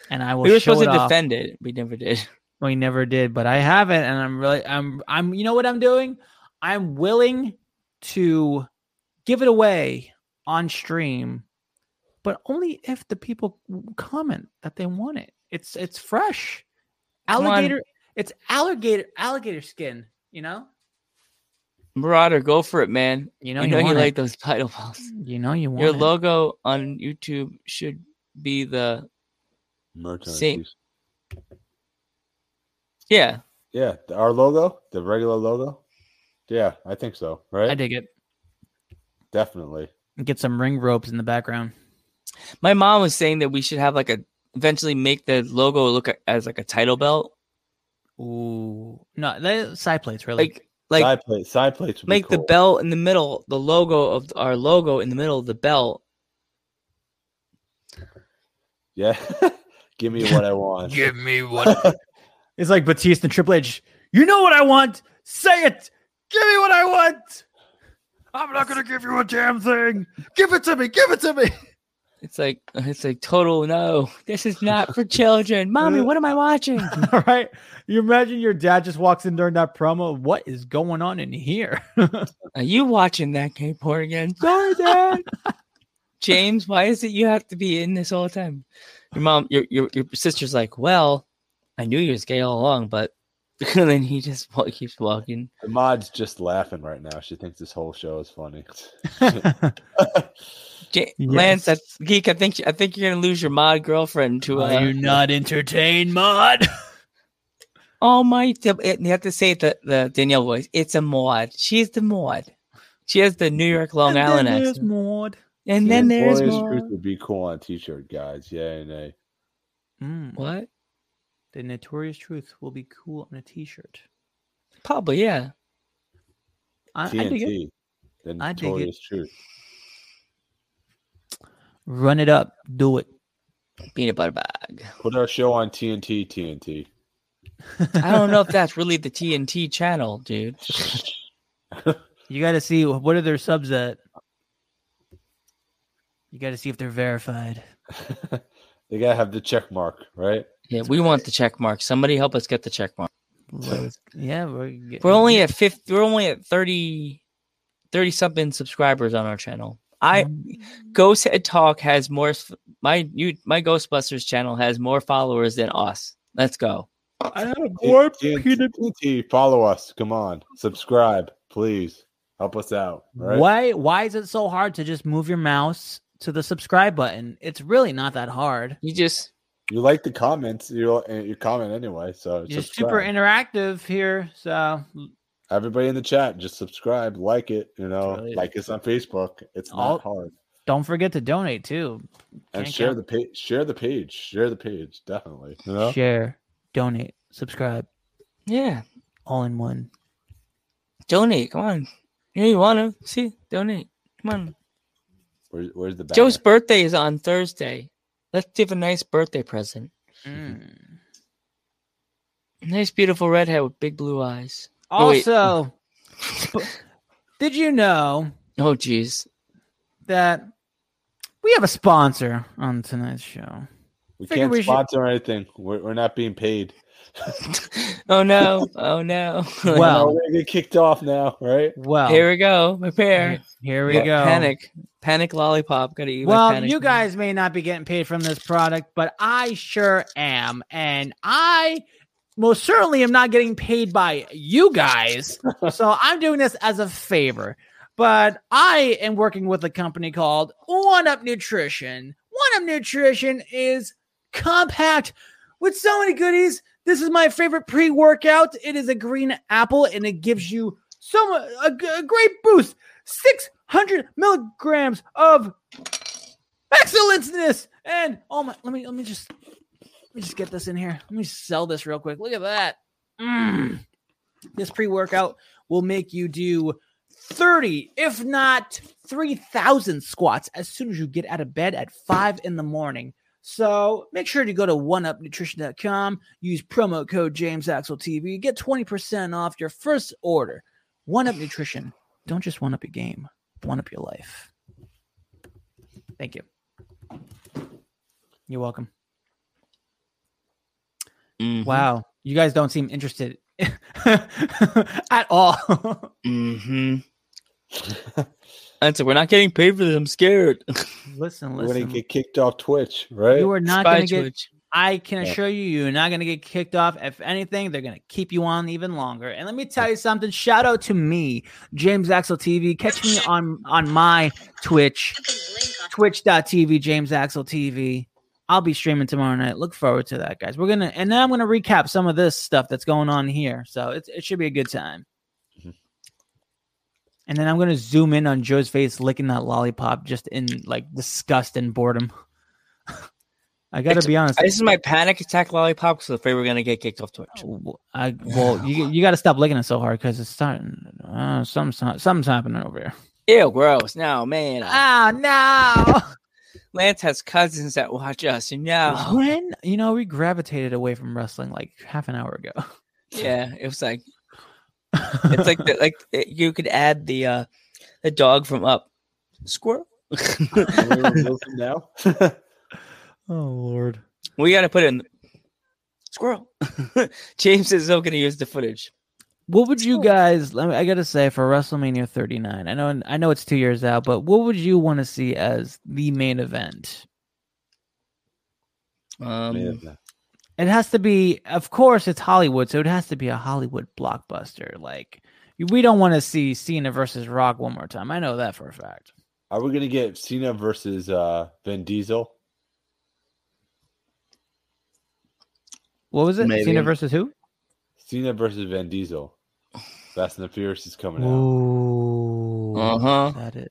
[SPEAKER 4] And I will
[SPEAKER 3] we were
[SPEAKER 4] show
[SPEAKER 3] supposed
[SPEAKER 4] it
[SPEAKER 3] to
[SPEAKER 4] off.
[SPEAKER 3] defend it. We never did.
[SPEAKER 4] We never did, but I have it, and I'm really, I'm, I'm. You know what I'm doing? I'm willing to give it away on stream, but only if the people comment that they want it. It's, it's fresh,
[SPEAKER 3] Come on.
[SPEAKER 4] alligator. It's alligator, alligator skin. You know,
[SPEAKER 3] Marauder, go for it, man.
[SPEAKER 4] you
[SPEAKER 3] You
[SPEAKER 4] know,
[SPEAKER 3] know, you,
[SPEAKER 4] want
[SPEAKER 3] like
[SPEAKER 4] it.
[SPEAKER 3] those title belts.
[SPEAKER 4] you know, you want
[SPEAKER 3] Your
[SPEAKER 4] it.
[SPEAKER 3] logo on YouTube should be the.
[SPEAKER 2] Merch on a
[SPEAKER 3] See-
[SPEAKER 2] t-shirt.
[SPEAKER 3] Yeah.
[SPEAKER 2] Yeah, th- our logo, the regular logo. Yeah, I think so. Right?
[SPEAKER 4] I dig it.
[SPEAKER 2] Definitely.
[SPEAKER 4] Get some ring ropes in the background.
[SPEAKER 3] My mom was saying that we should have like a eventually make the logo look a- as like a title belt,
[SPEAKER 4] Ooh, no, the side plates really.
[SPEAKER 3] like like
[SPEAKER 2] side plate, side plates. would be
[SPEAKER 3] make the
[SPEAKER 2] cool.
[SPEAKER 3] belt in the middle, the logo of our logo in the middle of the belt.
[SPEAKER 2] Yeah. Give me what I want.
[SPEAKER 5] Give me one.
[SPEAKER 4] It's like Batista and Triple H. You know what I want? Say it. Give me what I want.
[SPEAKER 5] I'm not gonna give you a damn thing. Give it to me. Give it to me.
[SPEAKER 3] It's like uh, it's like total no. This is not for children. Mommy, what am I watching?
[SPEAKER 4] All right. You imagine your dad just walks in during that promo. What is going on in here?
[SPEAKER 3] Are you watching that gay porn again? Sorry, Dad. James, why is it you have to be in this all the time? Your mom, your your, your sister's like, well, I knew you was gay all along, but and then he just wa- keeps walking.
[SPEAKER 2] The mod's just laughing right now. She thinks this whole show is funny.
[SPEAKER 3] Ja-
[SPEAKER 4] Yes.
[SPEAKER 3] Lance, that's geek. I think I think you're gonna lose your mod girlfriend to uh,
[SPEAKER 4] not entertained, mod?
[SPEAKER 3] oh my. d- it- You have to say it the the Danielle voice. It's a mod. She's the mod. She has the New York Long Island accent.
[SPEAKER 4] mod.
[SPEAKER 3] And then
[SPEAKER 2] Yeah,
[SPEAKER 3] there's
[SPEAKER 2] Glorious
[SPEAKER 3] more.
[SPEAKER 2] Truth would be cool on a t-shirt, guys. Yay, nay.
[SPEAKER 4] Mm,
[SPEAKER 3] What?
[SPEAKER 4] The notorious truth will be cool on a T-shirt.
[SPEAKER 3] Probably, yeah.
[SPEAKER 4] I, I dig it.
[SPEAKER 2] TNT. The
[SPEAKER 4] I dig it.
[SPEAKER 2] notorious truth.
[SPEAKER 4] Run it up. Do it.
[SPEAKER 3] Peanut butter bag.
[SPEAKER 2] Put our show on TNT. TNT.
[SPEAKER 3] I don't know if that's really the TNT channel, dude.
[SPEAKER 4] You got to see wh- what are their subs at. You got to see if they're verified.
[SPEAKER 2] they gotta have the check mark, right?
[SPEAKER 3] Yeah, we want the check mark. Somebody help us get the check mark.
[SPEAKER 4] Let's- yeah, we're, get-
[SPEAKER 3] We're only at 50, we're only at 30 30 something subscribers on our channel. I
[SPEAKER 4] Mm.
[SPEAKER 3] Ghost Head Talk has more s- my you my Ghostbusters channel has more followers than us. Let's go.
[SPEAKER 4] I have
[SPEAKER 2] T- TNT, TNT, follow us. Come on, subscribe, please. Help us out. all Right?
[SPEAKER 4] Why why is it so hard to just move your mouse to the subscribe button? It's really not that hard.
[SPEAKER 3] You just
[SPEAKER 2] You like the comments? You you comment anyway, so
[SPEAKER 4] You're super
[SPEAKER 2] subscribe.
[SPEAKER 4] interactive here, so
[SPEAKER 2] Everybody in the chat, just subscribe, like it. You know,
[SPEAKER 4] Really?
[SPEAKER 2] like us on Facebook. It's not
[SPEAKER 4] All-
[SPEAKER 2] hard.
[SPEAKER 4] don't forget to donate too.
[SPEAKER 2] And
[SPEAKER 4] Can't
[SPEAKER 2] share
[SPEAKER 4] count.
[SPEAKER 2] the page. Share the page. Share the page. Definitely. You know.
[SPEAKER 4] Share, donate, subscribe,
[SPEAKER 3] yeah,
[SPEAKER 4] all in one.
[SPEAKER 3] donate. Come on. You know you want to. See, donate. Come on.
[SPEAKER 2] Where, where's the banner?
[SPEAKER 3] Joe's birthday is on Thursday. Let's give a nice birthday present. Hmm. Nice, beautiful redhead with big blue eyes. Oh, wait.
[SPEAKER 4] Also, b- did you know
[SPEAKER 3] Oh, geez.
[SPEAKER 4] that we have a sponsor on tonight's show?
[SPEAKER 2] we
[SPEAKER 4] figure
[SPEAKER 2] can't
[SPEAKER 4] we should-
[SPEAKER 2] sponsor anything. We're, we're not being paid.
[SPEAKER 3] Oh, no. Oh, no.
[SPEAKER 4] Well-
[SPEAKER 2] we're gonna get kicked off now, right?
[SPEAKER 4] Well,
[SPEAKER 3] here we go. Prepare.
[SPEAKER 4] here, here we
[SPEAKER 3] Yeah,
[SPEAKER 4] go.
[SPEAKER 3] Panic. Panic lollipop. Gotta eat my
[SPEAKER 4] Well,
[SPEAKER 3] panic
[SPEAKER 4] you
[SPEAKER 3] now.
[SPEAKER 4] guys may not be getting paid from this product, but I sure am. And I most certainly am not getting paid by you guys. so I'm doing this as a favor. But I am working with a company called One Up Nutrition. One Up Nutrition is compact with so many goodies. This is my favorite pre workout. It is a green apple and it gives you so mu- a g- a great boost 600 milligrams of excellenceness and oh my let me let me just let me just get this in here let me sell this real quick look at that Mm. this pre-workout will make you do 30 if not 3000 squats as soon as you get out of bed at 5 in the morning so make sure to go to oneupnutrition.com use promo code jamesaxeltv get 20% off your first order one up nutrition don't just one up your game one up your life Thank you. You're welcome.
[SPEAKER 2] Mm-hmm.
[SPEAKER 3] Mhm.
[SPEAKER 4] Wow. You guys don't seem interested at all.
[SPEAKER 3] hmm That's it. We're not getting paid for this. I'm scared.
[SPEAKER 4] listen,
[SPEAKER 2] We're gonna
[SPEAKER 4] listen.
[SPEAKER 2] get kicked off Twitch, right?
[SPEAKER 4] You are not
[SPEAKER 3] Spy
[SPEAKER 4] going to get,
[SPEAKER 3] Twitch.
[SPEAKER 4] I can
[SPEAKER 2] Yeah.
[SPEAKER 4] assure you, you're not going to get kicked off. If anything, they're going to keep you on even longer. And let me tell you something. Shout out to me, James Axel TV. Catch me on, on my Twitch, twitch.tv, James Axel TV. I'll be streaming tomorrow night. Look forward to that, guys. We're gonna and then I'm gonna recap some of this stuff that's going on here. So it, it should be a good time.
[SPEAKER 2] Mhm.
[SPEAKER 4] And then I'm gonna zoom in on Joe's face licking that lollipop just in like disgust and boredom. I gotta be honest.
[SPEAKER 3] This is my panic attack lollipop because I'm afraid we're gonna get kicked off Twitch.
[SPEAKER 4] w- I well, you you gotta stop licking it so hard because it's starting. Uh, something's something's happening over here.
[SPEAKER 3] Ew, gross. No, man.
[SPEAKER 4] Ah no.
[SPEAKER 3] Lance has cousins that watch us, and now,
[SPEAKER 4] When you know we gravitated away from wrestling like half an hour ago.
[SPEAKER 3] yeah, it was like It's like the, like it- you could add the uh the dog from Up, squirrel.
[SPEAKER 2] Everyone listening now.
[SPEAKER 4] oh lord.
[SPEAKER 3] We got to put in squirrel. James is not going to use the footage.
[SPEAKER 4] What would you
[SPEAKER 3] Cool.
[SPEAKER 4] guys? let me- I gotta say for WrestleMania 39, I know I know it's two years out, but what would you want to see as the main event?
[SPEAKER 3] Um,
[SPEAKER 2] Man, uh,
[SPEAKER 4] It has to be, of course, it's Hollywood, so it has to be a Hollywood blockbuster. Like we don't want to see Cena versus Rock one more time. I know that for a fact.
[SPEAKER 2] are we gonna get Cena versus uh Vin Diesel?
[SPEAKER 4] What was it?
[SPEAKER 3] Maybe.
[SPEAKER 4] Cena versus who?
[SPEAKER 2] Cena versus Van Diesel. Fast and the Furious is coming out.
[SPEAKER 4] Ooh,
[SPEAKER 3] Uh huh.
[SPEAKER 4] that is.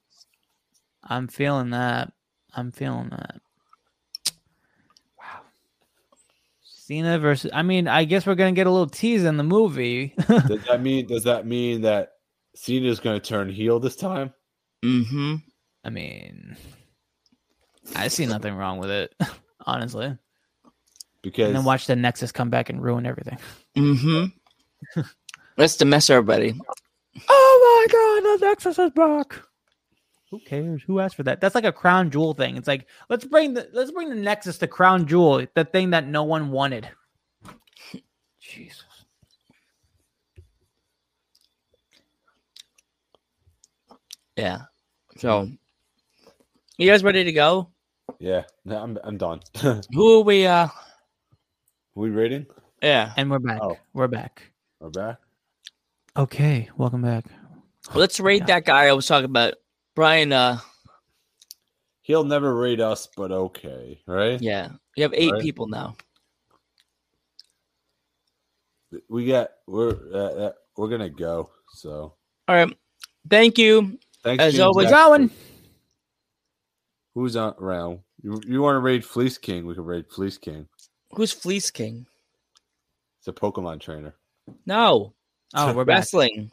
[SPEAKER 4] I'm feeling that. I'm feeling that. Wow. Cena versus. I mean, I guess we're gonna get a little tease in the movie.
[SPEAKER 2] Does that mean does that mean that Cena is going to turn heel this time?
[SPEAKER 3] Mm-hmm.
[SPEAKER 4] I mean, I see nothing wrong with it, honestly.
[SPEAKER 2] Because
[SPEAKER 4] And then watch the Nexus come back and ruin everything.
[SPEAKER 3] Mm-hmm. That's to mess everybody.
[SPEAKER 4] Oh my god, the Nexus is back. Who cares? Who asked for that? That's like a crown jewel thing. It's like let's bring the let's bring the Nexus to crown jewel, the thing that no one wanted. Jesus.
[SPEAKER 3] Yeah. So, you guys ready to go?
[SPEAKER 2] yeah, no, I'm I'm done.
[SPEAKER 3] Who are we? Uh,
[SPEAKER 2] we rating?
[SPEAKER 3] yeah.
[SPEAKER 4] And we're back.
[SPEAKER 2] Oh.
[SPEAKER 4] We're back.
[SPEAKER 2] We're back.
[SPEAKER 4] Okay, welcome back.
[SPEAKER 3] Let's rate
[SPEAKER 4] Yeah.
[SPEAKER 3] that guy I was talking about, Brian. Uh,
[SPEAKER 2] He'll never rate us, but okay, right?
[SPEAKER 3] yeah. You have eight
[SPEAKER 2] Right.
[SPEAKER 3] people now.
[SPEAKER 2] We got we're uh, uh, we're gonna go. So
[SPEAKER 3] All right. Thank you.
[SPEAKER 2] thanks.
[SPEAKER 3] As
[SPEAKER 2] James
[SPEAKER 3] always-
[SPEAKER 2] Jackson.
[SPEAKER 4] Rowan.
[SPEAKER 2] Who's on around? You, you want to raid Fleece King? We can raid Fleece King.
[SPEAKER 3] Who's Fleece King?
[SPEAKER 2] It's a Pokemon trainer.
[SPEAKER 3] No.
[SPEAKER 4] Oh, we're back.
[SPEAKER 3] Wrestling.
[SPEAKER 2] Steven,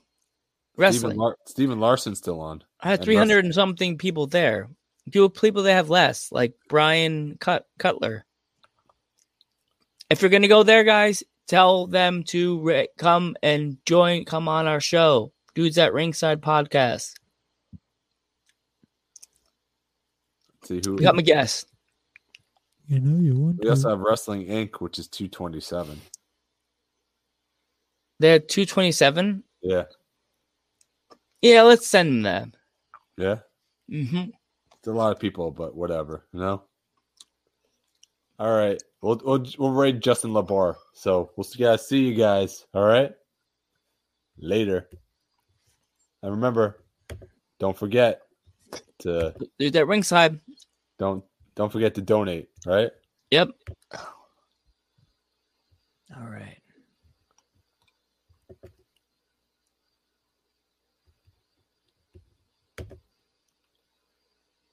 [SPEAKER 3] Wrestling.
[SPEAKER 2] Lar- Steven Larson's still on.
[SPEAKER 3] I had
[SPEAKER 2] and
[SPEAKER 3] 300 and something people there. Do people that have less, like Brian Cut- Cutler. If you're going to go there, guys, tell them to re- come and join, come on our show, Dudes at Ringside Podcast.
[SPEAKER 2] Let's see who
[SPEAKER 3] Become a guest.
[SPEAKER 4] You know you want
[SPEAKER 2] we also have Wrestling Inc., which is two twenty seven.
[SPEAKER 3] They're 227.
[SPEAKER 2] Yeah,
[SPEAKER 3] Yeah, let's send them there.
[SPEAKER 2] yeah.
[SPEAKER 3] hmm
[SPEAKER 2] It's a lot of people, but whatever, you know. All right, we'll we'll, we'll raid Justin Labar. So we'll see, guys, see you guys. All right, later. And remember, don't forget to
[SPEAKER 3] Dudes at Ringside.
[SPEAKER 2] don't don't forget to donate. Right.
[SPEAKER 3] Yep.
[SPEAKER 4] All right.